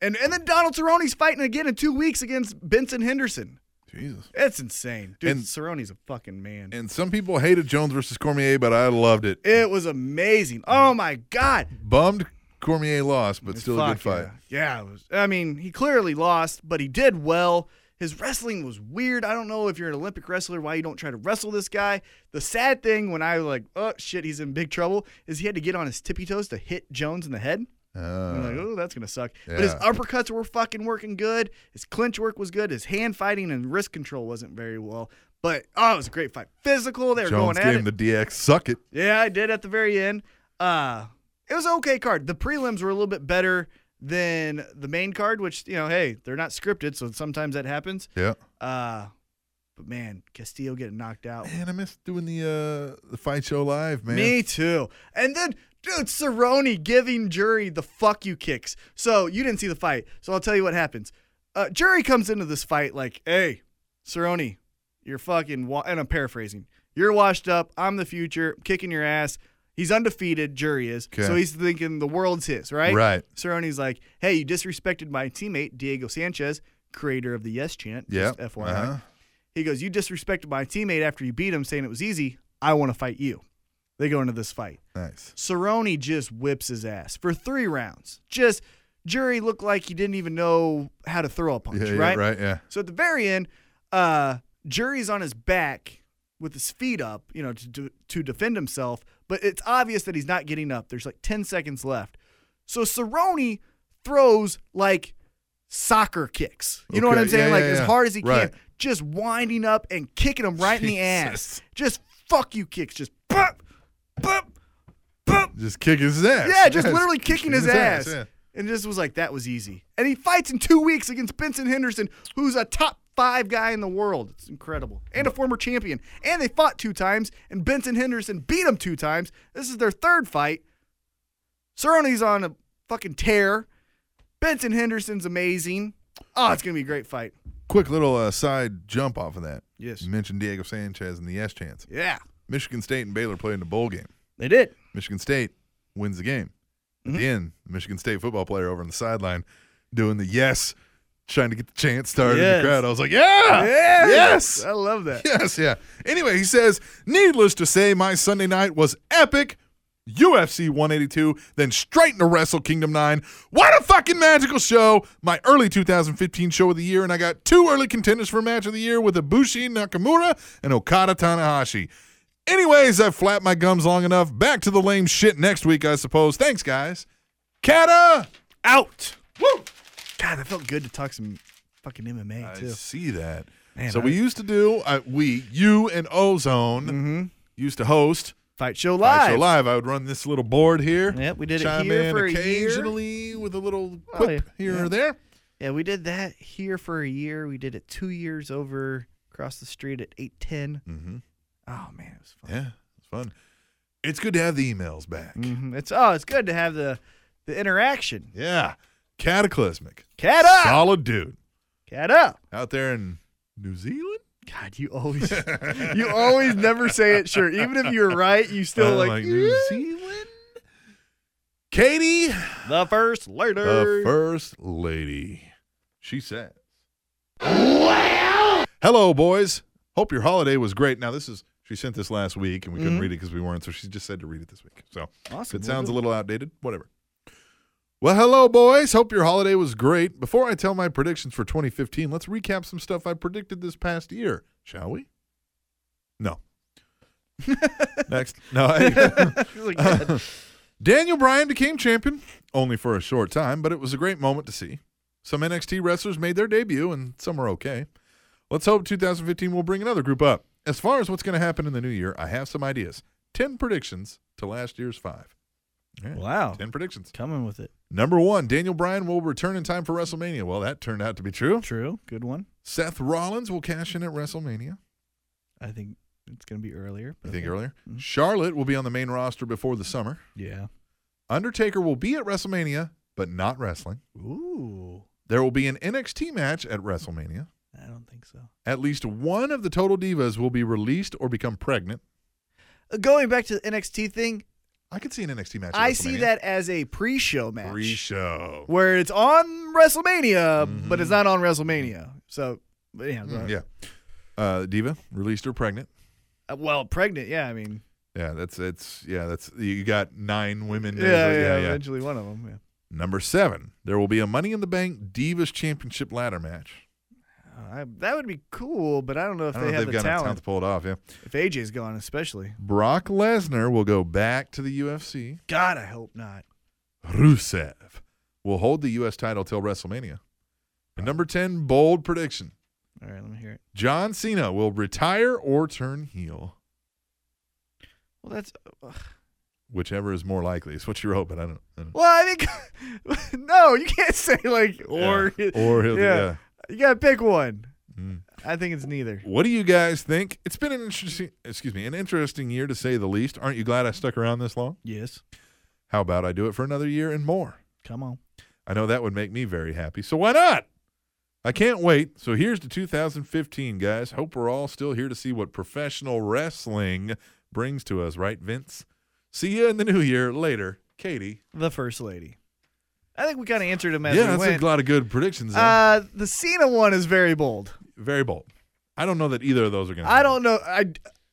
Speaker 2: And and then Donald Cerrone's fighting again in two weeks against Benson Henderson.
Speaker 1: Jesus.
Speaker 2: It's insane, dude.
Speaker 1: And-
Speaker 2: Cerrone's a fucking man.
Speaker 1: And some people hated Jones versus Cormier, but I loved it.
Speaker 2: it was amazing. Oh my god,
Speaker 1: Bummed Cormier lost, but still a good
Speaker 2: Fuck yeah.
Speaker 1: fight.
Speaker 2: Yeah, it was, I mean, he clearly lost, but he did well. His wrestling was weird. I don't know if you're an Olympic wrestler why you don't try to wrestle this guy. The sad thing when I was like, oh shit, he's in big trouble, is he had to get on his tippy toes to hit Jones in the head. I'm
Speaker 1: Uh,
Speaker 2: like, oh, that's gonna suck. But his
Speaker 1: yeah.
Speaker 2: uppercuts were fucking working good. His clinch work was good. His hand fighting and wrist control wasn't very well. But oh, it was a great fight. Physical. They were
Speaker 1: Jones
Speaker 2: going at
Speaker 1: gave
Speaker 2: it.
Speaker 1: him the DX. Suck it.
Speaker 2: Yeah, I did at the very end. Uh it was an okay card. The prelims were a little bit better than the main card, which, you know, hey, they're not scripted, so sometimes that happens.
Speaker 1: Yeah.
Speaker 2: Uh But man, Castillo getting knocked out.
Speaker 1: Man, I miss doing the uh the fight show live, man.
Speaker 2: Me too. And then, dude, Cerrone giving Jury the fuck you kicks. So you didn't see the fight. So I'll tell you what happens. Uh, Jury comes into this fight like, hey, Cerrone, you're fucking, wa-, and I'm paraphrasing, you're washed up. I'm the future. kicking your ass. He's undefeated. Jury is.
Speaker 1: Okay.
Speaker 2: So he's thinking the world's his, right?
Speaker 1: Right.
Speaker 2: Cerrone's like, hey, you disrespected my teammate, Diego Sanchez, creator of the yes chant. just
Speaker 1: Yep,
Speaker 2: FYI.
Speaker 1: uh-huh.
Speaker 2: He goes, You disrespected my teammate after you beat him, saying it was easy. I want to fight you. They go into this fight.
Speaker 1: Nice.
Speaker 2: Cerrone just whips his ass for three rounds. Just jury looked like he didn't even know how to throw a punch,
Speaker 1: Yeah, yeah,
Speaker 2: right?
Speaker 1: right, yeah.
Speaker 2: So at the very end, uh, jury's on his back with his feet up, you know, to, to to defend himself. But it's obvious that he's not getting up. There's like ten seconds left. So Cerrone throws like soccer kicks. You know what
Speaker 1: Okay,
Speaker 2: I'm saying?
Speaker 1: yeah,
Speaker 2: like
Speaker 1: yeah,
Speaker 2: as
Speaker 1: yeah.
Speaker 2: hard as he
Speaker 1: Right.
Speaker 2: can, just winding up and kicking him
Speaker 1: [laughs]
Speaker 2: right in the ass. Just fuck you kicks. Just bop, bop, bop.
Speaker 1: Just kicking his ass.
Speaker 2: Yeah, just
Speaker 1: Yes,
Speaker 2: literally kicking his, ass.
Speaker 1: yeah.
Speaker 2: And just was like, that was easy. And he fights in two weeks against Benson Henderson, who's a top five guy in the world. It's incredible. And a former champion. And they fought two times, and Benson Henderson beat him two times. This is their third fight. Cerrone's on a fucking tear. Benson Henderson's amazing. Oh, it's going to be a great fight.
Speaker 1: Quick little uh, side jump off of that.
Speaker 2: Yes.
Speaker 1: You mentioned Diego Sanchez and the yes chance.
Speaker 2: Yeah,
Speaker 1: Michigan State and Baylor played in a bowl game.
Speaker 2: they did. Mm-hmm.
Speaker 1: Michigan State wins the game. At the end, the Michigan State football player over on the sideline doing the yes, trying to get the chant started in
Speaker 2: Yes.
Speaker 1: the crowd. I was like, yeah, yes,
Speaker 2: I love that.
Speaker 1: yes, yeah. Anyway, he says, needless to say, my Sunday night was epic. UFC 182, then straight into Wrestle Kingdom 9. What a fucking magical show! My early 2015 show of the year, and I got two early contenders for match of the year with Ibushi Nakamura and Okada Tanahashi. Anyways, I've flapped my gums long enough. Back to the lame shit next week, I suppose. Thanks, guys. Kata!
Speaker 2: Out.
Speaker 1: Woo!
Speaker 2: God, that felt good to talk some fucking MMA,
Speaker 1: I
Speaker 2: too.
Speaker 1: see that.
Speaker 2: Man,
Speaker 1: so
Speaker 2: I-
Speaker 1: we used to do uh, we you and Ozone used to host
Speaker 2: Fight Show
Speaker 1: Live. Show
Speaker 2: Mm-hmm. Live.
Speaker 1: Live. I would run this little board here.
Speaker 2: Yep, we did it
Speaker 1: Chime
Speaker 2: here
Speaker 1: in
Speaker 2: for a year.
Speaker 1: occasionally with a little
Speaker 2: Oh,
Speaker 1: quip
Speaker 2: yeah.
Speaker 1: here
Speaker 2: Yeah.
Speaker 1: or there.
Speaker 2: Yeah, we did that here for a year. We did it two years over across the street at eight ten.
Speaker 1: Mhm.
Speaker 2: Oh man, it was fun.
Speaker 1: Yeah, it's fun. It's good to have the emails back.
Speaker 2: Mhm. It's oh, it's good to have the the interaction.
Speaker 1: Yeah, cataclysmic,
Speaker 2: Cat up,
Speaker 1: solid dude
Speaker 2: cat up.
Speaker 1: out there in New Zealand.
Speaker 2: God, you [laughs] always you always never say it. Sure, even if you're right, you still
Speaker 1: Uh,
Speaker 2: like, "Eh."
Speaker 1: New
Speaker 2: "Yeah."
Speaker 1: Zealand. Katie,
Speaker 2: the first
Speaker 1: the
Speaker 2: later.
Speaker 1: first lady. She says, "Hello, boys. Hope your holiday was great." Now this is she sent this last week, and we couldn't read it because we weren't. So she just said to read it this week. So
Speaker 2: Mm-hmm. Awesome.
Speaker 1: If it sounds a little outdated, whatever. Well, hello, boys. Hope your holiday was great. Before I tell my predictions for 2015, let's recap some stuff I predicted this past year, shall we?
Speaker 2: [laughs]
Speaker 1: No. Next. No. I- [laughs]
Speaker 2: Like, God.
Speaker 1: Daniel Bryan became champion, only for a short time, but it was a great moment to see. Some NXT wrestlers made their debut, and some are okay. Let's hope 2015 will bring another group up. As far as what's going to happen in the new year, I have some ideas. 10 predictions to last year's five. All right.
Speaker 2: wow,
Speaker 1: 10 predictions.
Speaker 2: coming with it.
Speaker 1: Number one, Daniel Bryan will return in time for WrestleMania. Well, that turned out to be true.
Speaker 2: True, good one.
Speaker 1: Seth Rollins will cash in at WrestleMania.
Speaker 2: I think it's gonna be earlier.
Speaker 1: I
Speaker 2: but
Speaker 1: think
Speaker 2: okay. Mm-hmm.
Speaker 1: earlier. Charlotte will be on the main roster before the summer.
Speaker 2: Yeah.
Speaker 1: Undertaker will be at WrestleMania, but not wrestling.
Speaker 2: Ooh,
Speaker 1: There will be an NXT match at WrestleMania.
Speaker 2: I don't think so.
Speaker 1: At least one of the Total Divas will be released or become pregnant.
Speaker 2: Uh, Going back to the NXT thing,
Speaker 1: I could see an NXT match. at
Speaker 2: I see
Speaker 1: WrestleMania.
Speaker 2: that as a pre-show match,
Speaker 1: pre-show.
Speaker 2: where it's on WrestleMania, but
Speaker 1: Mm-hmm.
Speaker 2: it's not on WrestleMania. So, but yeah, go ahead.
Speaker 1: Yeah. Uh, Diva released or pregnant.
Speaker 2: Uh, well, pregnant. Yeah, I mean,
Speaker 1: Yeah, that's it's yeah, that's you got nine women.
Speaker 2: yeah, yeah, eventually one of them.
Speaker 1: Number seven, there will be a Money in the Bank Divas Championship ladder match.
Speaker 2: Yeah, Uh, I, that would be cool, but I don't know if
Speaker 1: I
Speaker 2: they
Speaker 1: don't know
Speaker 2: have
Speaker 1: if they've
Speaker 2: the
Speaker 1: got enough
Speaker 2: talent.
Speaker 1: talent to pull it off. Yeah,
Speaker 2: If AJ's gone, especially.
Speaker 1: Brock Lesnar will go back to the UFC.
Speaker 2: God, I hope not.
Speaker 1: Rusev will hold the U.S. title till WrestleMania. And number ten, bold prediction:
Speaker 2: All right, let me hear it.
Speaker 1: John Cena will retire or turn heel,
Speaker 2: Well, that's. ugh.
Speaker 1: whichever is more likely. It's what you're hoping. I don't. I don't
Speaker 2: Well, I think [laughs] no, you can't say like or
Speaker 1: Yeah. or he'll
Speaker 2: yeah.
Speaker 1: yeah.
Speaker 2: You gotta pick one.
Speaker 1: Mm.
Speaker 2: I think it's neither.
Speaker 1: What do you guys think? It's been an interesting, excuse me, an interesting year to say the least. Aren't you glad I stuck around this long?
Speaker 2: Yes.
Speaker 1: How about I do it for another year and more?
Speaker 2: Come on.
Speaker 1: I know that would make me very happy. So why not? I can't wait. So here's to 2015, guys. Hope we're all still here to see what professional wrestling brings to us, right, Vince? See you in the new year. Later, Katie.
Speaker 2: The first lady. I think we kind of answered him as
Speaker 1: yeah,
Speaker 2: we
Speaker 1: that's
Speaker 2: went.
Speaker 1: a lot of good predictions. though.
Speaker 2: uh, the Cena one is very bold.
Speaker 1: very bold. I don't know that either of those are going to.
Speaker 2: I don't know. I,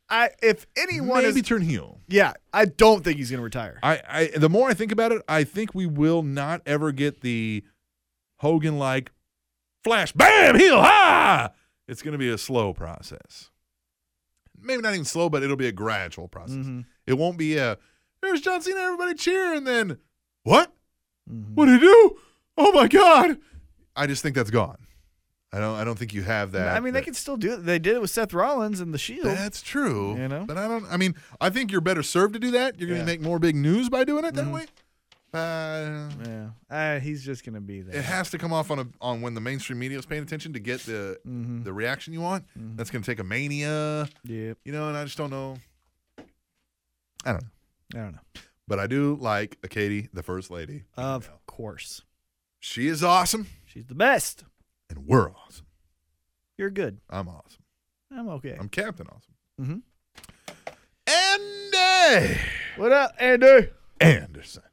Speaker 2: I if anyone
Speaker 1: Maybe
Speaker 2: is,
Speaker 1: turn heel.
Speaker 2: yeah, I don't think he's gonna retire.
Speaker 1: I, I the more I think about it, I think we will not ever get the Hogan like flash bam heel ha. It's going to be a slow process. Maybe not even slow, but it'll be a gradual process.
Speaker 2: Mhm.
Speaker 1: It won't be a there's John Cena, everybody cheer, and then what?
Speaker 2: Mm-hmm.
Speaker 1: What did he do? Oh my god! I just think that's gone. I don't. I don't think you have that.
Speaker 2: I mean, they
Speaker 1: that-
Speaker 2: can still do it. They did it with Seth Rollins and the Shield.
Speaker 1: that's true.
Speaker 2: You know?
Speaker 1: But I don't I mean, I think you're better served to do that. You're
Speaker 2: Yeah. Mm-hmm.
Speaker 1: gonna make more big news by doing it that way. Uh,
Speaker 2: yeah, uh, he's just gonna be there.
Speaker 1: it has to come off on a on when the mainstream media is paying attention to get the the reaction you want. That's gonna take a mania,
Speaker 2: Mm-hmm. Yep.
Speaker 1: you know, and I just don't know. I don't know.
Speaker 2: I don't know.
Speaker 1: But I do like a Katie, the first lady.
Speaker 2: Of course,
Speaker 1: She is awesome
Speaker 2: she's the best.
Speaker 1: and we're awesome.
Speaker 2: You're good.
Speaker 1: I'm awesome.
Speaker 2: I'm okay.
Speaker 1: I'm Captain Awesome.
Speaker 2: Mhm.
Speaker 1: And uh,
Speaker 2: what up, Andrew?
Speaker 1: Anderson.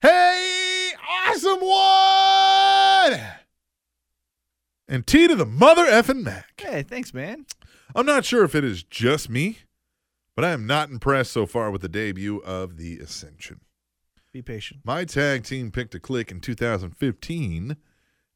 Speaker 1: Hey, awesome one! And T to the mother effing Mac.
Speaker 2: Hey, thanks, man.
Speaker 1: I'm not sure if it is just me, but I am not impressed so far with the debut of the Ascension.
Speaker 2: Be patient.
Speaker 1: My tag team picked a click in 2015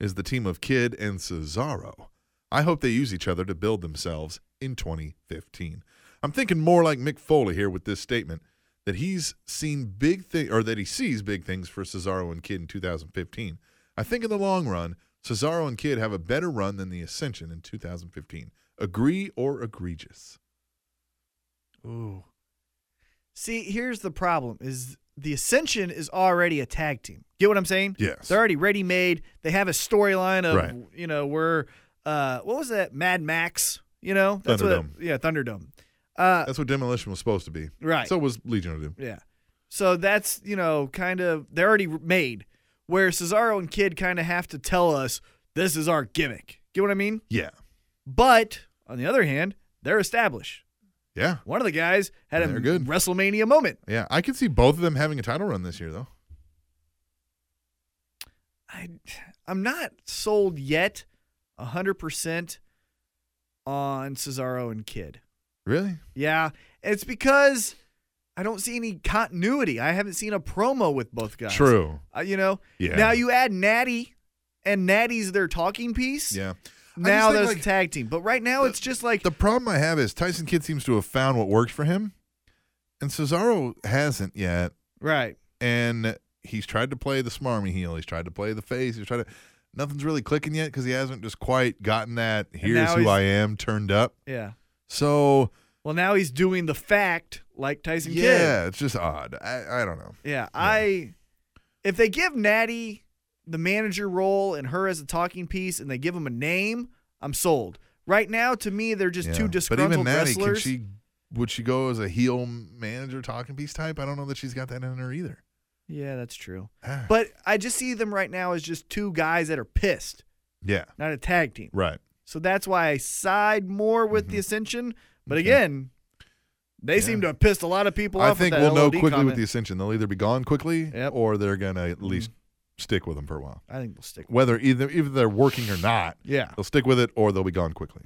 Speaker 1: is the team of Kid and Cesaro. I hope they use each other to build themselves in 2015. I'm thinking more like Mick Foley here with this statement that he's seen big thing or that he sees big things for Cesaro and Kid in 2015. I think in the long run, Cesaro and Kid have a better run than the Ascension in 2015. Agree or egregious?
Speaker 2: Ooh. See, here's the problem: is the Ascension is already a tag team. Get what I'm saying?
Speaker 1: Yes.
Speaker 2: They're already ready made. They have a storyline of
Speaker 1: Right.
Speaker 2: you know we're uh, what was that Mad Max? You know
Speaker 1: Thunderdome.
Speaker 2: What, yeah, Thunderdome. Uh,
Speaker 1: That's what Demolition was supposed to be.
Speaker 2: Right.
Speaker 1: So was Legion of Doom.
Speaker 2: yeah. So that's you know kind of they're already made. Where Cesaro and Kid kind of have to tell us this is our gimmick. Get what I mean?
Speaker 1: Yeah.
Speaker 2: But on the other hand, they're established.
Speaker 1: Yeah.
Speaker 2: One of the guys had a
Speaker 1: They're good.
Speaker 2: WrestleMania moment.
Speaker 1: Yeah, I could see both of them having a title run this year, though.
Speaker 2: I, I'm not sold yet, hundred percent, on Cesaro and Kid.
Speaker 1: Really?
Speaker 2: Yeah, it's because I don't see any continuity. I haven't seen a promo with both guys.
Speaker 1: True.
Speaker 2: Uh, you know.
Speaker 1: Yeah.
Speaker 2: Now you add Natty, and Natty's their talking piece.
Speaker 1: Yeah. I
Speaker 2: Now
Speaker 1: just
Speaker 2: there's
Speaker 1: think,
Speaker 2: a
Speaker 1: like,
Speaker 2: tag team, but right now it's just like
Speaker 1: the problem I have is Tyson Kidd seems to have found what worked for him, and Cesaro hasn't yet.
Speaker 2: right.
Speaker 1: And he's tried to play the smarmy heel. He's tried to play the face. He's tried to. Nothing's really clicking yet because he hasn't just quite gotten that. Here's
Speaker 2: now
Speaker 1: who
Speaker 2: he's-
Speaker 1: I am turned up.
Speaker 2: Yeah.
Speaker 1: So
Speaker 2: Well, now he's doing the fact like Tyson Kidd.
Speaker 1: yeah, it's just odd. I, I don't know.
Speaker 2: Yeah, I if they give Natty the manager role and her as a talking piece and they give him a name, I'm sold. Right now, to me, they're just
Speaker 1: Yeah.
Speaker 2: two disgruntled
Speaker 1: But even Natty,
Speaker 2: wrestlers.
Speaker 1: can she? Would she go as a heel manager talking piece type? I don't know that she's got that in her either. [sighs]
Speaker 2: yeah, that's true.
Speaker 1: Ah.
Speaker 2: But I just see them right now as just two guys that are pissed,
Speaker 1: Yeah.
Speaker 2: not a tag team.
Speaker 1: Right. Mm-hmm.
Speaker 2: So that's why I side more with the Ascension. But again, they seem to have pissed a lot of people
Speaker 1: I
Speaker 2: off.
Speaker 1: think
Speaker 2: with that
Speaker 1: we'll know
Speaker 2: LOD
Speaker 1: quickly with
Speaker 2: comment.
Speaker 1: the Ascension. They'll either be gone quickly
Speaker 2: Yep. Mm-hmm.
Speaker 1: or they're going to at least stick with them for a while.
Speaker 2: I think we'll stick. With
Speaker 1: Whether either either they're working or not,
Speaker 2: yeah, Mm-hmm.
Speaker 1: they'll stick with it or they'll be gone quickly.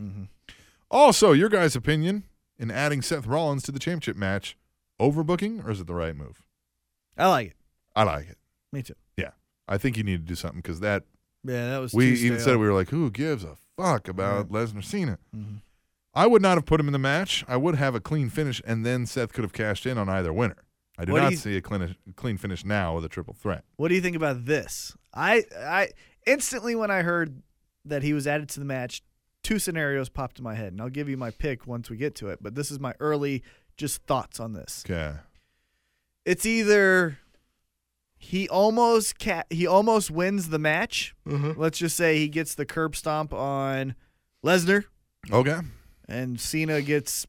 Speaker 1: Also, your guys' opinion in adding Seth Rollins to the championship match, overbooking or is it the right move?
Speaker 2: I like it.
Speaker 1: I like it.
Speaker 2: Me too.
Speaker 1: Yeah. I think you need to do something because that
Speaker 2: Yeah, that was.
Speaker 1: we
Speaker 2: too
Speaker 1: even
Speaker 2: stale.
Speaker 1: said we were like, who gives a fuck about Lesnar Cena? I would not have put him in the match. I would have a clean finish, and then Seth could have cashed in on either winner. I do
Speaker 2: What do
Speaker 1: not
Speaker 2: you-
Speaker 1: see a clean, clean finish now with a triple threat.
Speaker 2: What do you think about this? I I instantly when I heard that he was added to the match, two scenarios popped in my head, and I'll give you my pick once we get to it. But this is my early just thoughts on this.
Speaker 1: Okay.
Speaker 2: It's either he almost ca- he almost wins the match. Let's just say he gets the curb stomp on Lesnar,
Speaker 1: Okay.
Speaker 2: and Cena gets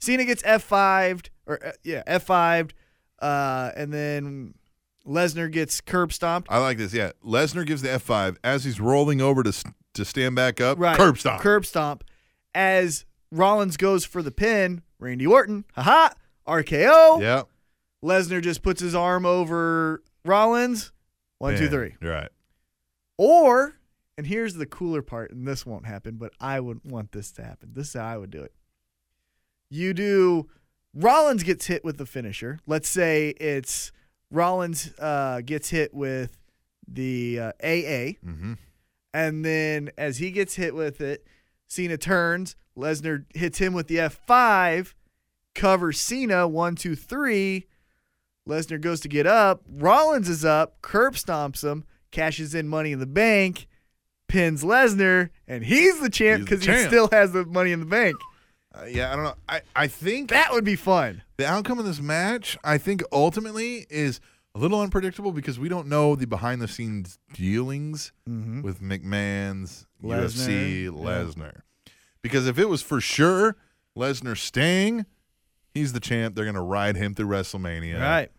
Speaker 2: Cena gets F fived or uh, yeah F fived, uh, and then Lesnar gets curb stomped.
Speaker 1: I like this. Yeah. Lesnar gives the F5 as he's rolling over to s- to stand back up.
Speaker 2: Right,
Speaker 1: Curb stop.
Speaker 2: Curb stomp. As Rollins goes for the pin, Randy Orton, haha, RKO.
Speaker 1: yeah.
Speaker 2: Lesnar just puts his arm over Rollins. One, two,
Speaker 1: Man,
Speaker 2: three.
Speaker 1: You're right.
Speaker 2: Or, and here's the cooler part, and this won't happen, but I would want this to happen. This is how I would do it. You do Rollins gets hit with the finisher. Let's say it's Rollins uh, gets hit with the uh, AA,
Speaker 1: Mhm.
Speaker 2: and then as he gets hit with it, Cena turns. Lesnar hits him with the F5, covers Cena one two three. Lesnar goes to get up. Rollins is up, curb stomps him, cashes in money in the bank, pins Lesnar, and he's the champ
Speaker 1: He's the
Speaker 2: because he
Speaker 1: champ.
Speaker 2: still has the money in the bank.
Speaker 1: Uh, yeah. I don't know. I, I think
Speaker 2: That would be fun.
Speaker 1: the outcome of this match, I think ultimately is a little unpredictable because we don't know the behind the scenes dealings
Speaker 2: Mm-hmm.
Speaker 1: with McMahon's UFC Lesnar. Because if it was for sure Lesnar staying, he's the champ. They're gonna ride him through WrestleMania.
Speaker 2: Right.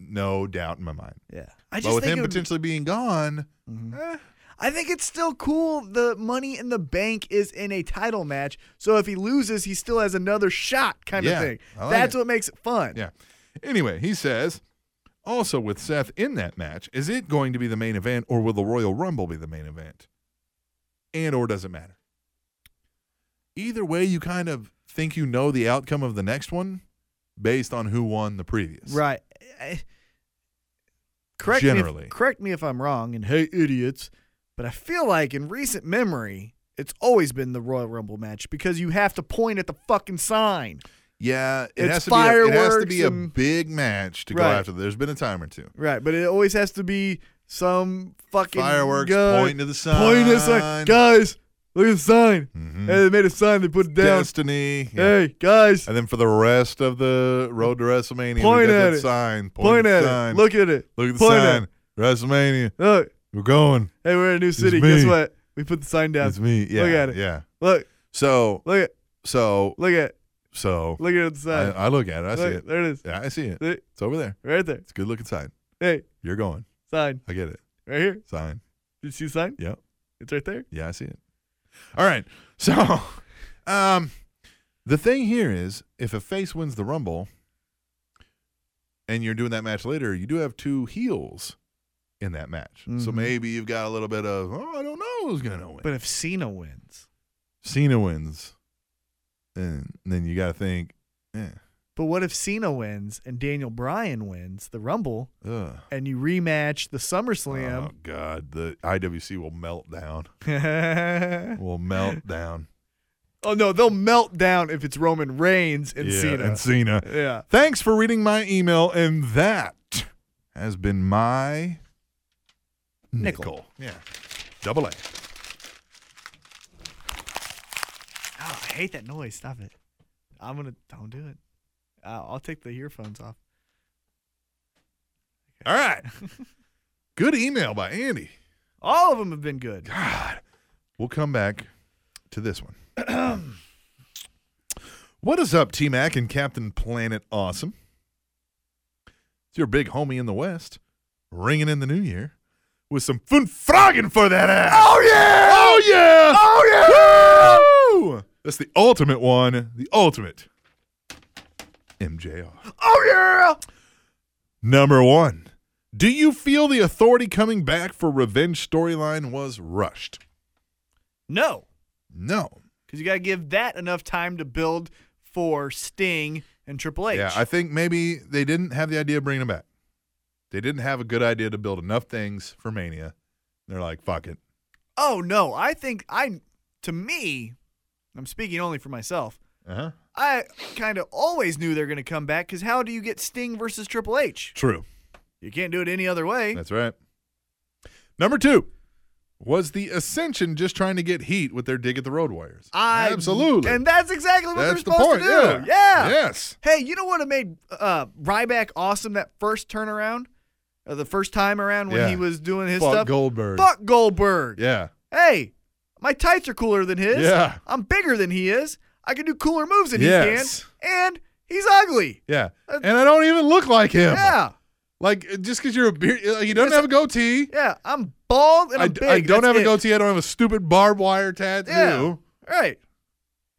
Speaker 1: No doubt in my mind.
Speaker 2: Yeah. I
Speaker 1: But
Speaker 2: just
Speaker 1: with
Speaker 2: think
Speaker 1: him
Speaker 2: it would be-
Speaker 1: potentially being gone, eh,
Speaker 2: I think it's still cool. The money in the bank is in a title match, so if he loses, he still has another shot, kind
Speaker 1: Yeah,
Speaker 2: of thing.
Speaker 1: I like
Speaker 2: That's
Speaker 1: it.
Speaker 2: what makes it fun.
Speaker 1: yeah. Anyway, he says also with Seth in that match, is it going to be the main event or will the Royal Rumble be the main event? And or does it matter? Either way, you kind of think you know the outcome of the next one based on who won the previous.
Speaker 2: Right. I- Correct me
Speaker 1: Generally.
Speaker 2: if, correct me if I'm wrong and hey idiots, but I feel like in recent memory it's always been the Royal Rumble match because you have to point at the fucking sign.
Speaker 1: Yeah, it has
Speaker 2: It's
Speaker 1: to be a, it has to
Speaker 2: fireworks
Speaker 1: be a
Speaker 2: and-
Speaker 1: big match to go
Speaker 2: Right.
Speaker 1: after. There's been a time or two.
Speaker 2: Right, but it always has to be some fucking
Speaker 1: Fireworks
Speaker 2: guy-
Speaker 1: pointing to the sign.
Speaker 2: Pointing to the sign. Guys, look at the sign.
Speaker 1: Mhm.
Speaker 2: Hey, they made a sign, they put it Eh. down.
Speaker 1: Destiny. yeah.
Speaker 2: Hey, guys,
Speaker 1: And then for the rest of the road to WrestleMania,
Speaker 2: Point
Speaker 1: we got
Speaker 2: at
Speaker 1: that
Speaker 2: it.
Speaker 1: sign. Point,
Speaker 2: point
Speaker 1: at
Speaker 2: at
Speaker 1: the sign.
Speaker 2: it. Look at it.
Speaker 1: look at the
Speaker 2: point
Speaker 1: sign.
Speaker 2: At it.
Speaker 1: WrestleMania,
Speaker 2: Look.
Speaker 1: we're going.
Speaker 2: Hey, we're in a new city. Guess
Speaker 1: me.
Speaker 2: what? We put the sign down.
Speaker 1: It's me. Yeah,
Speaker 2: Look at it.
Speaker 1: Yeah.
Speaker 2: Look,
Speaker 1: So,
Speaker 2: look at,
Speaker 1: so,
Speaker 2: look at,
Speaker 1: so.
Speaker 2: look at the
Speaker 1: I,
Speaker 2: sign.
Speaker 1: I look at it. I see
Speaker 2: look,
Speaker 1: it.
Speaker 2: There it is.
Speaker 1: Yeah, I see it.
Speaker 2: There-
Speaker 1: It's over there.
Speaker 2: Right there.
Speaker 1: It's a good looking sign.
Speaker 2: Hey,
Speaker 1: You're going.
Speaker 2: sign.
Speaker 1: I get it.
Speaker 2: Right here.
Speaker 1: Sign.
Speaker 2: Did you see the sign?
Speaker 1: Yep.
Speaker 2: It's right there.
Speaker 1: Yeah, I see it. All right. So, [laughs] um, the thing here is, if a face wins the Rumble, and you're doing that match later, you do have two heels in that match. So
Speaker 2: Mhm.
Speaker 1: maybe you've got a little bit of, oh, I don't know who's gonna win.
Speaker 2: But if Cena wins.
Speaker 1: Cena wins, and then you got to think, eh,
Speaker 2: But what if Cena wins and Daniel Bryan wins the Rumble
Speaker 1: ugh.
Speaker 2: and you rematch the
Speaker 1: Oh
Speaker 2: SummerSlam?
Speaker 1: God, the IWC will melt down.
Speaker 2: Oh,
Speaker 1: Will
Speaker 2: [laughs]
Speaker 1: melt down.
Speaker 2: no, they'll melt down if it's Roman Reigns and
Speaker 1: Yeah,
Speaker 2: Cena.
Speaker 1: And Cena.
Speaker 2: yeah.
Speaker 1: Thanks for reading my email, and that has been my nickel. Yeah, double A.
Speaker 2: Oh, I hate that noise. Stop it. I'm gonna don't do it. Uh, I'll take the earphones off.
Speaker 1: All right.
Speaker 2: [laughs]
Speaker 1: Good email by Andy.
Speaker 2: All of them have been good.
Speaker 1: God, we'll come back to this one. [clears throat] what is up, T Mac and Captain Planet Awesome? It's your big homie in the West, ringing in the new year with some fun frogging for that ass. Oh yeah! Oh yeah! Oh yeah! Woo! That's the ultimate one. The ultimate. MJR. Oh yeah! Number one. Do you feel the authority coming back for revenge storyline was rushed?
Speaker 2: No,
Speaker 1: No.
Speaker 2: because you gotta give that enough time to build for Sting and Triple H.
Speaker 1: Yeah, I think maybe they didn't have the idea of bringing it back. They didn't have a good idea to build enough things for Mania. They're like, fuck it.
Speaker 2: oh no, I think I, to me, I'm speaking only for myself.
Speaker 1: Uh huh.
Speaker 2: I kind of always knew they're gonna come back because how do you get Sting versus Triple H?
Speaker 1: True.
Speaker 2: You can't do it any other way.
Speaker 1: That's right. Number two was the Ascension just trying to get heat with their dig at the Road Warriors.
Speaker 2: I
Speaker 1: Absolutely.
Speaker 2: and that's exactly what
Speaker 1: That's the
Speaker 2: they're supposed
Speaker 1: point.
Speaker 2: to do.
Speaker 1: Yeah. Yes.
Speaker 2: Hey, you know what have made uh, Ryback awesome that first turnaround? Uh, the first time around when
Speaker 1: Yeah.
Speaker 2: he was doing his
Speaker 1: Fuck
Speaker 2: stuff?
Speaker 1: Goldberg.
Speaker 2: Fuck Goldberg.
Speaker 1: Yeah.
Speaker 2: Hey, My tights are cooler than his.
Speaker 1: Yeah.
Speaker 2: I'm bigger than he is. I can do cooler moves than
Speaker 1: Yes.
Speaker 2: he can. And he's ugly.
Speaker 1: Yeah. And I don't even look like him.
Speaker 2: Yeah.
Speaker 1: Like just because you're a beard, like, you don't have a goatee.
Speaker 2: Yeah. I'm bald and
Speaker 1: I,
Speaker 2: I'm
Speaker 1: d-
Speaker 2: big.
Speaker 1: I don't
Speaker 2: That's
Speaker 1: have a
Speaker 2: it.
Speaker 1: goatee. I don't have a stupid barbed wire tattoo.
Speaker 2: Yeah. Right.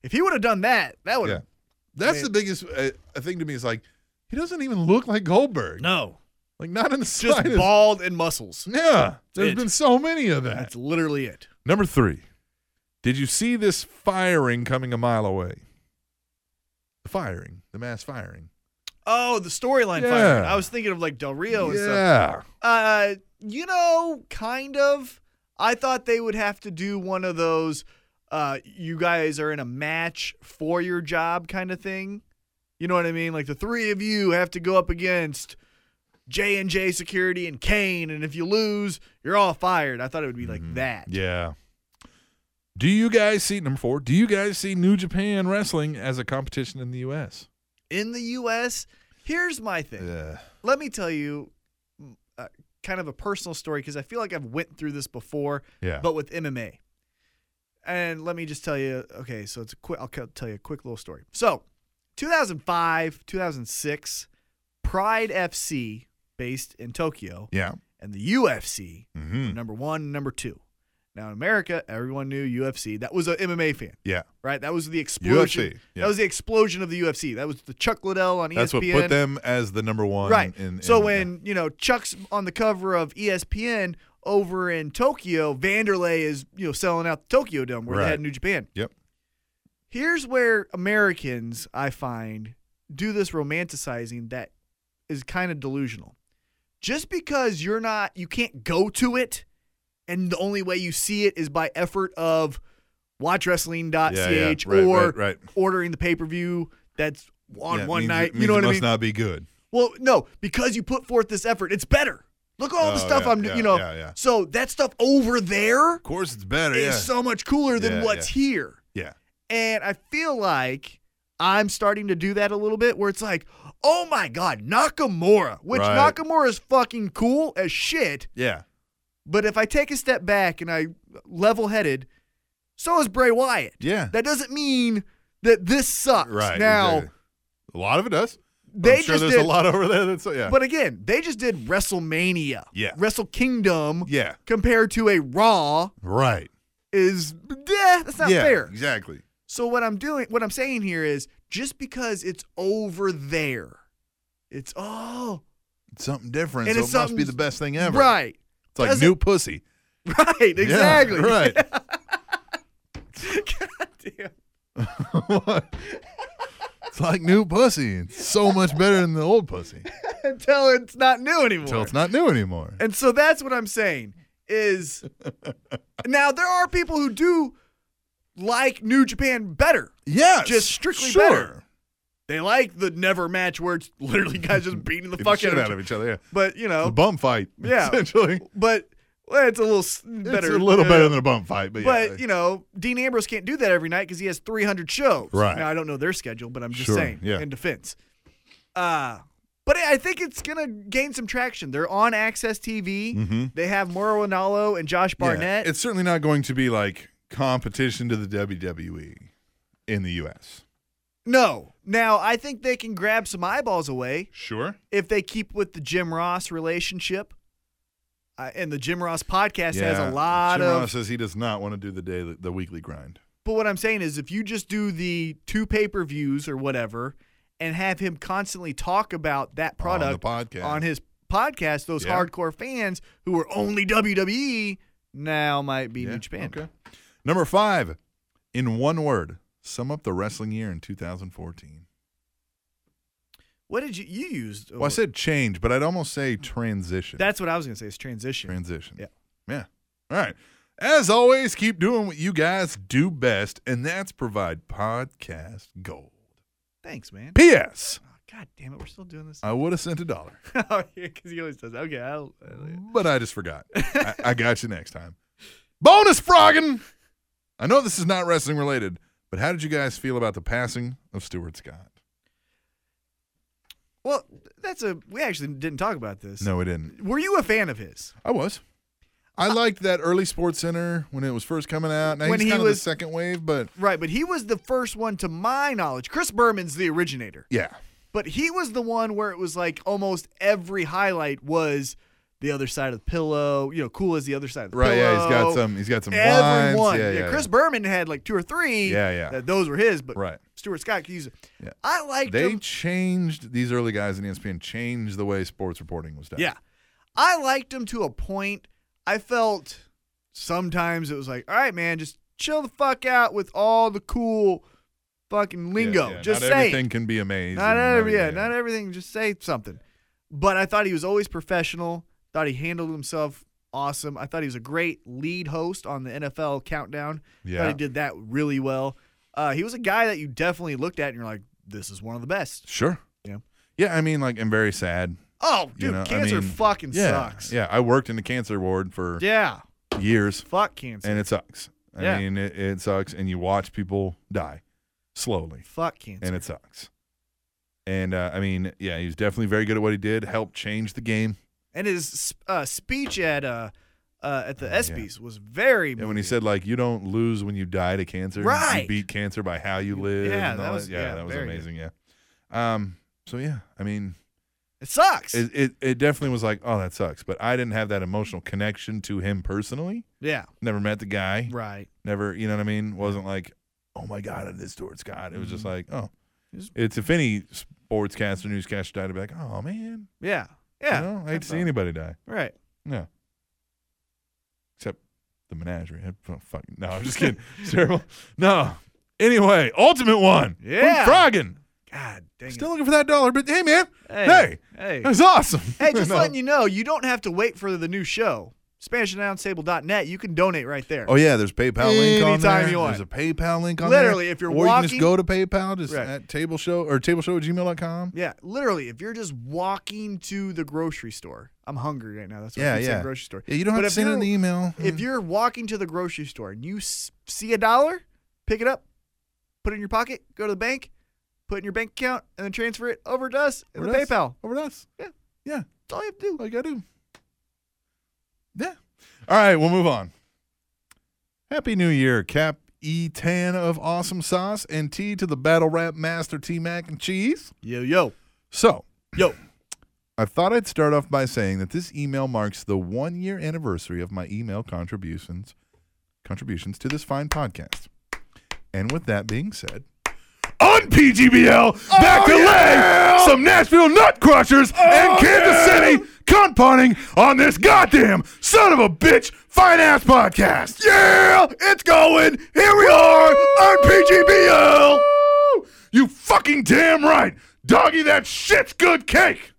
Speaker 2: If he would have done that, that would
Speaker 1: Yeah.
Speaker 2: have.
Speaker 1: That's
Speaker 2: Man.
Speaker 1: the biggest uh, thing to me is like he doesn't even look like Goldberg. [laughs]
Speaker 2: No.
Speaker 1: Like not in the
Speaker 2: Just
Speaker 1: slightest.
Speaker 2: bald and muscles.
Speaker 1: Yeah. There's
Speaker 2: It.
Speaker 1: been so many of that.
Speaker 2: That's literally it.
Speaker 1: Number three. Did you see this firing coming a mile away? The firing, the mass firing.
Speaker 2: Oh, the storyline
Speaker 1: Yeah.
Speaker 2: firing. I was thinking of like Del Rio and stuff.
Speaker 1: yeah.
Speaker 2: Oh, Uh, you know, kind of. I thought they would have to do one of those. Uh, you guys are in a match for your job kind of thing. You know what I mean? Like the three of you have to go up against J and J Security and Kane, and if you lose, you're all fired. I thought it would be like that.
Speaker 1: Yeah. Do you guys see number four? Do you guys see New Japan wrestling as a competition in the U.S.?
Speaker 2: In the U.S., here's my thing.
Speaker 1: Yeah.
Speaker 2: Let me tell you, uh, kind of a personal story because I feel like I've went through this before.
Speaker 1: Yeah.
Speaker 2: but with MMA. And let me just tell you, okay, so it's a quick. I'll co- tell you a quick little story. So, 2005, 2006, Pride FC, based in Tokyo,
Speaker 1: yeah.
Speaker 2: and the UFC,
Speaker 1: Mm-hmm.
Speaker 2: number one, number two. Now in America, everyone knew UFC. That was a MMA fan,
Speaker 1: Yeah.
Speaker 2: right? That was the explosion.
Speaker 1: yeah.
Speaker 2: That was the explosion of the UFC. That was the Chuck Liddell on E
Speaker 1: That's
Speaker 2: ESPN.
Speaker 1: what put them as the number one.
Speaker 2: Right.
Speaker 1: In, in,
Speaker 2: so when you know Chuck's on the cover of E ESPN over in Tokyo, Vanderlei is you know selling out the Tokyo Dome where
Speaker 1: Right.
Speaker 2: they had New Japan.
Speaker 1: Yep.
Speaker 2: Here's where Americans, I find, do this romanticizing that is kind of delusional. Just because you're not, you can't go to it, and the only way you see it is by effort of watchwrestling.ch
Speaker 1: Yeah, yeah. Right,
Speaker 2: or
Speaker 1: right, right.
Speaker 2: ordering the pay per view that's on
Speaker 1: Yeah,
Speaker 2: one
Speaker 1: means-
Speaker 2: night. you
Speaker 1: means
Speaker 2: know
Speaker 1: it
Speaker 2: what I
Speaker 1: must
Speaker 2: mean?
Speaker 1: not be good.
Speaker 2: Well, Oh, no, because you put forth this effort, it's better. Look at all the
Speaker 1: Oh,
Speaker 2: stuff
Speaker 1: yeah,
Speaker 2: I'm,
Speaker 1: yeah,
Speaker 2: you know.
Speaker 1: yeah, yeah.
Speaker 2: So that stuff over there is
Speaker 1: Of course, it's better. Yeah.
Speaker 2: so much cooler than
Speaker 1: Yeah,
Speaker 2: what's here.
Speaker 1: yeah.
Speaker 2: And I feel like I'm starting to do that a little bit where it's like, oh my God, Nakamura, which
Speaker 1: Right.
Speaker 2: Nakamura is fucking cool as shit.
Speaker 1: Yeah.
Speaker 2: But if I take a step back and I level headed, so is Bray Wyatt.
Speaker 1: Yeah.
Speaker 2: That doesn't mean that this sucks.
Speaker 1: Right.
Speaker 2: Now,
Speaker 1: exactly. a lot of it does. I'm
Speaker 2: they
Speaker 1: sure
Speaker 2: just
Speaker 1: there's
Speaker 2: did,
Speaker 1: a lot over there. That's yeah.
Speaker 2: But again, they just did WrestleMania.
Speaker 1: Yeah.
Speaker 2: Wrestle Kingdom
Speaker 1: yeah.
Speaker 2: compared to a Raw
Speaker 1: Right.
Speaker 2: is yeah, [laughs] that's not
Speaker 1: yeah.
Speaker 2: fair.
Speaker 1: Exactly.
Speaker 2: So what I'm doing, what I'm saying here is just because it's over there, it's oh
Speaker 1: It's something different.
Speaker 2: And
Speaker 1: so
Speaker 2: it's
Speaker 1: it must be
Speaker 2: something-
Speaker 1: the best thing ever.
Speaker 2: right, [laughs]
Speaker 1: It's like
Speaker 2: Doesn't-
Speaker 1: new pussy.
Speaker 2: right,
Speaker 1: Yeah,
Speaker 2: exactly. [laughs]
Speaker 1: right.
Speaker 2: God damn.
Speaker 1: it's like new pussy. It's so much better than the old pussy.
Speaker 2: Until it's not new anymore.
Speaker 1: Until it's not new anymore.
Speaker 2: And so that's what I'm saying
Speaker 1: [laughs]
Speaker 2: is now there are people who do like New Japan better.
Speaker 1: Yeah.
Speaker 2: Just strictly
Speaker 1: sure.
Speaker 2: better. They like the never match where it's literally guys just beating the
Speaker 1: Get
Speaker 2: fuck
Speaker 1: the shit out of
Speaker 2: it.
Speaker 1: each other. Yeah.
Speaker 2: But you
Speaker 1: It's a
Speaker 2: know,
Speaker 1: bum fight.
Speaker 2: Yeah.
Speaker 1: Essentially.
Speaker 2: but well, it's a little s- better,
Speaker 1: It's a little
Speaker 2: uh,
Speaker 1: better than a bum fight, but, yeah.
Speaker 2: But you know, Dean Ambrose can't do that every night because he has 300 shows.
Speaker 1: Right.
Speaker 2: now, I don't know their schedule, but I'm just
Speaker 1: Sure,
Speaker 2: saying
Speaker 1: yeah.
Speaker 2: in defense. Uh but I think it's gonna gain some traction. They're on Access TV. They have Mauro Ranallo and Josh
Speaker 1: Mm-hmm. Yeah.
Speaker 2: Barnett.
Speaker 1: It's certainly not going to be like competition to the WWE in the US.
Speaker 2: no, now I think they can grab some eyeballs away.
Speaker 1: Sure.
Speaker 2: if they keep with the Jim Ross relationship, uh, and the Jim Ross podcast has a lot
Speaker 1: Jim
Speaker 2: of.
Speaker 1: Ross says he does not want to do the daily, the weekly grind.
Speaker 2: But what I'm saying is, if you just do the two pay per views or whatever, and have him constantly talk about that
Speaker 1: On the
Speaker 2: product
Speaker 1: podcast.
Speaker 2: on his podcast, those
Speaker 1: Yeah.
Speaker 2: hardcore fans who are only WWE now might be New Japan.
Speaker 1: Okay. Number five, in one word, sum up the wrestling year in 2014.
Speaker 2: What did you you used?
Speaker 1: Well, I said change, but I'd almost say transition.
Speaker 2: that's what I was gonna say. Is transition.
Speaker 1: transition.
Speaker 2: Yeah.
Speaker 1: Yeah. All right. As always, keep doing what you guys do best, and that's provide podcast gold.
Speaker 2: Thanks, man.
Speaker 1: P.S.
Speaker 2: Oh, God damn it, we're still doing this.
Speaker 1: I would have sent a
Speaker 2: [laughs]
Speaker 1: dollar,
Speaker 2: Because he always does. that. Okay, I'll, uh, I'll
Speaker 1: but I just forgot. I, I got you next time. Bonus frogging. I know this is not wrestling related, but how did you guys feel about the passing of Stuart Scott?
Speaker 2: [laughs] Well, that's a we actually didn't talk about this.
Speaker 1: No, it didn't.
Speaker 2: Were you a fan of his?
Speaker 1: I was. I liked that early Sports Center when it was first coming out. Now
Speaker 2: Uh, When
Speaker 1: he's
Speaker 2: he
Speaker 1: kind of
Speaker 2: was-
Speaker 1: the second wave, but
Speaker 2: Right, but he was the first one to my knowledge. Chris Berman's the originator.
Speaker 1: yeah,
Speaker 2: But he was the one where it was like almost every highlight was the other side of the pillow. You know, cool is the other side of the
Speaker 1: right.
Speaker 2: pillow.
Speaker 1: Yeah, he's got some. He's got some lines.
Speaker 2: Everyone.
Speaker 1: Yeah,
Speaker 2: Yeah,
Speaker 1: yeah, yeah.
Speaker 2: Chris Berman had like two or three.
Speaker 1: Yeah, yeah.
Speaker 2: That those were his, but
Speaker 1: Right.
Speaker 2: Stuart Scott could use it.
Speaker 1: Yeah.
Speaker 2: I liked
Speaker 1: They
Speaker 2: him.
Speaker 1: changed these early guys in E ESPN changed the way sports reporting was done.
Speaker 2: Yeah. I liked him to a point. I felt sometimes it was like, all right, man, just chill the fuck out with all the cool fucking
Speaker 1: Yeah,
Speaker 2: lingo.
Speaker 1: yeah.
Speaker 2: Just
Speaker 1: not
Speaker 2: say it.
Speaker 1: everything can be amazing.
Speaker 2: Not every, yeah, not everything. Just say something. But I thought he was always professional. Thought he handled himself awesome. I thought he was a great lead host on the NFL Countdown.
Speaker 1: Yeah.
Speaker 2: Thought he did that really well. Uh, he was a guy that you definitely looked at and you're like, this is one of the best.
Speaker 1: Sure.
Speaker 2: Yeah.
Speaker 1: Yeah, I mean, like, I'm very sad.
Speaker 2: Oh, dude,
Speaker 1: you know, I
Speaker 2: cancer
Speaker 1: mean,
Speaker 2: fucking
Speaker 1: yeah,
Speaker 2: sucks.
Speaker 1: Yeah, I worked in the cancer ward for
Speaker 2: Yeah,
Speaker 1: years,
Speaker 2: fuck cancer.
Speaker 1: and it sucks. I
Speaker 2: Yeah.
Speaker 1: mean, it, it sucks, and you watch people die slowly,
Speaker 2: fuck cancer.
Speaker 1: and it sucks. And uh, I mean, yeah, he was definitely very good at what he did. Helped change the game.
Speaker 2: and his uh, speech at uh, uh, at
Speaker 1: Oh,
Speaker 2: the ESPYS was very.
Speaker 1: And when he
Speaker 2: moving.
Speaker 1: said like, "You don't lose when you die to cancer. You
Speaker 2: Right.
Speaker 1: beat cancer by how you live."
Speaker 2: Yeah,
Speaker 1: and
Speaker 2: that
Speaker 1: all
Speaker 2: was-
Speaker 1: yeah,
Speaker 2: yeah,
Speaker 1: that was
Speaker 2: very
Speaker 1: amazing. Yeah. Um. So yeah, I mean,
Speaker 2: it sucks.
Speaker 1: it, it it definitely was like, oh, that sucks. But I didn't have that emotional connection to him personally.
Speaker 2: yeah,
Speaker 1: Never met the guy.
Speaker 2: right.
Speaker 1: Never, you know what I mean? Wasn't like, oh my god, it is Stuart Scott. It was just
Speaker 2: Mm-hmm.
Speaker 1: like, oh,
Speaker 2: It's-
Speaker 1: it's if any sportscaster, newscaster died, I'd be like, oh man,
Speaker 2: Yeah,
Speaker 1: yeah,
Speaker 2: yeah.
Speaker 1: you know, I hate to see
Speaker 2: thought-
Speaker 1: anybody die.
Speaker 2: Right.
Speaker 1: No, except the menagerie. I don't fucking no, I'm just kidding. It's terrible. No. Anyway, ultimate one. from
Speaker 2: Yeah.
Speaker 1: Froggen.
Speaker 2: God dang
Speaker 1: Still looking for that dollar, but hey man,
Speaker 2: Hey,
Speaker 1: hey,
Speaker 2: hey.
Speaker 1: that's awesome.
Speaker 2: Hey,
Speaker 1: [laughs]
Speaker 2: just
Speaker 1: No.
Speaker 2: letting you know, you don't have to wait for the new show. SpanishAnnounceTable.net. You can donate right there.
Speaker 1: Oh yeah, there's PayPal link on
Speaker 2: Anytime
Speaker 1: there.
Speaker 2: you want.
Speaker 1: There's a PayPal link on
Speaker 2: Literally,
Speaker 1: there.
Speaker 2: if you're
Speaker 1: or you can just
Speaker 2: walking-
Speaker 1: go to PayPal, just
Speaker 2: Right.
Speaker 1: at table show or table show at gmail.com.
Speaker 2: Yeah, literally, if you're just walking to the grocery store, I'm hungry right now. That's what
Speaker 1: Yeah,
Speaker 2: I'm
Speaker 1: yeah.
Speaker 2: saying. Grocery store.
Speaker 1: Yeah, you don't have
Speaker 2: But
Speaker 1: to
Speaker 2: if
Speaker 1: send in
Speaker 2: you're-
Speaker 1: the email.
Speaker 2: If you're walking to the grocery store and you s- see a dollar, pick it up, put it in your pocket, go to the bank, put it in your bank account, and then transfer it over to us in
Speaker 1: Over
Speaker 2: the
Speaker 1: to us.
Speaker 2: PayPal.
Speaker 1: over to us. Yeah. Yeah.
Speaker 2: That's all you have to do.
Speaker 1: Like I do. Yeah. All right, we'll move on. Happy New Year, Cap E Tan of Awesome Sauce and T to the Battle Rap Master T Mac and Cheese.
Speaker 2: Yo, yo,
Speaker 1: So
Speaker 2: yo.
Speaker 1: I thought I'd start off by saying that this email marks the one year anniversary of my email contributions contributions to this fine podcast. And with that being said, on PGBL, back to lay some Nashville Nut Crushers and Kansas City cunt punting on this goddamn son of a bitch fine ass podcast. Yeah, it's going. Here we are on PGBL. You fucking damn right. Doggy, that shit's good cake.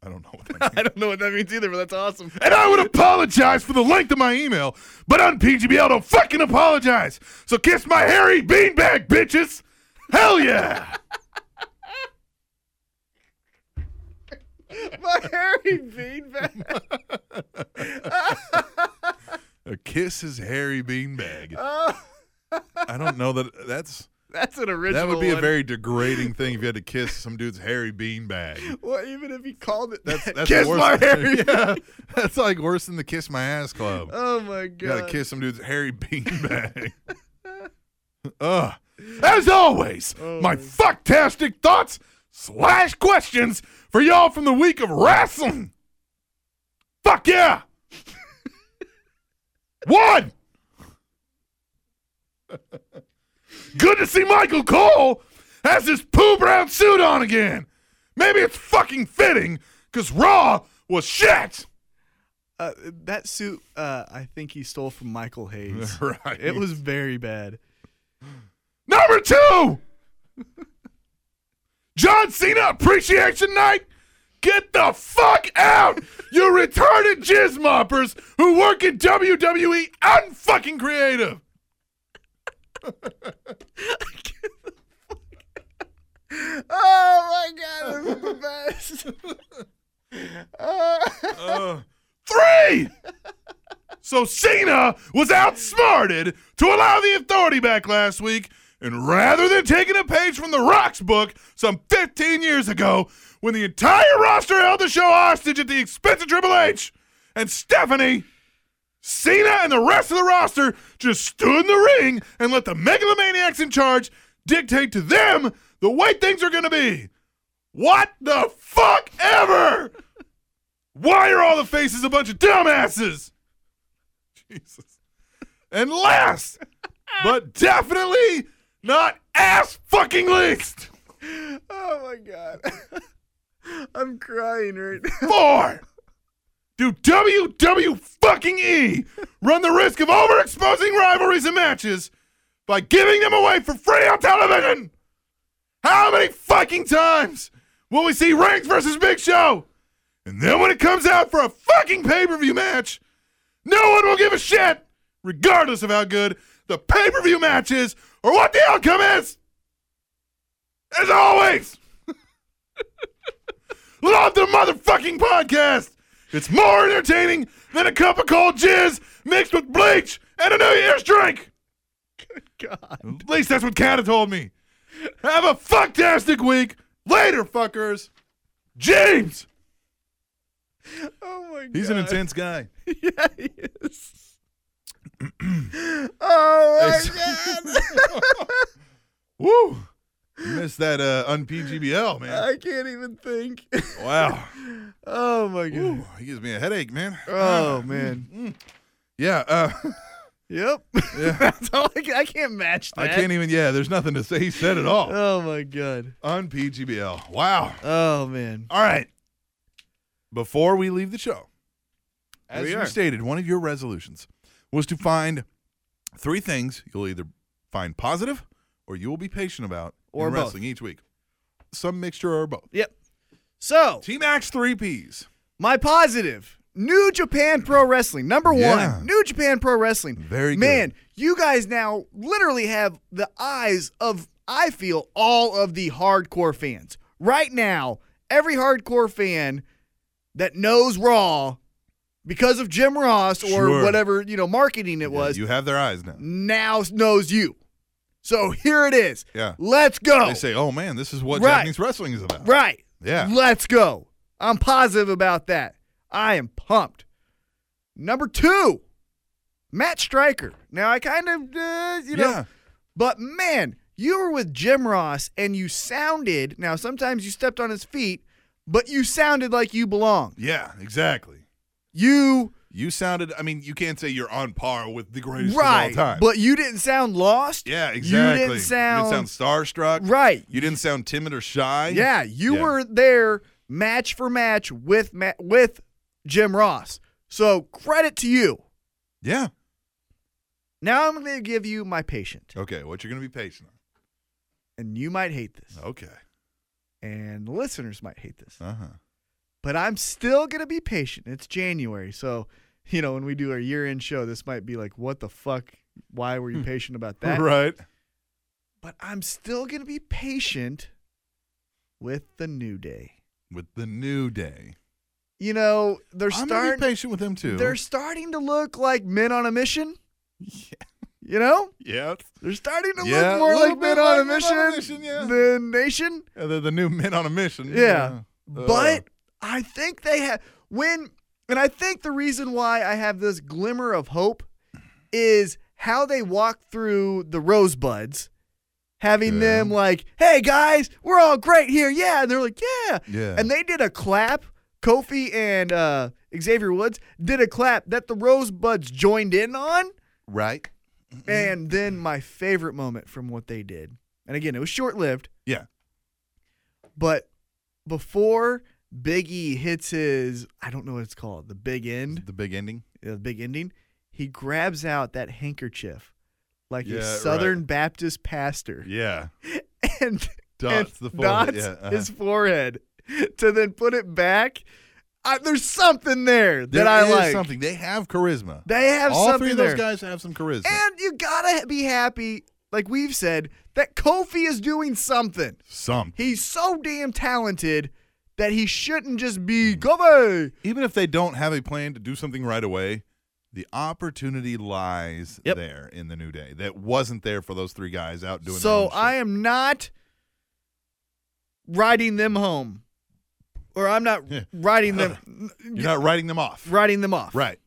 Speaker 1: I don't know what that means.
Speaker 2: I don't know what that means either, but that's awesome.
Speaker 1: And I would apologize for the length of my email, but on PGBL, don't fucking apologize. So kiss my hairy beanbag, bitches. Hell yeah.
Speaker 2: My hairy beanbag.
Speaker 1: kiss his hairy [laughs] beanbag.
Speaker 2: Oh,
Speaker 1: I don't know that that's
Speaker 2: [laughs] that's an original.
Speaker 1: that would be a
Speaker 2: one.
Speaker 1: very degrading thing if you had to kiss some dude's hairy beanbag.
Speaker 2: Well, even if he called it
Speaker 1: That's
Speaker 2: that.
Speaker 1: that's
Speaker 2: kiss
Speaker 1: worse
Speaker 2: my
Speaker 1: than-
Speaker 2: hairy.
Speaker 1: [laughs] Yeah, that's like worse than the kiss my ass club.
Speaker 2: [laughs] Oh my
Speaker 1: You gotta
Speaker 2: god.
Speaker 1: kiss some dude's hairy [laughs]
Speaker 2: [laughs]
Speaker 1: beanbag. Ugh. As always, my fucktastic thoughts slash questions for y'all from the week of wrestling. Fuck
Speaker 2: [laughs]
Speaker 1: yeah! One! Good to see Michael Cole has his poo brown suit on again. Maybe it's fucking fitting, because Raw was shit!
Speaker 2: Uh, that suit, uh, I think he stole from Michael [laughs] Hayes.
Speaker 1: Right.
Speaker 2: It was very bad.
Speaker 1: Number two, John Cena Appreciation Night. Get the fuck out, you retarded jizz moppers who work in WWE unfucking creative.
Speaker 2: Oh my god, this is the best.
Speaker 1: Uh, Three. So Cena was outsmarted to allow the authority back last week, and rather than taking a page from The Rock's book some 15 years ago, when the entire roster held the show hostage at the expense of Triple H, and Stephanie, Cena, and the rest of the roster just stood in the ring and let the megalomaniacs in charge dictate to them the way things are going to be. What the fuck ever? Why are all the faces a bunch of dumbasses? Jesus. And last, but definitely not ass fucking least,
Speaker 2: Oh my god. I'm crying right now. [laughs]
Speaker 1: four. Do WW fucking E run the risk of overexposing rivalries and matches by giving them away for free on television? How many fucking times will we see Reigns versus Big Show? And then when it comes out for a fucking pay per view match, no one will give a shit, regardless of how good the pay per view match is or what the outcome is. As always, love the motherfucking podcast. It's more entertaining than a cup of cold jizz mixed with bleach and a New Year's drink. God. At least that's what Kata told me. Have a fucktastic week. Later, fuckers. James.
Speaker 2: Oh my god.
Speaker 1: He's an intense guy.
Speaker 2: Yeah, he is. oh my
Speaker 1: [laughs] Woo! You missed that uh, unPGBL,
Speaker 2: god.
Speaker 1: man.
Speaker 2: I can't even think. [laughs]
Speaker 1: Wow.
Speaker 2: oh my god.
Speaker 1: Ooh, he gives me a headache, man. Mm-hmm.
Speaker 2: Oh man.
Speaker 1: Yeah. Uh, [laughs]
Speaker 2: Yep. [laughs] That's all I, can, I can't match
Speaker 1: I
Speaker 2: that.
Speaker 1: can't even. Yeah, there's nothing to say. He said it all.
Speaker 2: Oh my god.
Speaker 1: unPGBL. Wow.
Speaker 2: Oh man.
Speaker 1: All right. Before we leave the show,
Speaker 2: Here
Speaker 1: as
Speaker 2: we
Speaker 1: you
Speaker 2: are.
Speaker 1: stated, one of your resolutions was to find three things you'll either find positive or you will be patient about
Speaker 2: Or
Speaker 1: in
Speaker 2: both.
Speaker 1: wrestling each week. Some mixture or both.
Speaker 2: Yep. So,
Speaker 1: Team Axe three Ps.
Speaker 2: my positive New Japan Pro Wrestling. Number
Speaker 1: Yeah.
Speaker 2: one, New Japan Pro Wrestling.
Speaker 1: Very good.
Speaker 2: Man, you guys now literally have the eyes of, I feel, all of the hardcore fans. Right now, every hardcore fan that knows Raw because of Jim Ross or
Speaker 1: Sure.
Speaker 2: whatever, you know, marketing it was,
Speaker 1: you have their eyes now.
Speaker 2: now knows you. So here it is.
Speaker 1: Yeah.
Speaker 2: Let's go.
Speaker 1: They say, "Oh man, this is what
Speaker 2: Right.
Speaker 1: Japanese wrestling is about."
Speaker 2: Right.
Speaker 1: Yeah.
Speaker 2: Let's go. I'm positive about that. I am pumped. Number two, Matt Stryker. Now I kind of, uh, you know,
Speaker 1: Yeah.
Speaker 2: but man, you were with Jim Ross and you sounded. Now sometimes you stepped on his feet, but you sounded like you belonged.
Speaker 1: Yeah, exactly.
Speaker 2: You
Speaker 1: You sounded. I mean, you can't say you're on par with the greatest
Speaker 2: right,
Speaker 1: of all time.
Speaker 2: but you didn't sound lost.
Speaker 1: yeah, exactly.
Speaker 2: You didn't sound,
Speaker 1: starstruck.
Speaker 2: right.
Speaker 1: You didn't sound timid or shy.
Speaker 2: Yeah, you
Speaker 1: Yeah.
Speaker 2: were there match for match with Ma- with Jim Ross. So credit to you.
Speaker 1: Yeah.
Speaker 2: Now I'm going to give you my patient,
Speaker 1: Okay. What you're gonna be patient
Speaker 2: and you might hate this,
Speaker 1: on? Okay.
Speaker 2: and the listeners might hate this,
Speaker 1: Uh huh.
Speaker 2: but I'm still going to be patient. It's January, so you know when we do our year-end show, this might be like, what the fuck? Why were you patient about that?
Speaker 1: Hmm. Right.
Speaker 2: But I'm still going to be patient with the new day.
Speaker 1: With the new day.
Speaker 2: You know they're
Speaker 1: I'm gonna be
Speaker 2: starting.
Speaker 1: patient with them too.
Speaker 2: They're starting to look like men on
Speaker 1: [laughs]
Speaker 2: a mission. Yeah. You know,
Speaker 1: yeah.
Speaker 2: they're starting to
Speaker 1: Yeah,
Speaker 2: look more
Speaker 1: a little
Speaker 2: like
Speaker 1: bit
Speaker 2: men on a
Speaker 1: like men on a
Speaker 2: mission,
Speaker 1: mission, yeah.
Speaker 2: than nation.
Speaker 1: Yeah, They're the new men on a mission.
Speaker 2: Yeah.
Speaker 1: Uh,
Speaker 2: But I think they have when and I think the reason why I have this glimmer of hope is how they walk through the rosebuds, having
Speaker 1: Yeah.
Speaker 2: them like, "Hey guys, we're all great here." Yeah, and they're like, "Yeah."
Speaker 1: Uh, Yeah.
Speaker 2: And they did a clap. Kofi and uh, Xavier Woods did a clap that the rosebuds joined in on.
Speaker 1: right. Mm-hmm.
Speaker 2: And then my favorite moment from what they did, and again, it was short lived,
Speaker 1: Yeah.
Speaker 2: but before Big E hits his, I don't know what it's called, the big end,
Speaker 1: The big ending.
Speaker 2: the big ending, he grabs out that handkerchief like
Speaker 1: Yeah,
Speaker 2: a
Speaker 1: right.
Speaker 2: Southern Baptist pastor
Speaker 1: Yeah.
Speaker 2: and,
Speaker 1: Dots
Speaker 2: and
Speaker 1: the forehead,
Speaker 2: dots
Speaker 1: yeah, uh-huh.
Speaker 2: his forehead to then put it back. I, there's something there that
Speaker 1: There
Speaker 2: I
Speaker 1: is
Speaker 2: like.
Speaker 1: something. They have charisma.
Speaker 2: They have
Speaker 1: All
Speaker 2: something
Speaker 1: three of
Speaker 2: there.
Speaker 1: those guys have some charisma.
Speaker 2: And you gotta be happy, like we've said, that Kofi is doing something.
Speaker 1: some.
Speaker 2: He's so damn talented that he shouldn't just be
Speaker 1: Hmm.
Speaker 2: Kofi.
Speaker 1: Even if they don't have a plan to do something right away, the opportunity lies
Speaker 2: Yep.
Speaker 1: there in the new day that wasn't there for those three guys out doing.
Speaker 2: So
Speaker 1: their own
Speaker 2: I am not riding them home. or I'm not writing them
Speaker 1: You're not writing them off.
Speaker 2: writing them off.
Speaker 1: Right.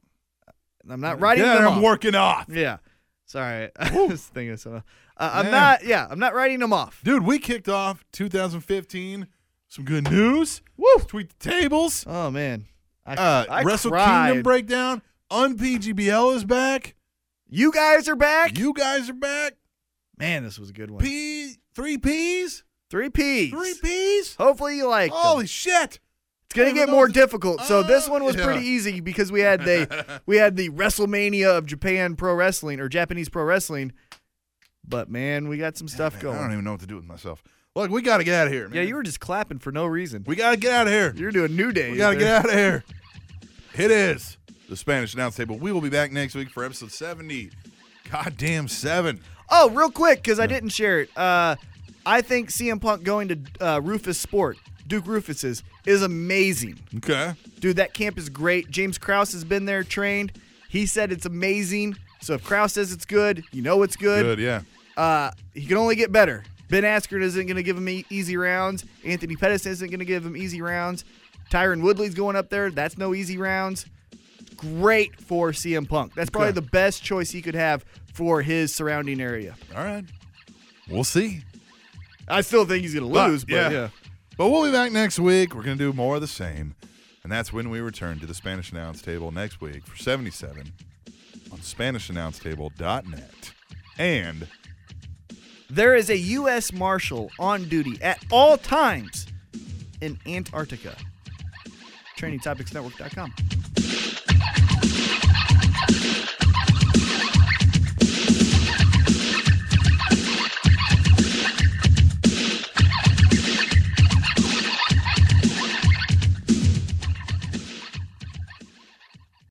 Speaker 2: I'm not writing
Speaker 1: yeah,
Speaker 2: them off.
Speaker 1: I'm working off.
Speaker 2: Yeah. Sorry. [laughs] I was thinking of something. Uh, I'm
Speaker 1: Man.
Speaker 2: not yeah, I'm not writing them off.
Speaker 1: Dude, we kicked off 2015. Some good news. Woo! Tweet the tables.
Speaker 2: Oh man. I,
Speaker 1: Uh,
Speaker 2: I
Speaker 1: Wrestle
Speaker 2: cried.
Speaker 1: Kingdom breakdown. UnPGBL is back.
Speaker 2: You guys are back.
Speaker 1: You guys are back.
Speaker 2: man, this was a good one.
Speaker 1: P three P's.
Speaker 2: Three P's.
Speaker 1: Three P's. Oh,
Speaker 2: Hopefully you like
Speaker 1: Holy shit!
Speaker 2: It's gonna
Speaker 1: I
Speaker 2: get
Speaker 1: don't
Speaker 2: more
Speaker 1: know.
Speaker 2: difficult. So this
Speaker 1: Uh,
Speaker 2: one was
Speaker 1: yeah.
Speaker 2: pretty easy because we had
Speaker 1: [laughs]
Speaker 2: the we had the WrestleMania of Japan Pro Wrestling or Japanese Pro Wrestling. But man, we got some stuff
Speaker 1: Man,
Speaker 2: going.
Speaker 1: I don't even know what to do with myself. Look, we gotta get out of here. Man.
Speaker 2: yeah, you were just clapping for no reason.
Speaker 1: We gotta get out of here.
Speaker 2: You're doing New Day.
Speaker 1: We gotta
Speaker 2: there.
Speaker 1: get out of here. It is the Spanish announce table. We will be back next week for episode seventy. Goddamn seven.
Speaker 2: Oh, real quick, because I didn't share it. Uh, I think CM Punk going to uh, Rufus Sport, Duke Rufus's, is amazing.
Speaker 1: Okay.
Speaker 2: Dude, that camp is great. James Krause has been there, trained. He said it's amazing. So if Krause says it's good, you know it's
Speaker 1: Good. Yeah.
Speaker 2: uh, he can only get better. Ben Askren isn't going to give him e- easy rounds. Anthony Pettis isn't going to give him easy rounds. Tyron Woodley's going up there. That's no easy rounds. Great for CM Punk. That's probably
Speaker 1: Okay.
Speaker 2: the best choice he could have for his surrounding area.
Speaker 1: All right. We'll see.
Speaker 2: I still think he's going to lose, but, yeah.
Speaker 1: But we'll be back next week. We're going to do more of the same. And that's when we return to the Spanish Announce Table next week for 77 on SpanishAnnounceTable.net. And
Speaker 2: There is a U.S. Marshal on duty at all times in Antarctica. TrainingTopicsNetwork.com.